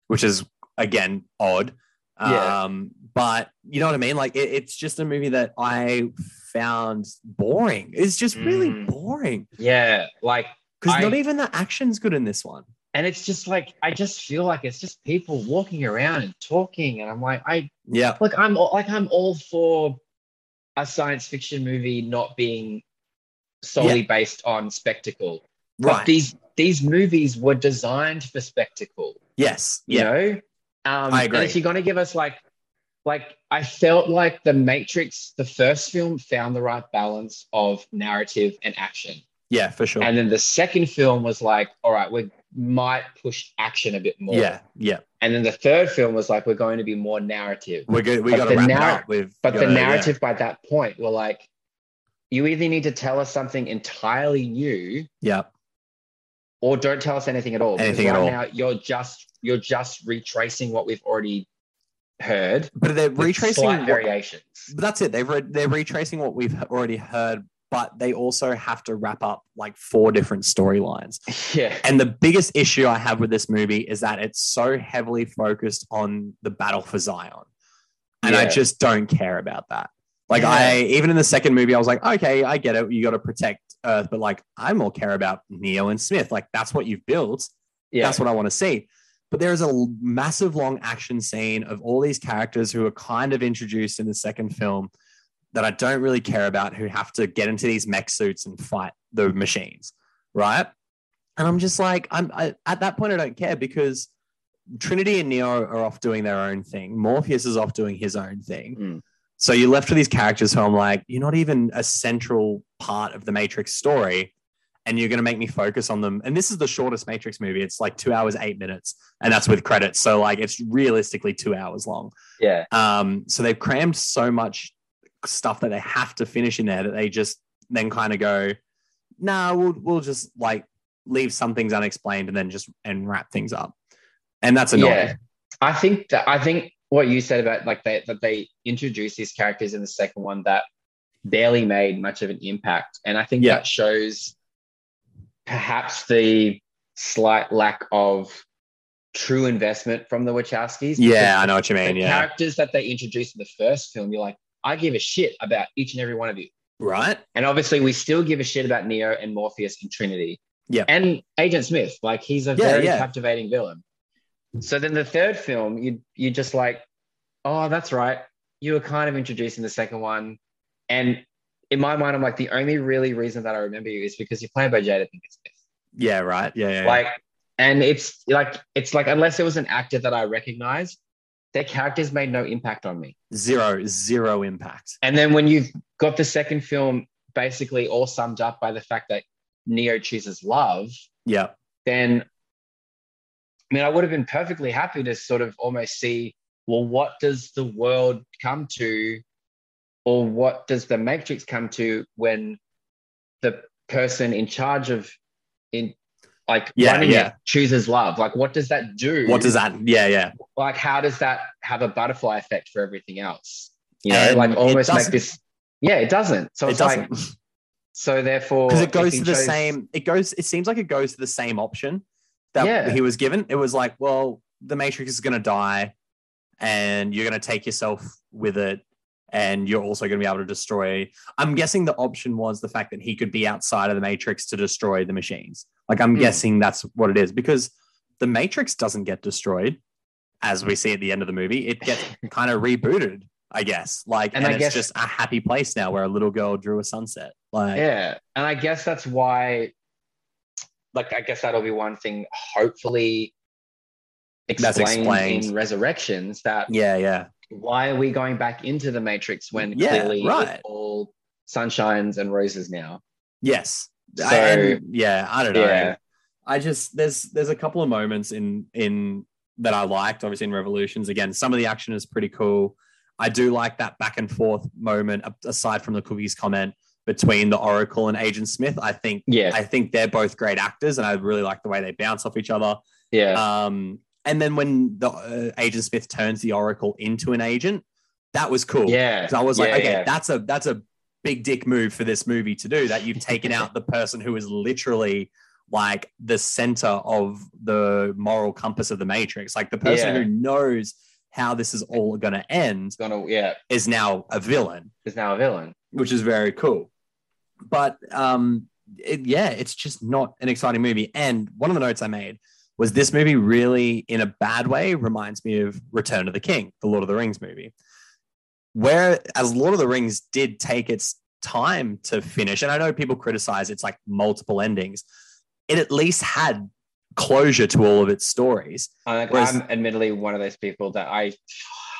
[SPEAKER 1] which is again odd.
[SPEAKER 2] Yeah.
[SPEAKER 1] Um, but you know what I mean? Like it, it's just a movie that I found boring. It's just really
[SPEAKER 2] Mm.
[SPEAKER 1] boring
[SPEAKER 2] yeah, like
[SPEAKER 1] because
[SPEAKER 2] I-
[SPEAKER 1] not even the action's good in this one.
[SPEAKER 2] And it's just like I just feel like it's just people walking around and talking, and I'm like, I
[SPEAKER 1] Yeah.
[SPEAKER 2] like I'm all- like I'm all for a science fiction movie not being solely based on spectacle. But
[SPEAKER 1] Right.
[SPEAKER 2] these these movies were designed for spectacle,
[SPEAKER 1] yes.
[SPEAKER 2] you
[SPEAKER 1] Yeah.
[SPEAKER 2] know. Um,
[SPEAKER 1] I
[SPEAKER 2] And
[SPEAKER 1] agree.
[SPEAKER 2] if you're gonna give us like, like I felt like the Matrix, the first film, found the right balance of narrative and action.
[SPEAKER 1] Yeah, for sure.
[SPEAKER 2] And then the second film was like, all right, we might push action a bit more.
[SPEAKER 1] yeah. Yeah.
[SPEAKER 2] And then the third film was like, we're going to be more narrative.
[SPEAKER 1] We're good. We
[SPEAKER 2] But
[SPEAKER 1] got
[SPEAKER 2] the
[SPEAKER 1] to wrap
[SPEAKER 2] narr-
[SPEAKER 1] it up with.
[SPEAKER 2] But the
[SPEAKER 1] gotta- yeah.
[SPEAKER 2] narrative by that point were like, you either need to tell us something entirely new
[SPEAKER 1] Yeah.
[SPEAKER 2] or don't tell us anything at all. Because
[SPEAKER 1] Anything at
[SPEAKER 2] right
[SPEAKER 1] all.
[SPEAKER 2] now you're just you're just retracing what we've already heard.
[SPEAKER 1] But they're
[SPEAKER 2] with
[SPEAKER 1] retracing.
[SPEAKER 2] slight
[SPEAKER 1] what-
[SPEAKER 2] variations.
[SPEAKER 1] But that's it. They've read, they're retracing what we've already heard, but they also have to wrap up like four different storylines.
[SPEAKER 2] Yeah.
[SPEAKER 1] And the biggest issue I have with this movie is that it's so heavily focused on the battle for Zion, and I
[SPEAKER 2] Yeah.
[SPEAKER 1] just don't care about that. Like
[SPEAKER 2] Yeah.
[SPEAKER 1] I even in the second movie, I was like, okay, I get it. You got to protect Earth, but like I more care about Neo and Smith. Like that's what you've built.
[SPEAKER 2] Yeah.
[SPEAKER 1] That's what I want to see. But there is a l- massive long action scene of all these characters who are kind of introduced in the second film that I don't really care about, who have to get into these mech suits and fight the machines, right? And I'm just like, I'm I, at that point, I don't care because Trinity and Neo are off doing their own thing. Morpheus is off doing his own thing.
[SPEAKER 2] Mm.
[SPEAKER 1] So you're left with these characters who I'm like, you're not even a central part of the Matrix story. And you're going to make me focus on them. And this is the shortest Matrix movie. It's like two hours, eight minutes. And that's with credits. So, like, it's realistically two hours long.
[SPEAKER 2] yeah.
[SPEAKER 1] Um, so they've crammed so much stuff that they have to finish in there that they just then kind of go, nah, we'll we'll just like leave some things unexplained and then just and wrap things up. And that's annoying.
[SPEAKER 2] Yeah. I think that I think what you said about like they, that they introduced these characters in the second one that barely made much of an impact, and I think
[SPEAKER 1] Yeah.
[SPEAKER 2] that shows perhaps the slight lack of true investment from the Wachowskis.
[SPEAKER 1] Yeah, I know what you
[SPEAKER 2] because
[SPEAKER 1] mean.
[SPEAKER 2] the
[SPEAKER 1] Yeah.
[SPEAKER 2] characters that they introduced in the first film, you're like, I give a shit about each and every one of you,
[SPEAKER 1] right?
[SPEAKER 2] and obviously we still give a shit about Neo and Morpheus and Trinity.
[SPEAKER 1] Yeah.
[SPEAKER 2] And Agent Smith, like he's a
[SPEAKER 1] Yeah,
[SPEAKER 2] very
[SPEAKER 1] yeah.
[SPEAKER 2] captivating villain. So then the third film, you you just like, oh, that's right. You were kind of introduced in the second one. And in my mind, I'm like, the only really reason that I remember you is because you're playing by Jada Pinkett Smith.
[SPEAKER 1] Yeah, right. Yeah, yeah. yeah.
[SPEAKER 2] Like, and it's like, it's like, unless it was an actor that I recognized, their characters made no impact on me.
[SPEAKER 1] zero, zero impact.
[SPEAKER 2] And then when you've got the second film basically all summed up by the fact that Neo chooses love,
[SPEAKER 1] Yeah.
[SPEAKER 2] then I mean, I would have been perfectly happy to sort of almost see, well, what does the world come to, or what does the Matrix come to when the person in charge of in like
[SPEAKER 1] Yeah,
[SPEAKER 2] running
[SPEAKER 1] yeah.
[SPEAKER 2] it chooses love? Like, what does that do?
[SPEAKER 1] What does that? Yeah, yeah.
[SPEAKER 2] like how does that have a butterfly effect for everything else? You know,
[SPEAKER 1] And
[SPEAKER 2] like
[SPEAKER 1] it
[SPEAKER 2] almost make
[SPEAKER 1] doesn't.
[SPEAKER 2] this. Yeah, it doesn't. So
[SPEAKER 1] It
[SPEAKER 2] it's
[SPEAKER 1] doesn't
[SPEAKER 2] like so. Therefore,
[SPEAKER 1] because it
[SPEAKER 2] if
[SPEAKER 1] goes
[SPEAKER 2] he
[SPEAKER 1] to the
[SPEAKER 2] chose-
[SPEAKER 1] same. It goes. It seems like it goes to the same option that
[SPEAKER 2] Yeah.
[SPEAKER 1] he was given. It was like, well, the Matrix is going to die, and you're going to take yourself with it, and you're also going to be able to destroy. I'm guessing the option was the fact that he could be outside of the Matrix to destroy the machines. Like I'm
[SPEAKER 2] Hmm.
[SPEAKER 1] guessing that's what it is because the Matrix doesn't get destroyed, as we see at the end of the movie. It gets kind of rebooted. I guess, like, and,
[SPEAKER 2] And I
[SPEAKER 1] it's
[SPEAKER 2] guess-
[SPEAKER 1] just a happy place now where a little girl drew a sunset. Like,
[SPEAKER 2] Yeah, and I guess that's why. Like, I guess that'll be one thing. Hopefully,
[SPEAKER 1] That's
[SPEAKER 2] explained
[SPEAKER 1] explained.
[SPEAKER 2] in Resurrections that
[SPEAKER 1] yeah, yeah.
[SPEAKER 2] why are we going back into the Matrix when
[SPEAKER 1] Yeah,
[SPEAKER 2] clearly
[SPEAKER 1] right.
[SPEAKER 2] it's all sunshines and roses now?
[SPEAKER 1] Yes.
[SPEAKER 2] So
[SPEAKER 1] I, and, yeah, I don't know.
[SPEAKER 2] Yeah.
[SPEAKER 1] I just there's there's a couple of moments in in that I liked, obviously in Revolutions. Again, some of the action is pretty cool. I do like that back and forth moment a- aside from the cookies comment between the Oracle and Agent Smith. I think
[SPEAKER 2] yeah,
[SPEAKER 1] I think they're both great actors and I really like the way they bounce off each other.
[SPEAKER 2] yeah,
[SPEAKER 1] Um and then when the uh, Agent Smith turns the Oracle into an agent, that was cool.
[SPEAKER 2] yeah.
[SPEAKER 1] 'Cause I was like,
[SPEAKER 2] yeah,
[SPEAKER 1] okay,
[SPEAKER 2] yeah.
[SPEAKER 1] that's a that's a big dick move for this movie to do that you've taken out the person who is literally like the center of the moral compass of the matrix like the person
[SPEAKER 2] Yeah.
[SPEAKER 1] who knows how this is all going to end
[SPEAKER 2] It's gonna yeah.
[SPEAKER 1] is now a villain
[SPEAKER 2] Is now a villain.
[SPEAKER 1] which is very cool but um it, yeah it's just not an exciting movie and one of the notes i made was this movie really in a bad way reminds me of return of the king the lord of the rings movie where as Lord of the Rings did take its time to finish, and I know people criticize it's like multiple endings, it at least had closure to all of its stories.
[SPEAKER 2] I- Like,
[SPEAKER 1] Whereas-
[SPEAKER 2] I'm admittedly one of those people that I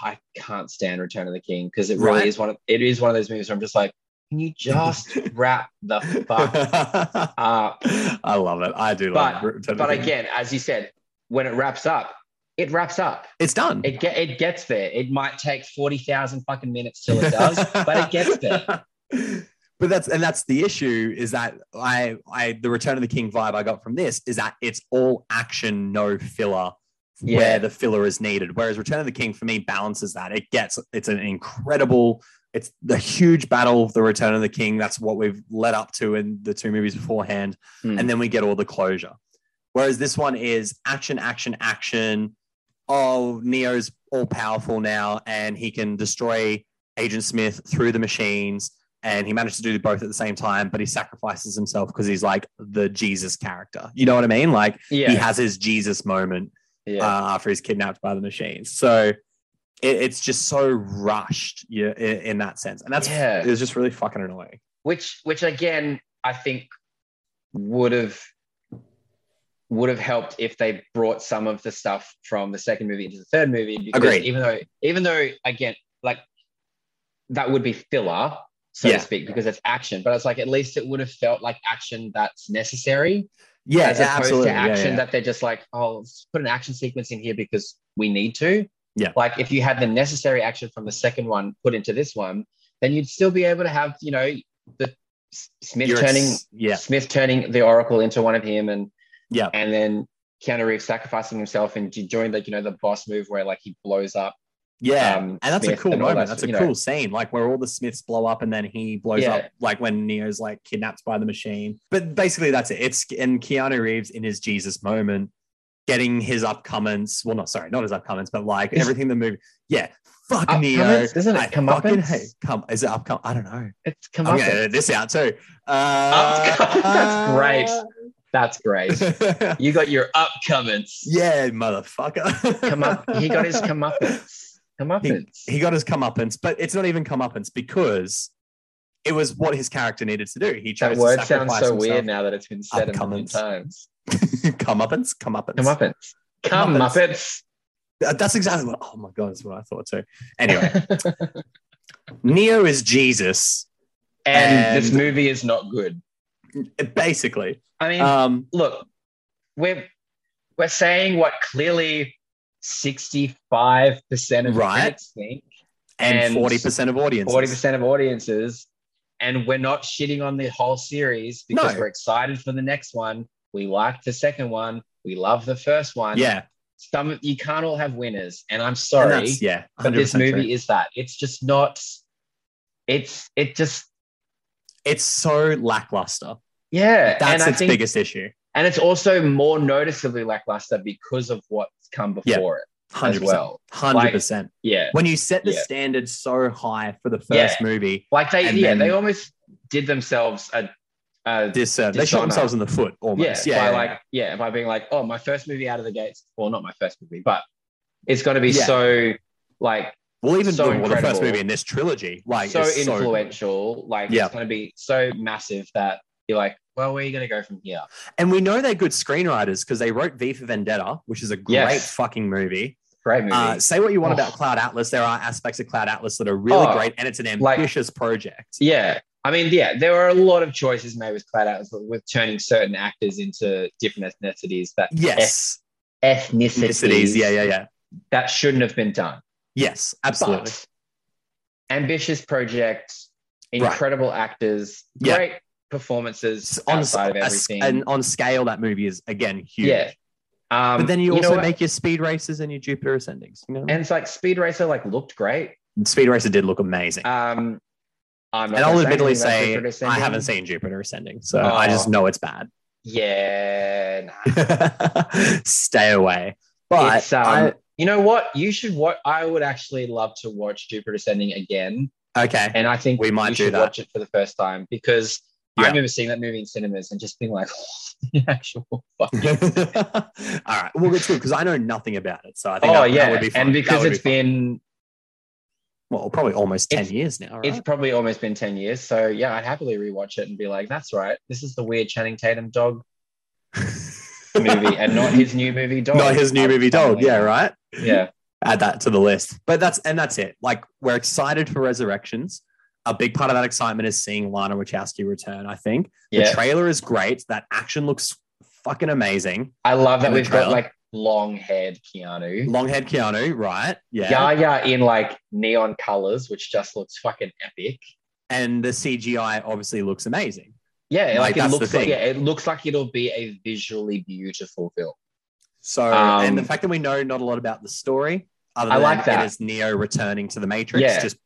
[SPEAKER 2] I can't stand Return of the King because it really
[SPEAKER 1] Right.
[SPEAKER 2] is one of it is one of those movies where I'm just like, can you just wrap the fuck
[SPEAKER 1] I
[SPEAKER 2] up?
[SPEAKER 1] love it. I do love
[SPEAKER 2] But-
[SPEAKER 1] Return of the
[SPEAKER 2] But
[SPEAKER 1] King.
[SPEAKER 2] again, as you said, when it wraps up, it wraps up.
[SPEAKER 1] it's done.
[SPEAKER 2] It get it gets there. It might take forty thousand fucking minutes till it does, but it gets there.
[SPEAKER 1] But that's and that's the issue is that I I the Return of the King vibe I got from this is that it's all action, no filler,
[SPEAKER 2] Yeah.
[SPEAKER 1] where the filler is needed. Whereas Return of the King for me balances that. It gets it's an incredible, it's the huge battle of the Return of the King. That's what we've led up to in the two movies beforehand,
[SPEAKER 2] Hmm.
[SPEAKER 1] and then we get all the closure. Whereas this one is action, action, action. Oh, Neo's all powerful now, and he can destroy Agent Smith through the machines, and he managed to do both at the same time, but he sacrifices himself because he's like the Jesus character. You know what I mean? Like he
[SPEAKER 2] Yeah,
[SPEAKER 1] has his Jesus moment
[SPEAKER 2] yeah.
[SPEAKER 1] uh, after he's kidnapped by the machines. So it, it's just so rushed yeah, i- in, that sense. And that's
[SPEAKER 2] Yeah.
[SPEAKER 1] it was just really fucking annoying.
[SPEAKER 2] which which again I think would have would have helped if they brought some of the stuff from the second movie into the third movie because
[SPEAKER 1] Agreed.
[SPEAKER 2] even though even though again like that would be filler so
[SPEAKER 1] Yeah.
[SPEAKER 2] to speak because it's action but it's like at least it would have felt like action that's necessary
[SPEAKER 1] Yeah,
[SPEAKER 2] as opposed
[SPEAKER 1] absolutely.
[SPEAKER 2] to
[SPEAKER 1] Yeah,
[SPEAKER 2] action
[SPEAKER 1] yeah.
[SPEAKER 2] that they're just like oh let's put an action sequence in here because we need to
[SPEAKER 1] Yeah.
[SPEAKER 2] like if you had the necessary action from the second one put into this one then you'd still be able to have you know the S- smith
[SPEAKER 1] You're ex-
[SPEAKER 2] turning
[SPEAKER 1] yeah,
[SPEAKER 2] smith turning the oracle into one of him and
[SPEAKER 1] Yeah.
[SPEAKER 2] and then Keanu Reeves sacrificing himself and doing like you know the boss move where like he blows up
[SPEAKER 1] yeah.
[SPEAKER 2] um,
[SPEAKER 1] and that's
[SPEAKER 2] Smith
[SPEAKER 1] a cool
[SPEAKER 2] and all
[SPEAKER 1] moment.
[SPEAKER 2] that,
[SPEAKER 1] That's a
[SPEAKER 2] you know.
[SPEAKER 1] cool scene, like where all the Smiths blow up and then he blows
[SPEAKER 2] Yeah.
[SPEAKER 1] up, like when Neo's like kidnapped by the machine. But basically, that's it. It's and Keanu Reeves in his Jesus moment, getting his upcomings. Well, not sorry, not his upcomings, but like
[SPEAKER 2] Is- Uh,
[SPEAKER 1] everything the movie. Yeah, fuck Neo.
[SPEAKER 2] Upcomings? isn't
[SPEAKER 1] uh, I
[SPEAKER 2] it come up
[SPEAKER 1] fucking
[SPEAKER 2] it's
[SPEAKER 1] hate. Come, is it upcoming? I don't know.
[SPEAKER 2] come
[SPEAKER 1] I'm
[SPEAKER 2] up Oh,
[SPEAKER 1] gonna edit this out too. Uh,
[SPEAKER 2] Upcomings. that's great
[SPEAKER 1] great.
[SPEAKER 2] you got your upcomings
[SPEAKER 1] yeah, motherfucker.
[SPEAKER 2] come up he got his comeuppance comeuppance
[SPEAKER 1] He got his comeuppance, but it's not even comeuppance because it was what his character needed to do. He chose
[SPEAKER 2] That word
[SPEAKER 1] to
[SPEAKER 2] sounds so
[SPEAKER 1] sacrifice
[SPEAKER 2] weird now that it's been said a million
[SPEAKER 1] Upcomings.
[SPEAKER 2] times.
[SPEAKER 1] himself. comeuppance, comeuppance.
[SPEAKER 2] Come Muppets. Come Muppets.
[SPEAKER 1] Uh, That's exactly what. Oh my god, that's what I thought too. Anyway, Neo is Jesus,
[SPEAKER 2] and this
[SPEAKER 1] And-
[SPEAKER 2] movie is not good.
[SPEAKER 1] basically.
[SPEAKER 2] Uh, I mean,
[SPEAKER 1] Um,
[SPEAKER 2] look, we're we're saying what clearly 65% of
[SPEAKER 1] Right.
[SPEAKER 2] critics think,
[SPEAKER 1] and
[SPEAKER 2] And
[SPEAKER 1] forty percent of audiences.
[SPEAKER 2] 40% of audiences, and we're not shitting on the whole series because
[SPEAKER 1] No.
[SPEAKER 2] we're excited for the next one. We liked the second one. We love the first one.
[SPEAKER 1] Yeah,
[SPEAKER 2] Some you can't all have winners, and I'm
[SPEAKER 1] and
[SPEAKER 2] sorry.
[SPEAKER 1] that's yeah.
[SPEAKER 2] but this
[SPEAKER 1] 100%
[SPEAKER 2] movie
[SPEAKER 1] true.
[SPEAKER 2] is that. It's just not it's it just
[SPEAKER 1] it's so lackluster.
[SPEAKER 2] yeah. and
[SPEAKER 1] That's
[SPEAKER 2] I
[SPEAKER 1] its
[SPEAKER 2] think
[SPEAKER 1] biggest issue.
[SPEAKER 2] and it's also more noticeably lackluster because of what's come
[SPEAKER 1] Yeah,
[SPEAKER 2] before it as
[SPEAKER 1] Hundred percent.
[SPEAKER 2] well.
[SPEAKER 1] Hundred percent.
[SPEAKER 2] Yeah,
[SPEAKER 1] When you set the
[SPEAKER 2] Yeah.
[SPEAKER 1] standard so high for the first
[SPEAKER 2] Yeah.
[SPEAKER 1] movie,
[SPEAKER 2] like they
[SPEAKER 1] And
[SPEAKER 2] yeah
[SPEAKER 1] then-
[SPEAKER 2] they almost did themselves a, a
[SPEAKER 1] this uh, they shot
[SPEAKER 2] Dishonor.
[SPEAKER 1] themselves in the foot
[SPEAKER 2] yeah,
[SPEAKER 1] almost.
[SPEAKER 2] by
[SPEAKER 1] Yeah, yeah,
[SPEAKER 2] like yeah by being like oh my first movie out of the gates well not my first movie but it's going to be
[SPEAKER 1] Yeah.
[SPEAKER 2] so like
[SPEAKER 1] Well, even
[SPEAKER 2] so
[SPEAKER 1] the, well, the first
[SPEAKER 2] incredible.
[SPEAKER 1] movie in this trilogy, like
[SPEAKER 2] so
[SPEAKER 1] is
[SPEAKER 2] influential like
[SPEAKER 1] Yeah.
[SPEAKER 2] it's going to be so massive that you're like well where are you going to go from here
[SPEAKER 1] and we know they're good screenwriters because they wrote V for Vendetta, which is a great
[SPEAKER 2] Yes.
[SPEAKER 1] fucking movie.
[SPEAKER 2] great movie
[SPEAKER 1] Uh, say what you want
[SPEAKER 2] Oh.
[SPEAKER 1] about Cloud Atlas, there are aspects of Cloud Atlas that are really
[SPEAKER 2] Oh,
[SPEAKER 1] great, and it's an
[SPEAKER 2] like-
[SPEAKER 1] ambitious project.
[SPEAKER 2] yeah I mean, yeah, there were a lot of choices made with Cloud Atlas with turning certain actors into different ethnicities that
[SPEAKER 1] Yes,
[SPEAKER 2] ethnicities
[SPEAKER 1] ethnicities. Yeah, yeah, yeah.
[SPEAKER 2] that shouldn't have been done.
[SPEAKER 1] Yes, absolutely.
[SPEAKER 2] But ambitious project,
[SPEAKER 1] Right.
[SPEAKER 2] incredible actors,
[SPEAKER 1] Yeah.
[SPEAKER 2] great performances
[SPEAKER 1] S- on s-
[SPEAKER 2] outside of
[SPEAKER 1] a s-
[SPEAKER 2] everything.
[SPEAKER 1] and on scale, that movie is again huge.
[SPEAKER 2] Yeah. Um,
[SPEAKER 1] but then you
[SPEAKER 2] know
[SPEAKER 1] also
[SPEAKER 2] what?
[SPEAKER 1] make your Speed Racers and your Jupiter Ascendings. You know,
[SPEAKER 2] and it's like Speed Racer like looked great.
[SPEAKER 1] Speed Racer did look amazing.
[SPEAKER 2] Um, I'm not
[SPEAKER 1] and
[SPEAKER 2] gonna
[SPEAKER 1] I'll
[SPEAKER 2] say
[SPEAKER 1] admittedly
[SPEAKER 2] anything about
[SPEAKER 1] say
[SPEAKER 2] Jupiter Ascending.
[SPEAKER 1] I haven't seen Jupiter Ascending, so I just
[SPEAKER 2] Oh.
[SPEAKER 1] know it's bad.
[SPEAKER 2] Yeah, nah.
[SPEAKER 1] Stay away. But
[SPEAKER 2] It's, um,
[SPEAKER 1] I-
[SPEAKER 2] you know what? You should watch. I would actually love to watch Jupiter Ascending again,
[SPEAKER 1] okay,
[SPEAKER 2] and I think
[SPEAKER 1] We might
[SPEAKER 2] you
[SPEAKER 1] do
[SPEAKER 2] should
[SPEAKER 1] that.
[SPEAKER 2] watch it for the first time because
[SPEAKER 1] Yeah.
[SPEAKER 2] I remember seeing that movie in cinemas and just being like, the actual fuck.
[SPEAKER 1] all right. Well, it's good because I know nothing about it, so I think
[SPEAKER 2] oh
[SPEAKER 1] that, that
[SPEAKER 2] yeah,
[SPEAKER 1] would be fun.
[SPEAKER 2] and because
[SPEAKER 1] it's
[SPEAKER 2] it's been
[SPEAKER 1] well, probably almost ten
[SPEAKER 2] it's-
[SPEAKER 1] years now. Right?
[SPEAKER 2] it's probably almost been 10 years so yeah i'd happily rewatch it and be like that's right this is the weird channing tatum dog movie and not his new movie dog
[SPEAKER 1] not his new movie dog. Yeah, right.
[SPEAKER 2] yeah
[SPEAKER 1] Add that to the list. But that's and that's it. Like we're excited for Resurrections. A big part of that excitement is seeing Lana Wachowski return. I think the
[SPEAKER 2] yeah
[SPEAKER 1] trailer is great. That action looks fucking amazing.
[SPEAKER 2] i love that
[SPEAKER 1] and the
[SPEAKER 2] we've got
[SPEAKER 1] trailer.
[SPEAKER 2] like long-haired keanu
[SPEAKER 1] Long haired Keanu, right? Yeah.
[SPEAKER 2] yaya in like neon colors which just looks fucking epic
[SPEAKER 1] And the CGI obviously looks amazing.
[SPEAKER 2] yeah
[SPEAKER 1] Like,
[SPEAKER 2] like, it
[SPEAKER 1] that's the
[SPEAKER 2] looks
[SPEAKER 1] thing.
[SPEAKER 2] like yeah, it looks like it'll be a visually beautiful film
[SPEAKER 1] So,
[SPEAKER 2] Um,
[SPEAKER 1] and the fact that we know not a lot about the story, other
[SPEAKER 2] I
[SPEAKER 1] than
[SPEAKER 2] like that.
[SPEAKER 1] it is Neo returning to the Matrix,
[SPEAKER 2] Yeah.
[SPEAKER 1] just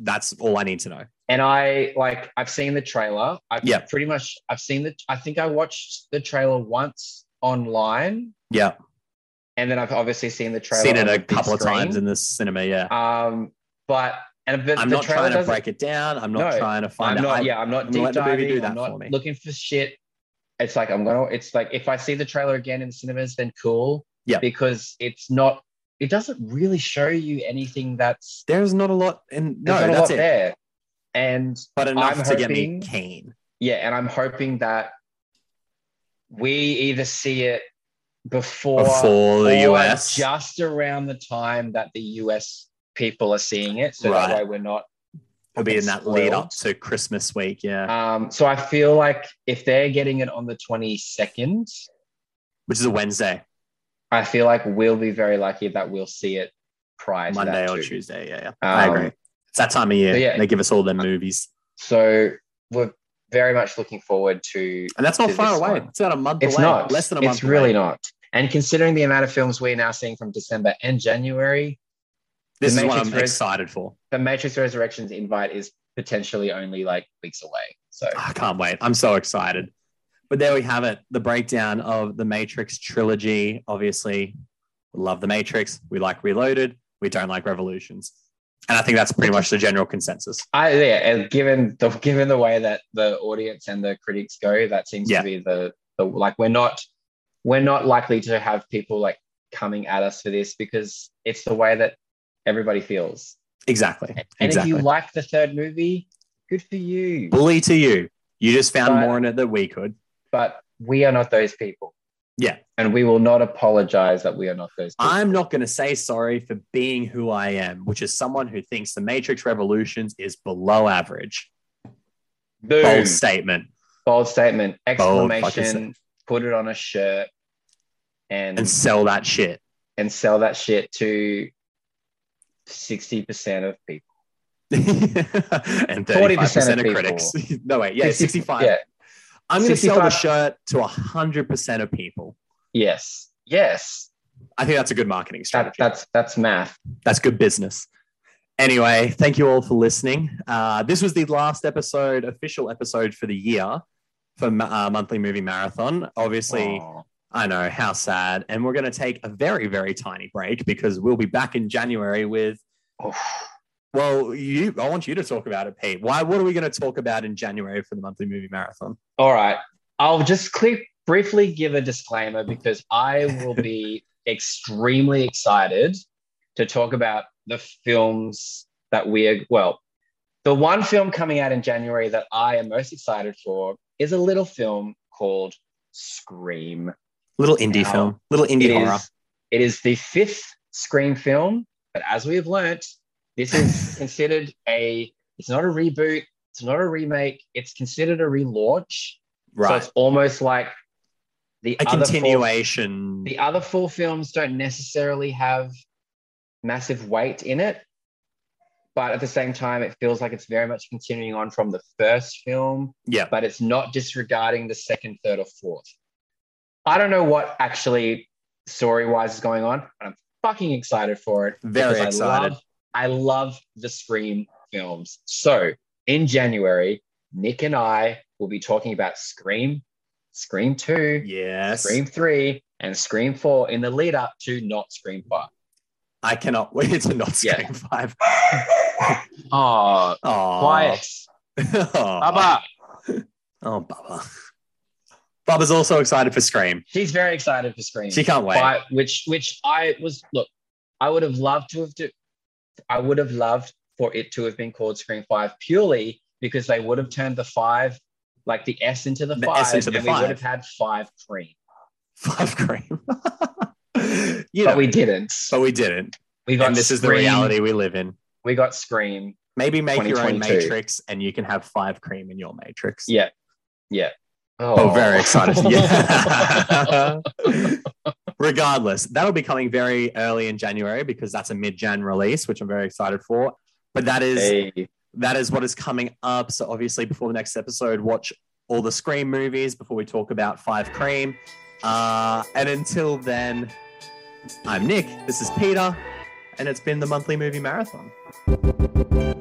[SPEAKER 1] that's all I need to know.
[SPEAKER 2] and I like I've seen the trailer. I've
[SPEAKER 1] Yeah.
[SPEAKER 2] pretty much I've seen the I think I watched the trailer once online.
[SPEAKER 1] Yeah.
[SPEAKER 2] And then I've obviously seen the trailer.
[SPEAKER 1] Seen it
[SPEAKER 2] on
[SPEAKER 1] a
[SPEAKER 2] the big
[SPEAKER 1] couple of times in
[SPEAKER 2] screen.
[SPEAKER 1] the cinema. Yeah.
[SPEAKER 2] um but and but
[SPEAKER 1] I'm
[SPEAKER 2] the
[SPEAKER 1] not
[SPEAKER 2] trailer
[SPEAKER 1] trying to
[SPEAKER 2] doesn't-
[SPEAKER 1] break it down. I'm not
[SPEAKER 2] No,
[SPEAKER 1] trying to find
[SPEAKER 2] I'm
[SPEAKER 1] out.
[SPEAKER 2] not
[SPEAKER 1] I-
[SPEAKER 2] yeah, I'm not
[SPEAKER 1] I'm
[SPEAKER 2] deep
[SPEAKER 1] letting the movie
[SPEAKER 2] diving.
[SPEAKER 1] do that
[SPEAKER 2] I'm
[SPEAKER 1] for
[SPEAKER 2] not
[SPEAKER 1] me.
[SPEAKER 2] looking for shit. It's like I'm gonna it's like if I see the trailer again in the cinemas, then cool.
[SPEAKER 1] Yeah.
[SPEAKER 2] Because it's not it doesn't really show you anything that's
[SPEAKER 1] There's not a lot, and no,
[SPEAKER 2] there's not a
[SPEAKER 1] that's
[SPEAKER 2] lot
[SPEAKER 1] it.
[SPEAKER 2] there. And
[SPEAKER 1] But enough
[SPEAKER 2] I'm
[SPEAKER 1] to get me
[SPEAKER 2] hoping-
[SPEAKER 1] keen.
[SPEAKER 2] yeah, and I'm hoping that we either see it before,
[SPEAKER 1] Before the
[SPEAKER 2] or
[SPEAKER 1] US,
[SPEAKER 2] just around the time that the US people are seeing it, so
[SPEAKER 1] Right.
[SPEAKER 2] that way we're not.
[SPEAKER 1] it'll be in that lead up
[SPEAKER 2] spoiled.
[SPEAKER 1] to Christmas week. Yeah,
[SPEAKER 2] Um, so I feel like if they're getting it on the 22nd,
[SPEAKER 1] which is a Wednesday,
[SPEAKER 2] I feel like we'll be very lucky that we'll see it prior to
[SPEAKER 1] Monday
[SPEAKER 2] that
[SPEAKER 1] or
[SPEAKER 2] too.
[SPEAKER 1] Tuesday. Yeah, yeah, I
[SPEAKER 2] Um,
[SPEAKER 1] agree. It's that time of year.
[SPEAKER 2] so yeah. Uh,
[SPEAKER 1] They give us all their movies,
[SPEAKER 2] So we're very much looking forward to
[SPEAKER 1] and that's not
[SPEAKER 2] It's
[SPEAKER 1] far
[SPEAKER 2] this
[SPEAKER 1] away.
[SPEAKER 2] one.
[SPEAKER 1] It's about a month
[SPEAKER 2] It's
[SPEAKER 1] away.
[SPEAKER 2] not.
[SPEAKER 1] less than a month.
[SPEAKER 2] It's really not. And considering the amount of films we're now seeing from December and January,
[SPEAKER 1] This
[SPEAKER 2] The
[SPEAKER 1] is what I'm
[SPEAKER 2] Matrix Res-
[SPEAKER 1] excited for.
[SPEAKER 2] the Matrix Resurrections invite is potentially only like weeks away. So
[SPEAKER 1] Ah, I can't wait. I'm so excited. But there we have it. The breakdown of the Matrix trilogy. Obviously, we love the Matrix. We like Reloaded. We don't like Revolutions. And I think that's pretty much the general consensus.
[SPEAKER 2] I yeah, and given the given the way that the audience and the critics go, that seems
[SPEAKER 1] Yeah.
[SPEAKER 2] to be the the like we're not we're not likely to have people like coming at us for this because it's the way that everybody feels.
[SPEAKER 1] Exactly.
[SPEAKER 2] And
[SPEAKER 1] exactly.
[SPEAKER 2] if you like the third movie, good for you.
[SPEAKER 1] Bully to you. You just found
[SPEAKER 2] But-
[SPEAKER 1] more in it than we could.
[SPEAKER 2] But we are not those people.
[SPEAKER 1] Yeah.
[SPEAKER 2] And we will not apologize that we are not those people.
[SPEAKER 1] I'm not going to say sorry for being who I am, which is someone who thinks the Matrix Revolutions is below average.
[SPEAKER 2] Boom.
[SPEAKER 1] Bold statement.
[SPEAKER 2] Bold statement,
[SPEAKER 1] Bold fucking
[SPEAKER 2] exclamation, put it on a shirt. and
[SPEAKER 1] and sell that shit.
[SPEAKER 2] and sell that shit to 60% of people.
[SPEAKER 1] and 35% of,
[SPEAKER 2] people.
[SPEAKER 1] critics. no, wait. Yeah,
[SPEAKER 2] 60
[SPEAKER 1] 65.
[SPEAKER 2] Yeah.
[SPEAKER 1] I'm going to sell the
[SPEAKER 2] 65.
[SPEAKER 1] shirt to 100% of people.
[SPEAKER 2] Yes. Yes.
[SPEAKER 1] I think that's a good marketing strategy.
[SPEAKER 2] That, that's that's math.
[SPEAKER 1] that's good business. Anyway, thank you all for listening. Uh, this was the last episode, official episode for the year for Ma- uh, Monthly Movie Marathon. Obviously,
[SPEAKER 2] Aw.
[SPEAKER 1] I know how sad. And we're going to take a very, very tiny break because we'll be back in January with.
[SPEAKER 2] Oof.
[SPEAKER 1] Well, you, I want you to talk about it, Pete. Why? What are we going to talk about in January for the Monthly Movie Marathon?
[SPEAKER 2] All right. I'll just click, briefly give a disclaimer because I will be extremely excited to talk about the films that we are, well, the one film coming out in January that I am most excited for is a little film called Scream.
[SPEAKER 1] Little indie
[SPEAKER 2] Now,
[SPEAKER 1] film, little indie
[SPEAKER 2] It is.
[SPEAKER 1] horror.
[SPEAKER 2] It is the fifth Scream film, but as we have learnt, this is considered a. It's not a reboot. It's not a remake. It's considered a relaunch. So
[SPEAKER 1] right.
[SPEAKER 2] it's almost like the
[SPEAKER 1] a
[SPEAKER 2] other four,
[SPEAKER 1] continuation.
[SPEAKER 2] the other four films don't necessarily have massive weight in it, but at the same time, it feels like it's very much continuing on from the first film
[SPEAKER 1] yeah.
[SPEAKER 2] but it's not disregarding the second, third, or fourth. I don't know what actually story wise is going on, but I'm fucking excited for it.
[SPEAKER 1] Very
[SPEAKER 2] because
[SPEAKER 1] excited.
[SPEAKER 2] I love, I love the Scream films. So in January, Nick and I will be talking about Scream, Scream 2,
[SPEAKER 1] Yes.
[SPEAKER 2] Scream 3, and Scream 4 in the lead up to not Scream 5.
[SPEAKER 1] I cannot wait to not
[SPEAKER 2] Yeah.
[SPEAKER 1] Scream 5.
[SPEAKER 2] Oh,
[SPEAKER 1] Oh.
[SPEAKER 2] quiet. Baba.
[SPEAKER 1] Oh, Bubba. Bubba's also excited for Scream.
[SPEAKER 2] She's very excited for Scream.
[SPEAKER 1] She can't wait.
[SPEAKER 2] By, which which I was look, I would have loved to have do, I would have loved for it to have been called Screen Five purely because they would have turned the five, like the S into the,
[SPEAKER 1] The
[SPEAKER 2] five,
[SPEAKER 1] S into the
[SPEAKER 2] and we would
[SPEAKER 1] five.
[SPEAKER 2] have had five cream.
[SPEAKER 1] Five cream. you
[SPEAKER 2] But
[SPEAKER 1] know,
[SPEAKER 2] we didn't.
[SPEAKER 1] but we didn't.
[SPEAKER 2] We got
[SPEAKER 1] And this is the
[SPEAKER 2] Scream-
[SPEAKER 1] reality we live in.
[SPEAKER 2] We got Scream.
[SPEAKER 1] Maybe make your own
[SPEAKER 2] 2022.
[SPEAKER 1] matrix and you can have five cream in your matrix.
[SPEAKER 2] Yeah, yeah.
[SPEAKER 1] Oh, very excited. Yeah. Regardless, that'll be coming very early in January because that's a mid-Jan release, which I'm very excited for. But that is
[SPEAKER 2] Hey,
[SPEAKER 1] that is what is coming up. So obviously, before the next episode, watch all the Scream movies before we talk about Five Cream. Uh, and until then, I'm Nick. This is Peter, and it's been the monthly movie marathon.